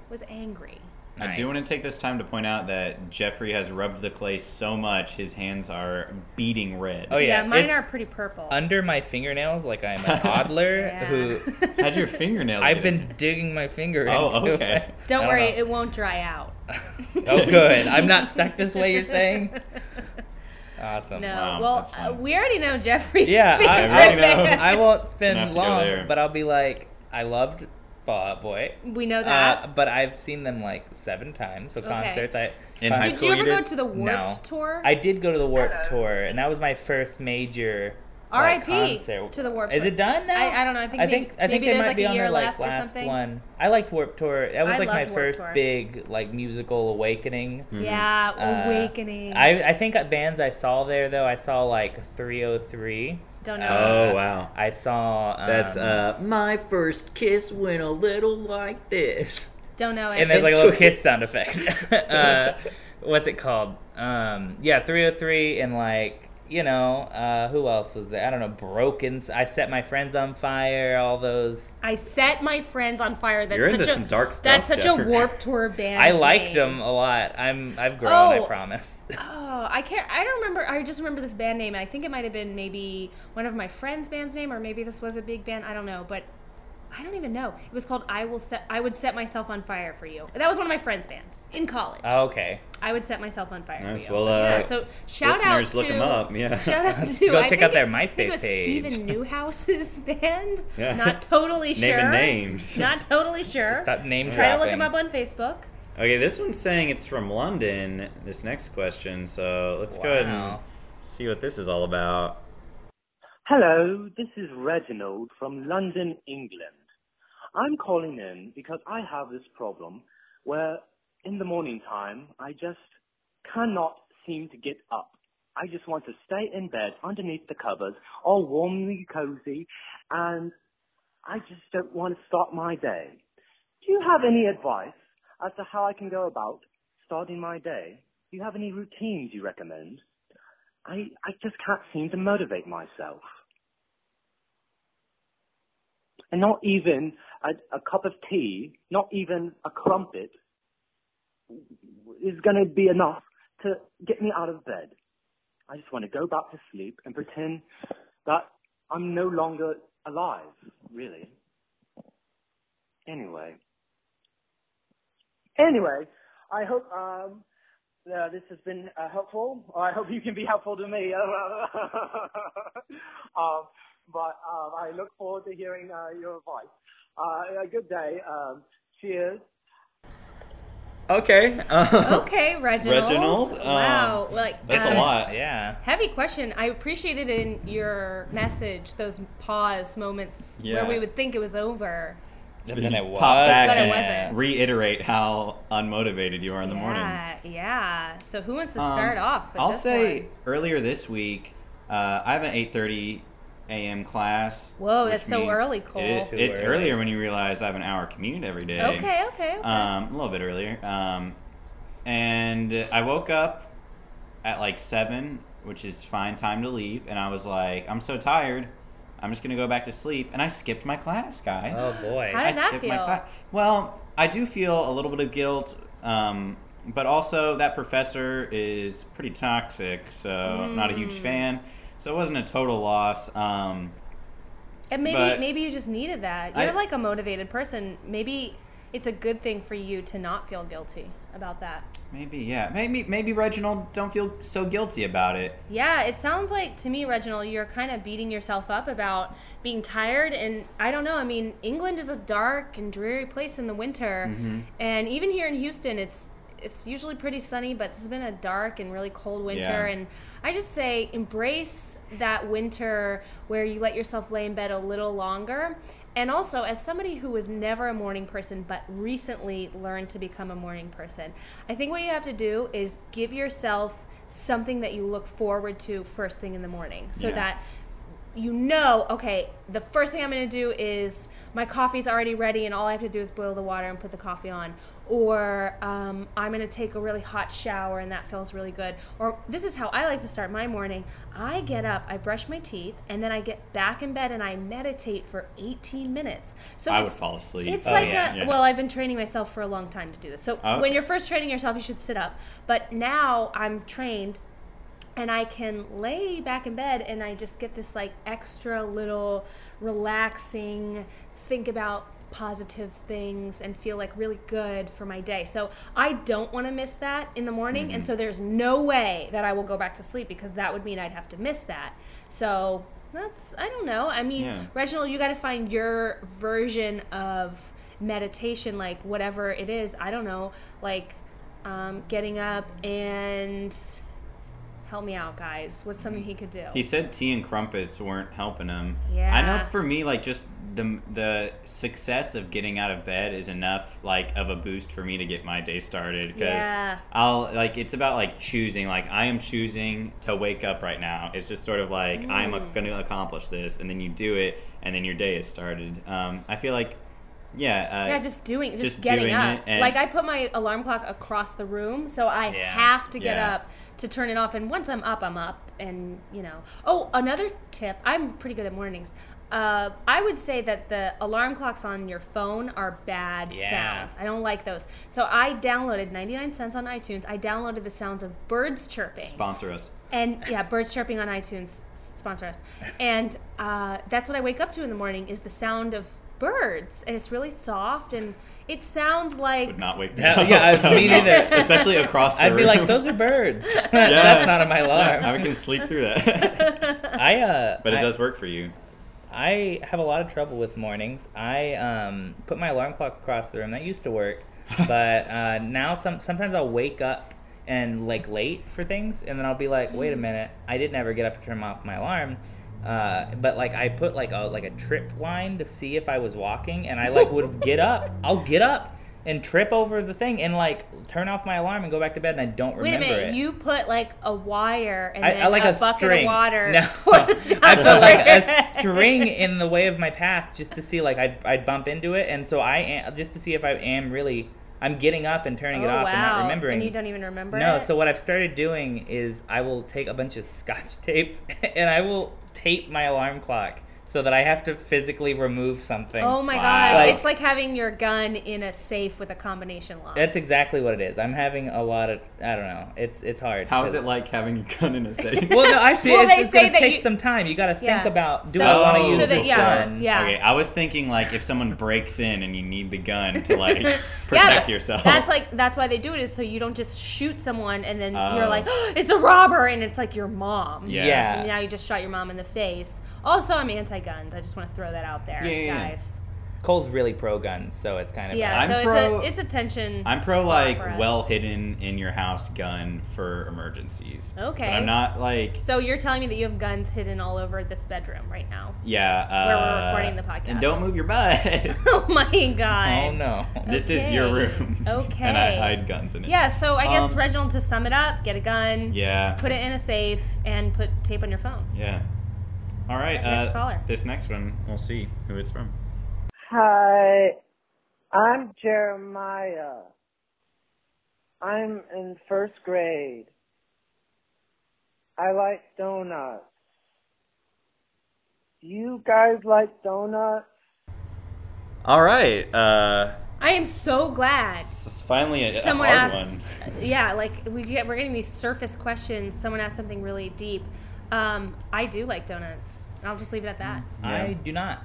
Speaker 2: was angry.
Speaker 1: I do want to
Speaker 3: Nice.
Speaker 1: take this time to point out that Jeffrey has rubbed the clay so much his hands are beating red.
Speaker 3: Oh yeah,
Speaker 2: mine
Speaker 3: it's
Speaker 2: are pretty purple.
Speaker 3: under my fingernails like I'm a toddler
Speaker 2: Yeah.
Speaker 3: who
Speaker 1: How'd your fingernails? get
Speaker 3: I've been digging my finger
Speaker 1: In? Oh
Speaker 3: into.
Speaker 1: okay.
Speaker 2: Don't
Speaker 3: I don't
Speaker 2: worry,
Speaker 3: know.
Speaker 2: it won't dry out.
Speaker 3: oh good, I'm not stuck this way. You're saying. Oh, Awesome.
Speaker 2: No,
Speaker 1: Wow,
Speaker 2: well,
Speaker 1: that's
Speaker 2: uh,
Speaker 1: fine.
Speaker 2: we already know Jeffrey's
Speaker 3: Yeah,
Speaker 2: favorite
Speaker 3: I,
Speaker 1: Everybody
Speaker 3: I-
Speaker 1: know.
Speaker 2: band.
Speaker 3: I won't
Speaker 1: Gonna have
Speaker 3: spend
Speaker 1: to go there.
Speaker 3: long, but I'll be like, I loved Fallout Boy.
Speaker 2: we know that.
Speaker 3: Uh, but I've seen them like seven times. So concerts, I
Speaker 1: In high
Speaker 3: concerts-
Speaker 2: did you
Speaker 1: school you
Speaker 2: ever go
Speaker 1: did?
Speaker 2: to the Warped
Speaker 3: No.
Speaker 2: tour?
Speaker 3: I did go to the Warped Tour, and that was my first major like,
Speaker 2: R.I.P.
Speaker 3: concert.
Speaker 2: to the Warped
Speaker 3: Is
Speaker 2: Tour.
Speaker 3: it done now?
Speaker 2: I- I don't know. I think may-
Speaker 3: I think
Speaker 2: maybe
Speaker 3: they
Speaker 2: there's,
Speaker 3: might
Speaker 2: like,
Speaker 3: be
Speaker 2: a
Speaker 3: on
Speaker 2: year
Speaker 3: their like
Speaker 2: left or
Speaker 3: last
Speaker 2: something.
Speaker 3: one. I liked Warped Tour. That was
Speaker 2: I
Speaker 3: like my
Speaker 2: loved Warped
Speaker 3: first
Speaker 2: Tour.
Speaker 3: big like musical awakening.
Speaker 1: Hmm.
Speaker 2: Yeah,
Speaker 3: Uh,
Speaker 2: Awakening.
Speaker 3: I, I think at bands I saw there though I saw like 303.
Speaker 2: Don't know.
Speaker 1: Oh wow.
Speaker 3: I saw um,
Speaker 1: That's uh my first kiss went a little like this.
Speaker 2: Don't know it.
Speaker 3: and there's like a little kiss sound effect. uh, what's it called? Um, yeah, 303 and like you know uh, who else was there? I don't know. Broken. I set my friends on fire. All those.
Speaker 2: I set my friends on fire. That's
Speaker 1: You're
Speaker 2: such
Speaker 1: into
Speaker 2: a,
Speaker 1: some dark stuff,
Speaker 2: That's such
Speaker 1: Jeffrey.
Speaker 2: a Warped Tour band.
Speaker 3: I
Speaker 2: to
Speaker 3: liked
Speaker 2: me.
Speaker 3: them a lot. I'm I've grown.
Speaker 2: Oh.
Speaker 3: I promise.
Speaker 2: Oh, I can't. I don't remember. I just remember this band name. I think it might have been maybe one of my friends' band's name, or maybe this was a big band. I don't know, but I don't even know. It was called "I Will Set." I would set myself on fire for you. That was one of my friends' bands in college.
Speaker 3: Oh, Okay.
Speaker 2: I would set myself on fire.
Speaker 1: Oh. Nice.
Speaker 2: For you.
Speaker 1: Well, uh,
Speaker 2: yeah, so shout out
Speaker 1: Listeners,
Speaker 2: to
Speaker 1: look him up. Yeah.
Speaker 2: Shout out to
Speaker 3: Go
Speaker 2: I
Speaker 3: check
Speaker 2: think
Speaker 3: out their
Speaker 2: it- I think it
Speaker 3: MySpace
Speaker 2: was
Speaker 3: page.
Speaker 2: Steven Newhouse's band.
Speaker 1: Yeah.
Speaker 2: Not totally sure.
Speaker 1: Naming names.
Speaker 2: Not totally sure.
Speaker 3: Stop name
Speaker 2: Try to
Speaker 3: dropping.
Speaker 2: look him up on Facebook.
Speaker 1: Okay, this one's saying it's from London, this next question, so let's go ahead and
Speaker 3: Wow.
Speaker 1: see what this is all about.
Speaker 8: Hello, this is Reginald from London, England. I'm calling in because I have this problem where in the morning time I just cannot seem to get up. I just want to stay in bed underneath the covers, all warmly cozy, and I just don't want to start my day. Do you have any advice as to how I can go about starting my day? Do you have any routines you recommend? I, I just can't seem to motivate myself. And not even a, a cup of tea, not even a crumpet is going to be enough to get me out of bed. I just want to go back to sleep and pretend that I'm no longer alive, really. Anyway. Anyway, I hope um, uh, this has been uh, helpful. I hope you can be helpful to me. um, but um, I look forward to hearing uh, your advice. Uh, a good day. Um, cheers.
Speaker 1: Okay. Uh,
Speaker 2: Okay, Reginald.
Speaker 1: Reginald, um,
Speaker 2: wow, like
Speaker 1: That's a
Speaker 2: um,
Speaker 1: lot.
Speaker 3: Yeah.
Speaker 2: Heavy question. I appreciated in your message those pause moments
Speaker 1: Yeah.
Speaker 2: where we would think it was over.
Speaker 3: But then it was.
Speaker 1: Pop back
Speaker 2: But it
Speaker 1: and
Speaker 2: wasn't.
Speaker 1: reiterate how unmotivated you are in the
Speaker 2: yeah,
Speaker 1: mornings.
Speaker 2: yeah. So who wants to start
Speaker 1: Um,
Speaker 2: off? With
Speaker 1: I'll
Speaker 2: this
Speaker 1: say
Speaker 2: one?
Speaker 1: earlier this week, uh, I have an 8:30 a.m. class.
Speaker 2: Whoa,
Speaker 1: which
Speaker 2: that's so
Speaker 1: means
Speaker 2: early, Cole.
Speaker 1: it is-
Speaker 3: Too
Speaker 1: it's
Speaker 3: early.
Speaker 1: earlier when you realize I have an hour commute every day.
Speaker 2: Okay, okay, okay.
Speaker 1: Um, a little bit earlier. Um, and I woke up at like seven, which is fine time to leave. And I was like, I'm so tired. I'm just gonna go back to sleep. And I skipped my class, guys.
Speaker 3: Oh boy.
Speaker 2: How
Speaker 1: I
Speaker 2: did that
Speaker 1: skipped
Speaker 2: feel?
Speaker 1: cla- Well, I do feel a little bit of guilt, um, but also that professor is pretty toxic, so I'm not a huge fan. So it wasn't a total loss. Um,
Speaker 2: and maybe
Speaker 1: but-
Speaker 2: maybe you just needed that.
Speaker 1: I-
Speaker 2: You're like a motivated person. Maybe it's a good thing for you to not feel guilty about that.
Speaker 1: maybe, yeah, maybe, maybe Reginald, don't feel so guilty about it.
Speaker 2: Yeah, it sounds like to me, Reginald, you're kind of beating yourself up about being tired. And I don't know. I mean, England is a dark and dreary place in the winter, and even here in Houston, it's it's usually pretty sunny, but this has been a dark and really cold winter.
Speaker 1: Yeah.
Speaker 2: And I just say embrace that winter where you let yourself lay in bed a little longer. And also, as somebody who was never a morning person but recently learned to become a morning person, I think what you have to do is give yourself something that you look forward to first thing in the morning so
Speaker 1: Yeah.
Speaker 2: that you know, okay, the first thing I'm going to do is my coffee's already ready, and all I have to do is boil the water and put the coffee on. Or um, I'm going to take a really hot shower, and that feels really good. Or this is how I like to start my morning I get up, I brush my teeth, and then I get back in bed and I meditate for 18 minutes. So
Speaker 1: I would
Speaker 2: it's,
Speaker 1: fall asleep.
Speaker 2: It's
Speaker 1: Oh,
Speaker 2: like
Speaker 1: yeah,
Speaker 2: a,
Speaker 1: yeah.
Speaker 2: well, I've been training myself for a long time to do this. So
Speaker 1: Oh.
Speaker 2: when you're first training yourself, you should sit up. But now I'm trained and I can lay back in bed and I just get this like extra little relaxing think about positive things and feel like really good for my day. So I don't want to miss that in the morning and so there's no way that I will go back to sleep because that would mean I'd have to miss that. So that's I don't know. I mean,
Speaker 1: Yeah.
Speaker 2: Reginald, you got to find your version of meditation like whatever it is. I don't know, like um, getting up and Help me out, guys. What's something he could do?
Speaker 1: He said tea and crumpets weren't helping him. I
Speaker 2: Yeah.
Speaker 1: know for me, like just the the success of getting out of bed is enough, like of a boost for me to get my day started. Because
Speaker 2: Yeah.
Speaker 1: I'll like it's about like choosing. Like I am choosing to wake up right now. It's just sort of like I'm going
Speaker 2: Mm.
Speaker 1: to accomplish this, and then you do it, and then your day is started. Um, I feel like, yeah, uh,
Speaker 2: yeah, just doing, just,
Speaker 1: just
Speaker 2: getting
Speaker 1: doing
Speaker 2: up.
Speaker 1: it and-
Speaker 2: like I put my alarm clock across the room, so I
Speaker 1: Yeah,
Speaker 2: have to get
Speaker 1: yeah.
Speaker 2: up to turn it off. And once I'm up, I'm up. And you know. Oh, another tip. I'm pretty good at mornings. Uh, I would say that the alarm clocks on your phone are bad
Speaker 3: Yeah.
Speaker 2: sounds. I don't like those. So I downloaded 99 cents on iTunes. I downloaded the sounds of birds chirping.
Speaker 1: sponsor us.
Speaker 2: and yeah, birds chirping on iTunes sponsor us. And uh, that's what I wake up to in the morning is the sound of birds, and it's really soft, and it sounds like
Speaker 1: Would not wake me
Speaker 3: Yeah,
Speaker 1: up.
Speaker 3: yeah, I- me
Speaker 1: No,
Speaker 3: neither.
Speaker 1: Especially across the
Speaker 3: I'd be
Speaker 1: room.
Speaker 3: like, those are birds. That's not on my alarm.
Speaker 1: I can sleep through that.
Speaker 3: I uh,
Speaker 1: But it
Speaker 3: I-
Speaker 1: does work for you.
Speaker 3: I have a lot of trouble with mornings. I um, put my alarm clock across the room. That used to work, but uh, now some sometimes I'll wake up and like late for things, and then I'll be like, "Wait a minute, I didn't ever get up to turn off my alarm." Uh, but like I put like a like a trip line to see if I was walking, and I like would get up. I'll get up. and trip over the thing and like turn off my alarm and go back to bed and I don't
Speaker 2: Wait a
Speaker 3: remember
Speaker 2: minute,
Speaker 3: it.
Speaker 2: you put like a wire and
Speaker 3: I,
Speaker 2: then
Speaker 3: I like a,
Speaker 2: bucket
Speaker 3: string.
Speaker 2: of water.
Speaker 3: No, I
Speaker 2: pours
Speaker 3: put
Speaker 2: down
Speaker 3: like
Speaker 2: over
Speaker 3: a
Speaker 2: it.
Speaker 3: string in the way of my path just to see, like I'd, I'd bump into it, and so I am, just to see if I am really I'm getting up and turning it
Speaker 2: Oh,
Speaker 3: off and
Speaker 2: wow.
Speaker 3: not remembering.
Speaker 2: And you don't even remember
Speaker 3: no,
Speaker 2: it?
Speaker 3: so what I've started doing is I will take a bunch of scotch tape and I will tape my alarm clock so that I have to physically remove something.
Speaker 2: Oh my
Speaker 1: Wow.
Speaker 2: god,
Speaker 3: Like-
Speaker 2: it's like having your gun in a safe with a combination lock.
Speaker 3: That's exactly what it is. I'm having a lot of I don't know. It's it's hard.
Speaker 5: How is it
Speaker 3: 'cause-
Speaker 5: like having a gun in a safe?
Speaker 3: Well, no, I see.
Speaker 2: Well,
Speaker 3: it's
Speaker 2: they
Speaker 3: it's
Speaker 2: say
Speaker 3: gonna
Speaker 2: that
Speaker 3: take
Speaker 2: you-
Speaker 3: some time. You got to think
Speaker 2: Yeah.
Speaker 3: about do
Speaker 2: So-
Speaker 3: I want
Speaker 1: Oh,
Speaker 3: to use
Speaker 2: so that-
Speaker 3: this
Speaker 2: yeah,
Speaker 3: gun?
Speaker 2: yeah.
Speaker 1: Okay, I was thinking like if someone breaks in and you need the gun to like
Speaker 2: Yeah,
Speaker 1: protect
Speaker 2: but
Speaker 1: yourself.
Speaker 2: That's like that's why they do it is so you don't just shoot someone and then you're
Speaker 1: Oh.
Speaker 2: like it's a robber and it's like your mom.
Speaker 1: Yeah.
Speaker 3: Yeah.
Speaker 2: And now you just shot your mom in the face. Also, I'm anti-guns. I just want to throw that out there,
Speaker 1: Yeah, yeah, yeah.
Speaker 2: guys.
Speaker 3: Cole's really pro guns, so it's kind of
Speaker 2: Yeah.
Speaker 1: I'm
Speaker 2: so
Speaker 1: pro-
Speaker 2: it's a it's a tension.
Speaker 1: I'm pro
Speaker 2: spot
Speaker 1: like
Speaker 2: for us.
Speaker 1: well hidden in your house gun for emergencies.
Speaker 2: Okay.
Speaker 1: But I'm not like
Speaker 2: So you're telling me that you have guns hidden all over this bedroom right now?
Speaker 1: yeah. Uh,
Speaker 2: Where we're recording the podcast.
Speaker 1: And don't move your butt.
Speaker 2: Oh my god.
Speaker 3: Oh no.
Speaker 1: This is your
Speaker 2: Okay.
Speaker 1: room. and I
Speaker 2: Okay.
Speaker 1: hide guns in it.
Speaker 2: Yeah. So I guess
Speaker 1: Um,
Speaker 2: Reginald, to sum it up, get a gun,
Speaker 1: Yeah.
Speaker 2: put it in a safe, and put tape on your phone.
Speaker 1: Yeah. All right. Uh,
Speaker 2: Next caller.
Speaker 1: This next one, we'll see who it's from.
Speaker 10: Hi, I'm Jeremiah. I'm in first grade. I like donuts. Do you guys like donuts?
Speaker 1: All right. Uh,
Speaker 2: I am so glad
Speaker 1: this is finally a, a
Speaker 2: someone
Speaker 1: hard
Speaker 2: asked. Yeah, like we get, we're getting these surface questions. Someone asked something really deep. Um, I do like donuts. I'll just leave it at that.
Speaker 1: Mm.
Speaker 3: I do not.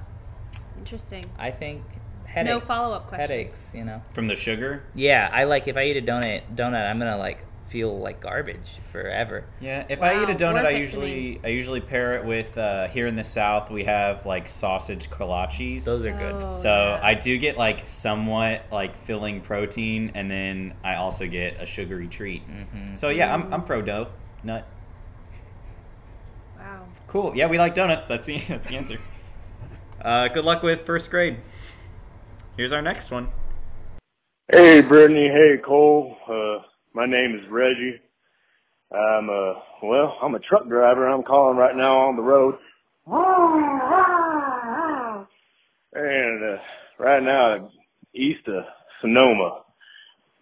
Speaker 2: Interesting.
Speaker 3: I think headaches.
Speaker 2: follow-up questions.
Speaker 3: Headaches, you know.
Speaker 1: one. From the sugar.
Speaker 3: Yeah, I like if I eat a donut, donut, I'm gonna like feel like garbage forever.
Speaker 1: Yeah. If
Speaker 2: Wow,
Speaker 1: I eat a
Speaker 2: worth
Speaker 1: donut, I
Speaker 2: it to
Speaker 1: usually I usually pair it with uh, here in the South we have like sausage kolaches.
Speaker 3: Those are good.
Speaker 2: Oh,
Speaker 1: so
Speaker 2: yeah.
Speaker 1: I do get like somewhat like filling protein, and then I also get a sugary treat.
Speaker 3: Mhm.
Speaker 1: So yeah, I'm I'm pro dough nut.
Speaker 2: Wow.
Speaker 1: Cool. Yeah, we like donuts. That's the that's the answer. Uh, good luck with first grade. Here's our next one.
Speaker 11: Hey, Brittany. Hey, Cole. Uh, my name is Reggie. I'm a, well, I'm a truck driver. I'm calling right now on the road. And, uh, right now, I'm east of Sonoma.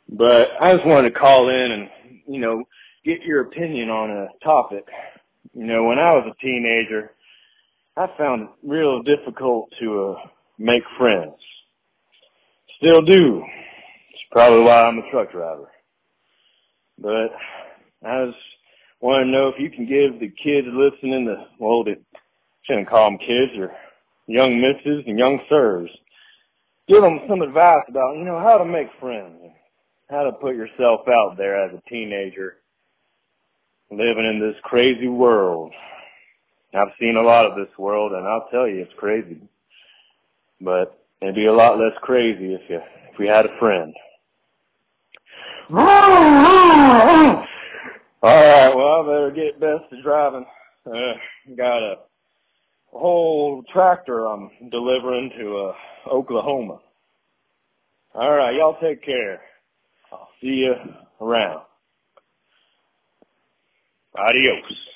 Speaker 11: But I just wanted to call in and, you know, get your opinion on a topic. You know, when I was a teenager, I found it real difficult to, uh, make friends. Still do. It's probably why I'm a truck driver. But I just want to know if you can give the kids listening the well, the shouldn't call them kids or young misses and young sirs. Give them some advice about you know how to make friends, how to put yourself out there as a teenager, living in this crazy world. I've seen a lot of this world, and I'll tell you it's crazy. But it'd be a lot less crazy if you if we had a friend. All right, well, I better get best to driving. Uh, got a whole tractor I'm delivering to uh, Oklahoma. All right, y'all take care. I'll see you around. Adios.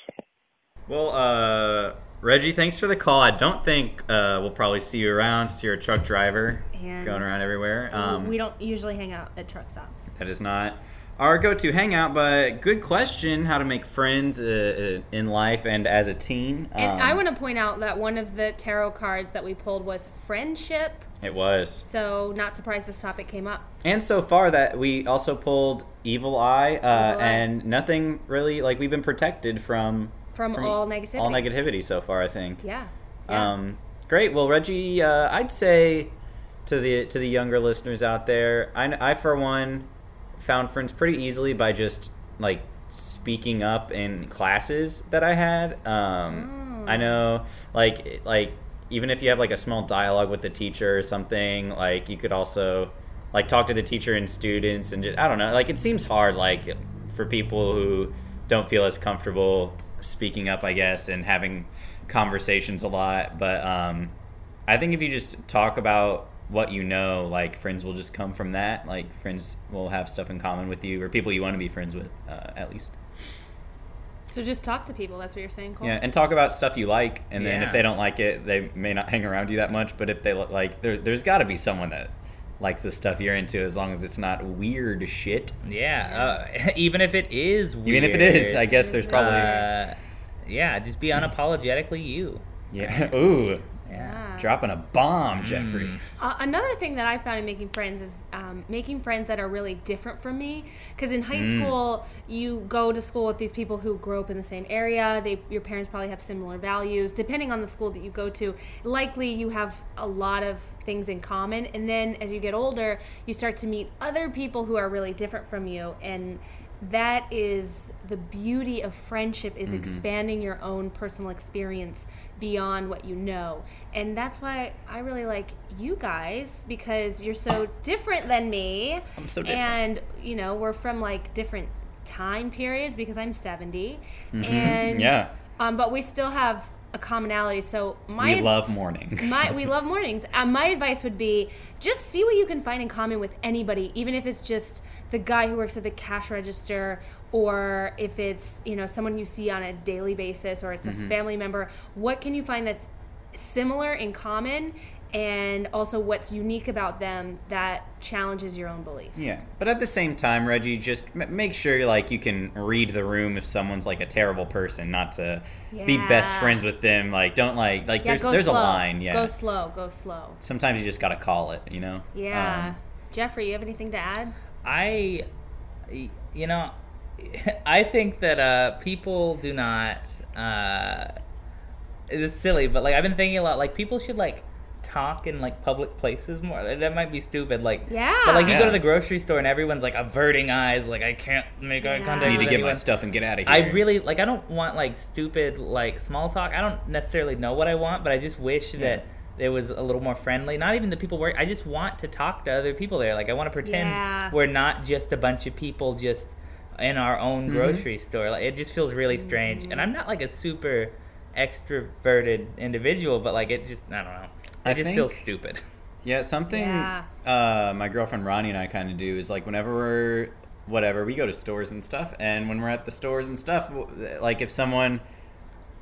Speaker 1: Well, uh, Reggie, thanks for the call. I don't think uh, we'll probably see you around. So you're a truck driver
Speaker 2: And
Speaker 1: going around everywhere. Um,
Speaker 2: we don't usually hang out at truck stops.
Speaker 1: that is not our go-to hangout, but good question. How to make friends uh, uh, in life and as a teen. Um,
Speaker 2: And I want to point out that one of the tarot cards that we pulled was friendship.
Speaker 1: It was.
Speaker 2: So not surprised this topic came up.
Speaker 1: And so far that we also pulled Evil Eye, uh,
Speaker 2: Eye.
Speaker 1: and nothing really like we've been protected from
Speaker 2: From all negativity.
Speaker 1: all negativity so far. I think.
Speaker 2: Yeah. Yeah.
Speaker 1: Um, great. Well, Reggie, uh, I'd say to the to the younger listeners out there, I, I for one found friends pretty easily by just like speaking up in classes that I had. Um, I know, like like even if you have like a small dialogue with the teacher or something, like you could also like talk to the teacher and students and just, I don't know. Like it seems hard, like for people who don't feel as comfortable speaking up, I guess, and having conversations a lot. But um, I think if you just talk about what you know, like friends will just come from that. Like friends will have stuff in common with you, or people you want to be friends with, uh, at least.
Speaker 2: So just talk to people. That's what you're saying, Cole.
Speaker 1: Yeah, and talk about stuff you like, and then
Speaker 3: Yeah.
Speaker 1: if they don't like it, they may not hang around you that much. But if they li- like, there, there's got to be someone that likes the stuff you're into, as long as it's not weird shit.
Speaker 3: Yeah, uh, even if it is weird.
Speaker 1: Even if it is, I guess there's probably
Speaker 3: Uh, yeah, just be unapologetically you.
Speaker 1: yeah. Ooh,
Speaker 3: Yeah.
Speaker 2: Ah.
Speaker 1: dropping a bomb, Jeffrey.
Speaker 2: Uh, another thing that I found in making friends is um, making friends that are really different from me. Because in high school, you go to school with these people who grow up in the same area. They, your parents probably have similar values. Depending on the school that you go to, likely you have a lot of things in common. And then as you get older, you start to meet other people who are really different from you. And that is the beauty of friendship is
Speaker 1: Mm-hmm.
Speaker 2: expanding your own personal experience beyond what you know and that's why i really like you guys because you're so different than me
Speaker 1: I'm so different.
Speaker 2: and you know we're from like different time periods because i'm 70 and
Speaker 1: Mm-hmm. Yeah.
Speaker 2: um, but we still have a commonality so my
Speaker 1: we love mornings.
Speaker 2: my, we love mornings. Uh, my advice would be just see what you can find in common with anybody, even if it's just the guy who works at the cash register, or if it's you know someone you see on a daily basis, or it's
Speaker 1: Mm-hmm.
Speaker 2: a family member. What can you find that's similar in common, and also what's unique about them that challenges your own beliefs?
Speaker 1: Yeah, but at the same time, Reggie, just m- make sure like you can read the room if someone's like a terrible person, not to be best
Speaker 2: Yeah.
Speaker 1: friends with them. Like, don't like like
Speaker 2: Yeah,
Speaker 1: there's
Speaker 2: go
Speaker 1: there's
Speaker 2: slow.
Speaker 1: a line. Yeah,
Speaker 2: Go slow. Go slow.
Speaker 1: sometimes you just gotta call it. You know.
Speaker 2: Yeah.
Speaker 1: Um,
Speaker 2: Jeffrey, you have anything to add?
Speaker 3: I, you know, I think that uh, people do not. Uh, it's silly, but like I've been thinking a lot. Like people should like talk in like public places more. Like, That might be stupid. Like
Speaker 2: Yeah.
Speaker 3: But like you go
Speaker 1: Yeah.
Speaker 3: to the grocery store and everyone's like averting eyes. Like I can't make eye
Speaker 2: Yeah.
Speaker 3: contact.
Speaker 1: I need to
Speaker 3: with
Speaker 1: get my
Speaker 3: anyone.
Speaker 1: stuff and get out of here.
Speaker 3: I really like. I don't want like stupid like small talk. I don't necessarily know what I want, but I just wish that it was a little more friendly. Not even the people work. I just want to talk to other people there. Like I want to pretend
Speaker 2: Yeah.
Speaker 3: we're not just a bunch of people just in our own
Speaker 1: Mm-hmm.
Speaker 3: grocery store. Like it just feels really strange. And I'm not like a super extroverted individual, but like it just I don't know. I,
Speaker 1: I
Speaker 3: just
Speaker 1: think-
Speaker 3: feel stupid.
Speaker 1: Yeah, something
Speaker 2: Yeah.
Speaker 1: uh, my girlfriend Ronnie and I kind of do is like whenever we're whatever we go to stores and stuff, and when we're at the stores and stuff, w- like if someone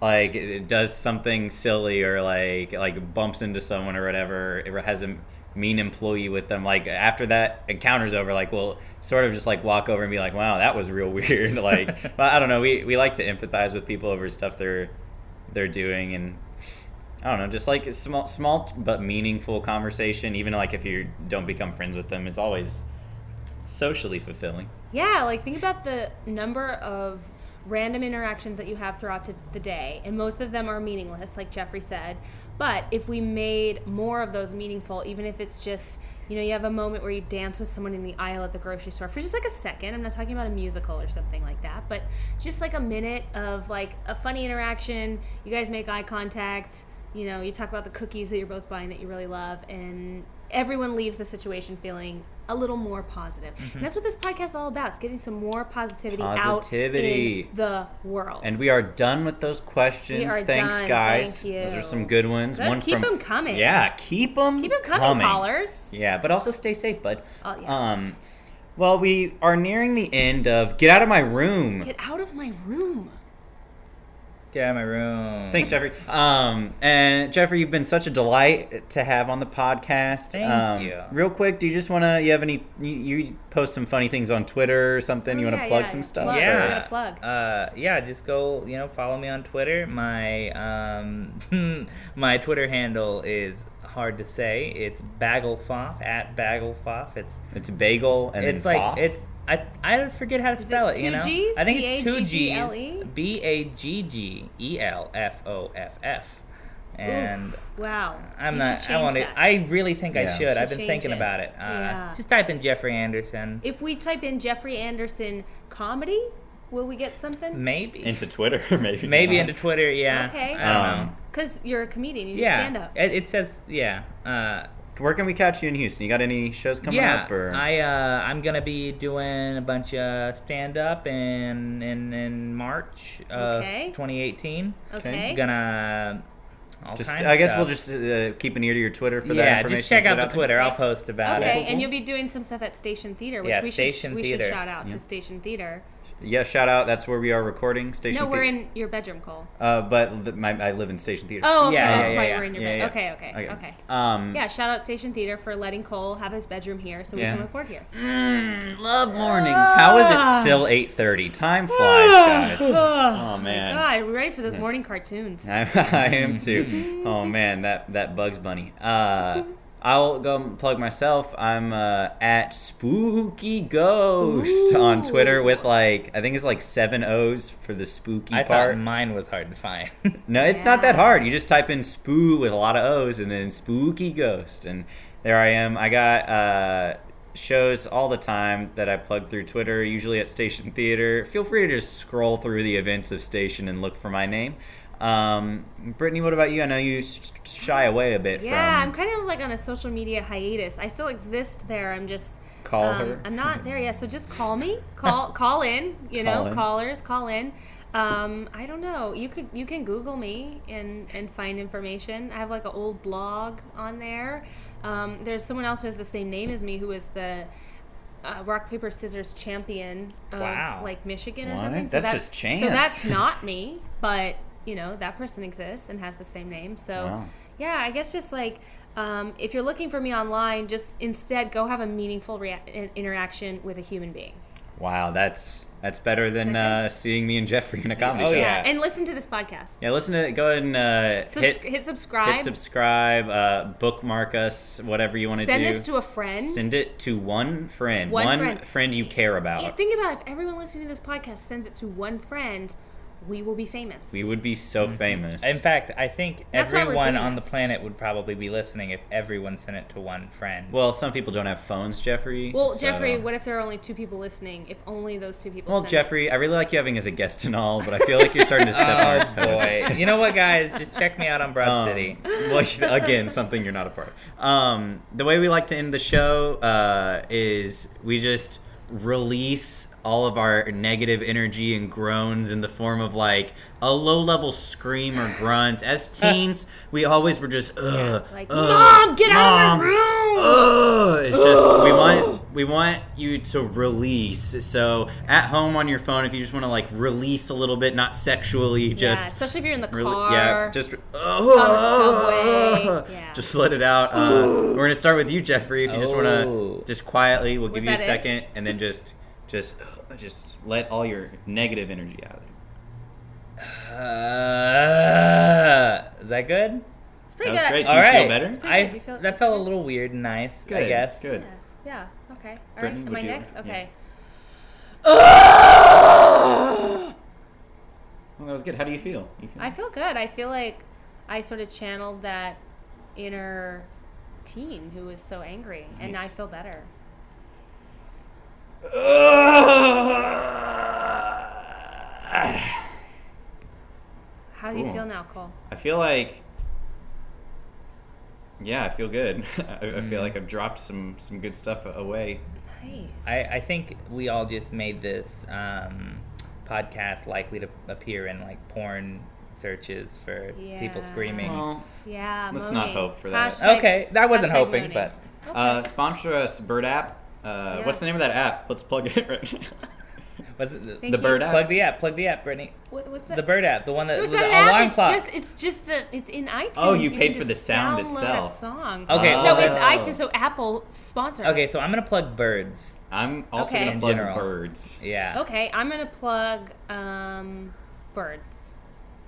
Speaker 1: like it- it does something silly or like like bumps into someone or whatever, or has a mean employee with them, like after that encounter's over, like we'll sort of just like walk over and be like, wow, that was real weird. like, well, I don't know, we we like to empathize with people over stuff they're they're doing and I don't know, just like a small, small but meaningful conversation. Even like if you don't become friends with them, is always socially fulfilling.
Speaker 2: Yeah, like think about the number of random interactions that you have throughout t- the day, and most of them are meaningless, like Jeffrey said. But if we made more of those meaningful, even if it's just, you know, you have a moment where you dance with someone in the aisle at the grocery store for just like a second. I'm not talking about a musical or something like that, but just like a minute of like a funny interaction. You guys make eye contact. You know, you talk about the cookies that you're both buying that you really love, and everyone leaves the situation feeling a little more positive.
Speaker 3: Mm-hmm.
Speaker 2: And that's what this podcast is all about. It's getting some more positivity,
Speaker 1: Positivity.
Speaker 2: out in the world.
Speaker 1: And we are done with those questions.
Speaker 2: We are
Speaker 1: Thanks,
Speaker 2: done.
Speaker 1: guys.
Speaker 2: Thank you.
Speaker 1: Those are some good ones.
Speaker 2: Good.
Speaker 1: One
Speaker 2: Keep
Speaker 1: from
Speaker 2: 'em coming.
Speaker 1: Yeah, keep them.
Speaker 2: Keep them coming, callers.
Speaker 1: Yeah, but also stay safe, bud.
Speaker 2: Oh, yeah.
Speaker 1: Um, well, we are nearing the end of "Get Out of My Room."
Speaker 2: Get out of my room.
Speaker 3: Get out of my room.
Speaker 1: Thanks, Jeffrey. Um, and Jeffrey, you've been such a delight to have on the podcast.
Speaker 3: Thank
Speaker 1: um,
Speaker 3: you.
Speaker 1: Real quick, do you just want to? You have any? You, you post some funny things on Twitter or something?
Speaker 2: Oh,
Speaker 1: you want
Speaker 2: yeah,
Speaker 1: to plug
Speaker 2: yeah,
Speaker 1: some
Speaker 2: yeah.
Speaker 1: stuff?
Speaker 2: Plug.
Speaker 1: or-
Speaker 2: Yeah.
Speaker 3: yeah.
Speaker 2: plug.
Speaker 3: Uh, yeah, just go, you know, follow me on Twitter. My um, my Twitter handle is hard to say. It's Bagelfoff at Bagelfoff. It's
Speaker 1: It's bagel and
Speaker 3: it's
Speaker 1: then
Speaker 3: like
Speaker 1: foff.
Speaker 3: it's I I forget how to spell it.
Speaker 2: it
Speaker 3: you
Speaker 2: two
Speaker 3: know,
Speaker 2: Gs?
Speaker 3: I think it's two
Speaker 2: B-A-G-G-L-E?
Speaker 3: G's. B a g g e l f o f f. And
Speaker 2: Wow.
Speaker 3: I'm
Speaker 2: You
Speaker 3: not.
Speaker 2: should
Speaker 3: I
Speaker 2: change
Speaker 3: want to.
Speaker 2: that.
Speaker 3: I really think I
Speaker 1: Yeah.
Speaker 3: should. I've
Speaker 2: Should
Speaker 3: been
Speaker 2: change
Speaker 3: thinking
Speaker 2: it.
Speaker 3: about it. Uh,
Speaker 2: Yeah.
Speaker 3: Just type in Jeffrey Anderson.
Speaker 2: If we type in Jeffrey Anderson comedy, will we get something?
Speaker 3: Maybe.
Speaker 1: into Twitter, maybe.
Speaker 3: Maybe into Twitter. Yeah.
Speaker 2: Okay.
Speaker 3: I don't know.
Speaker 1: Um,
Speaker 2: Because you're a comedian, you do
Speaker 3: yeah,
Speaker 2: stand up.
Speaker 3: It, it says yeah. Uh,
Speaker 1: Where can we catch you in Houston? You got any shows coming
Speaker 3: yeah,
Speaker 1: up? Or
Speaker 3: I uh, I'm gonna be doing a bunch of stand up in in in March of
Speaker 2: Okay.
Speaker 3: 2018.
Speaker 2: Okay.
Speaker 3: I'm gonna all
Speaker 1: Just,
Speaker 3: kinds
Speaker 1: I guess
Speaker 3: of
Speaker 1: we'll
Speaker 3: stuff.
Speaker 1: just uh, keep an ear to your Twitter for that
Speaker 3: yeah,
Speaker 1: information.
Speaker 3: just check
Speaker 1: we
Speaker 3: out
Speaker 1: put
Speaker 3: the Twitter. I'll post about
Speaker 2: Okay,
Speaker 3: it.
Speaker 2: and you'll be doing some stuff at Station Theater, which
Speaker 3: Yeah,
Speaker 2: we
Speaker 3: Station
Speaker 2: should we
Speaker 3: Theater.
Speaker 2: should shout out to Station Theater.
Speaker 1: there. Yeah, shout out. That's where we are recording. Station.
Speaker 2: no, we're
Speaker 1: Thea-
Speaker 2: in your bedroom, Cole.
Speaker 1: Uh, but th- my, I live in Station Theater.
Speaker 2: Oh, okay,
Speaker 3: Yeah, yeah,
Speaker 2: that's
Speaker 3: yeah,
Speaker 2: why
Speaker 3: yeah.
Speaker 2: we're in your
Speaker 1: Yeah,
Speaker 2: bedroom.
Speaker 1: yeah.
Speaker 2: Okay, okay, okay.
Speaker 1: Um,
Speaker 2: Yeah, shout out Station Theater for letting Cole have his bedroom here so we
Speaker 1: Yeah.
Speaker 2: can record here.
Speaker 1: Love mornings. How is it still 8:30? Time flies, guys. Oh man.
Speaker 2: God, are we ready for those morning cartoons?
Speaker 1: I, I am too. Oh man, that that Bugs Bunny. Uh, I'll go and plug myself. I'm uh, at Spooky Ghost on Twitter with like I think it's like seven O's for the spooky
Speaker 3: I
Speaker 1: part.
Speaker 3: thought mine was hard to find.
Speaker 1: No, it's not that hard. You just type in "spoo" with a lot of O's, and then "spooky ghost," and there I am. I got uh, shows all the time that I plug through Twitter, usually at Station Theater. Feel free to just scroll through the events of Station and look for my name. Um, Brittany, what about you? I know you s- shy away a bit
Speaker 2: Yeah, I'm
Speaker 1: from
Speaker 2: kind of like on a social media hiatus. I still exist there. I'm just
Speaker 1: call
Speaker 2: um,
Speaker 1: her.
Speaker 2: I'm not there yet, so just call me. Call call in. You know,
Speaker 1: Call in.
Speaker 2: callers, call in. Um, I don't know. You could you can Google me and and find information. I have like an old blog on there. Um, there's someone else who has the same name as me who is the uh, rock paper scissors champion of
Speaker 3: Wow.
Speaker 2: like Michigan or
Speaker 1: What?
Speaker 2: something.
Speaker 1: That's just
Speaker 2: So
Speaker 1: chance.
Speaker 2: that's not me, but you know that person exists and has the same name. So
Speaker 1: Wow.
Speaker 2: yeah, I guess just like um, if you're looking for me online, just instead go have a meaningful rea- in- interaction with a human being.
Speaker 1: Wow, that's that's better than uh, seeing me and Jeffrey in a comedy
Speaker 3: Oh,
Speaker 1: show.
Speaker 3: yeah.
Speaker 2: And listen to this podcast.
Speaker 1: Yeah, listen to go ahead and uh,
Speaker 2: Subs- hit,
Speaker 1: hit,
Speaker 2: subscribe.
Speaker 1: hit subscribe, uh, bookmark us, whatever you want to do.
Speaker 2: send this to a friend.
Speaker 1: Send it to one friend. One,
Speaker 2: One
Speaker 1: friend.
Speaker 2: friend.
Speaker 1: you care about.
Speaker 2: Yeah, think about it, if everyone listening to this podcast sends it to one friend, we will be famous.
Speaker 1: we would be so famous.
Speaker 3: Mm-hmm. In fact, I think
Speaker 2: That's why we're
Speaker 3: everyone
Speaker 2: doing
Speaker 3: on the
Speaker 2: this.
Speaker 3: planet would probably be listening if everyone sent it to one friend.
Speaker 1: well, some people don't have phones, Jeffrey.
Speaker 2: Well,
Speaker 1: so-
Speaker 2: Jeffrey, what if there are only two people listening? If only those two people.
Speaker 1: Well,
Speaker 2: send it?
Speaker 1: Jeffrey, I really like you having as a guest and all, but I feel like you're starting to step on our
Speaker 3: oh
Speaker 1: toes.
Speaker 3: boy! you know what, guys? Just check me out on Broad
Speaker 1: Um,
Speaker 3: City.
Speaker 1: well, again, something you're not a part of. Um, the way we like to end the show uh, is we just release all of our negative energy and groans in the form of like a low level scream or grunt. As teens, we always were just, ugh,
Speaker 2: like,
Speaker 1: ugh,
Speaker 2: "Mom, get out of my
Speaker 1: uh, Mom, Ugh, it's just we want we want you to release. So at home on your phone, if you just want to like release a little bit, not sexually,
Speaker 2: yeah,
Speaker 1: just
Speaker 2: especially if you're in the
Speaker 1: Really-
Speaker 2: car.
Speaker 1: yeah, just
Speaker 2: subway, yeah.
Speaker 1: Just let it out. Uh, we're gonna start with you, Jeffrey. If you just
Speaker 3: Oh.
Speaker 1: wanna, just quietly, we'll give you a
Speaker 2: that it?
Speaker 1: second, and then just, just, uh, just let all your negative energy out. of there.
Speaker 3: Uh, is that good?
Speaker 2: it's pretty
Speaker 1: That was
Speaker 2: good.
Speaker 1: great. Do
Speaker 3: All
Speaker 1: you
Speaker 3: right.
Speaker 1: feel better?
Speaker 2: pretty good.
Speaker 3: I
Speaker 2: You feel-
Speaker 3: that felt a little weird and nice. I guess.
Speaker 1: Good.
Speaker 2: Yeah. Yeah. Okay. All right.
Speaker 1: Brittany,
Speaker 2: Am
Speaker 1: would
Speaker 2: I
Speaker 1: you-
Speaker 2: next?
Speaker 1: yeah.
Speaker 2: Okay.
Speaker 1: Well, that was good. How do you feel? You feel
Speaker 2: I feel good. I feel like I sort of channeled that inner teen who was so angry, and I feel better. How do you
Speaker 1: Cool.
Speaker 2: feel now, Cole?
Speaker 1: I feel like, yeah, I feel good. I, I feel
Speaker 3: Mm.
Speaker 1: like I've dropped some some good stuff away.
Speaker 2: Nice.
Speaker 3: I, I think we all just made this um, podcast likely to appear in like porn searches for
Speaker 2: Yeah.
Speaker 3: people screaming.
Speaker 1: Well,
Speaker 2: yeah.
Speaker 1: Let's not
Speaker 2: moaning.
Speaker 1: hope for that.
Speaker 2: Hashtag-
Speaker 3: okay, that wasn't
Speaker 2: hashtag
Speaker 3: hoping,
Speaker 2: moaning.
Speaker 3: but
Speaker 1: uh, sponsor us, Bird App. Uh,
Speaker 2: Yeah.
Speaker 1: What's the name of that app? Let's plug it right now.
Speaker 3: was it the,
Speaker 2: Thank
Speaker 1: the Bird
Speaker 2: you.
Speaker 1: App.
Speaker 3: plug the app? Plug the app, Brittany.
Speaker 2: What, what's that?
Speaker 3: The bird app, the one that
Speaker 2: There's not
Speaker 3: was the
Speaker 2: an app.
Speaker 3: alarm
Speaker 2: It's
Speaker 3: clock.
Speaker 2: just it's just a, it's in iTunes.
Speaker 1: Oh, you
Speaker 2: can
Speaker 1: paid for
Speaker 2: just
Speaker 1: the sound
Speaker 2: download
Speaker 1: itself.
Speaker 2: A song.
Speaker 3: Okay,
Speaker 2: So it's
Speaker 1: Oh.
Speaker 2: iTunes. So Apple sponsor.
Speaker 3: Okay,
Speaker 2: us.
Speaker 3: so I'm gonna plug birds.
Speaker 1: I'm also
Speaker 2: Okay.
Speaker 1: gonna
Speaker 2: In
Speaker 1: plug
Speaker 3: general.
Speaker 1: birds.
Speaker 3: Yeah.
Speaker 2: Okay, I'm gonna plug um, birds.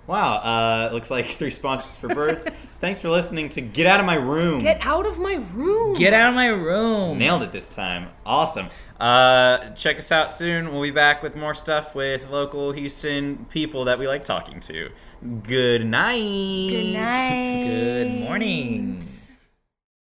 Speaker 1: Wow, uh, looks like three sponsors for birds. Thanks for listening to Get Out of My Room.
Speaker 2: Get out of my room.
Speaker 3: Get out of my room.
Speaker 1: Nailed it this time. Awesome. Uh, check us out soon. We'll be back with more stuff with local Houston people that we like talking to. Good night.
Speaker 2: Good night.
Speaker 3: Good morning.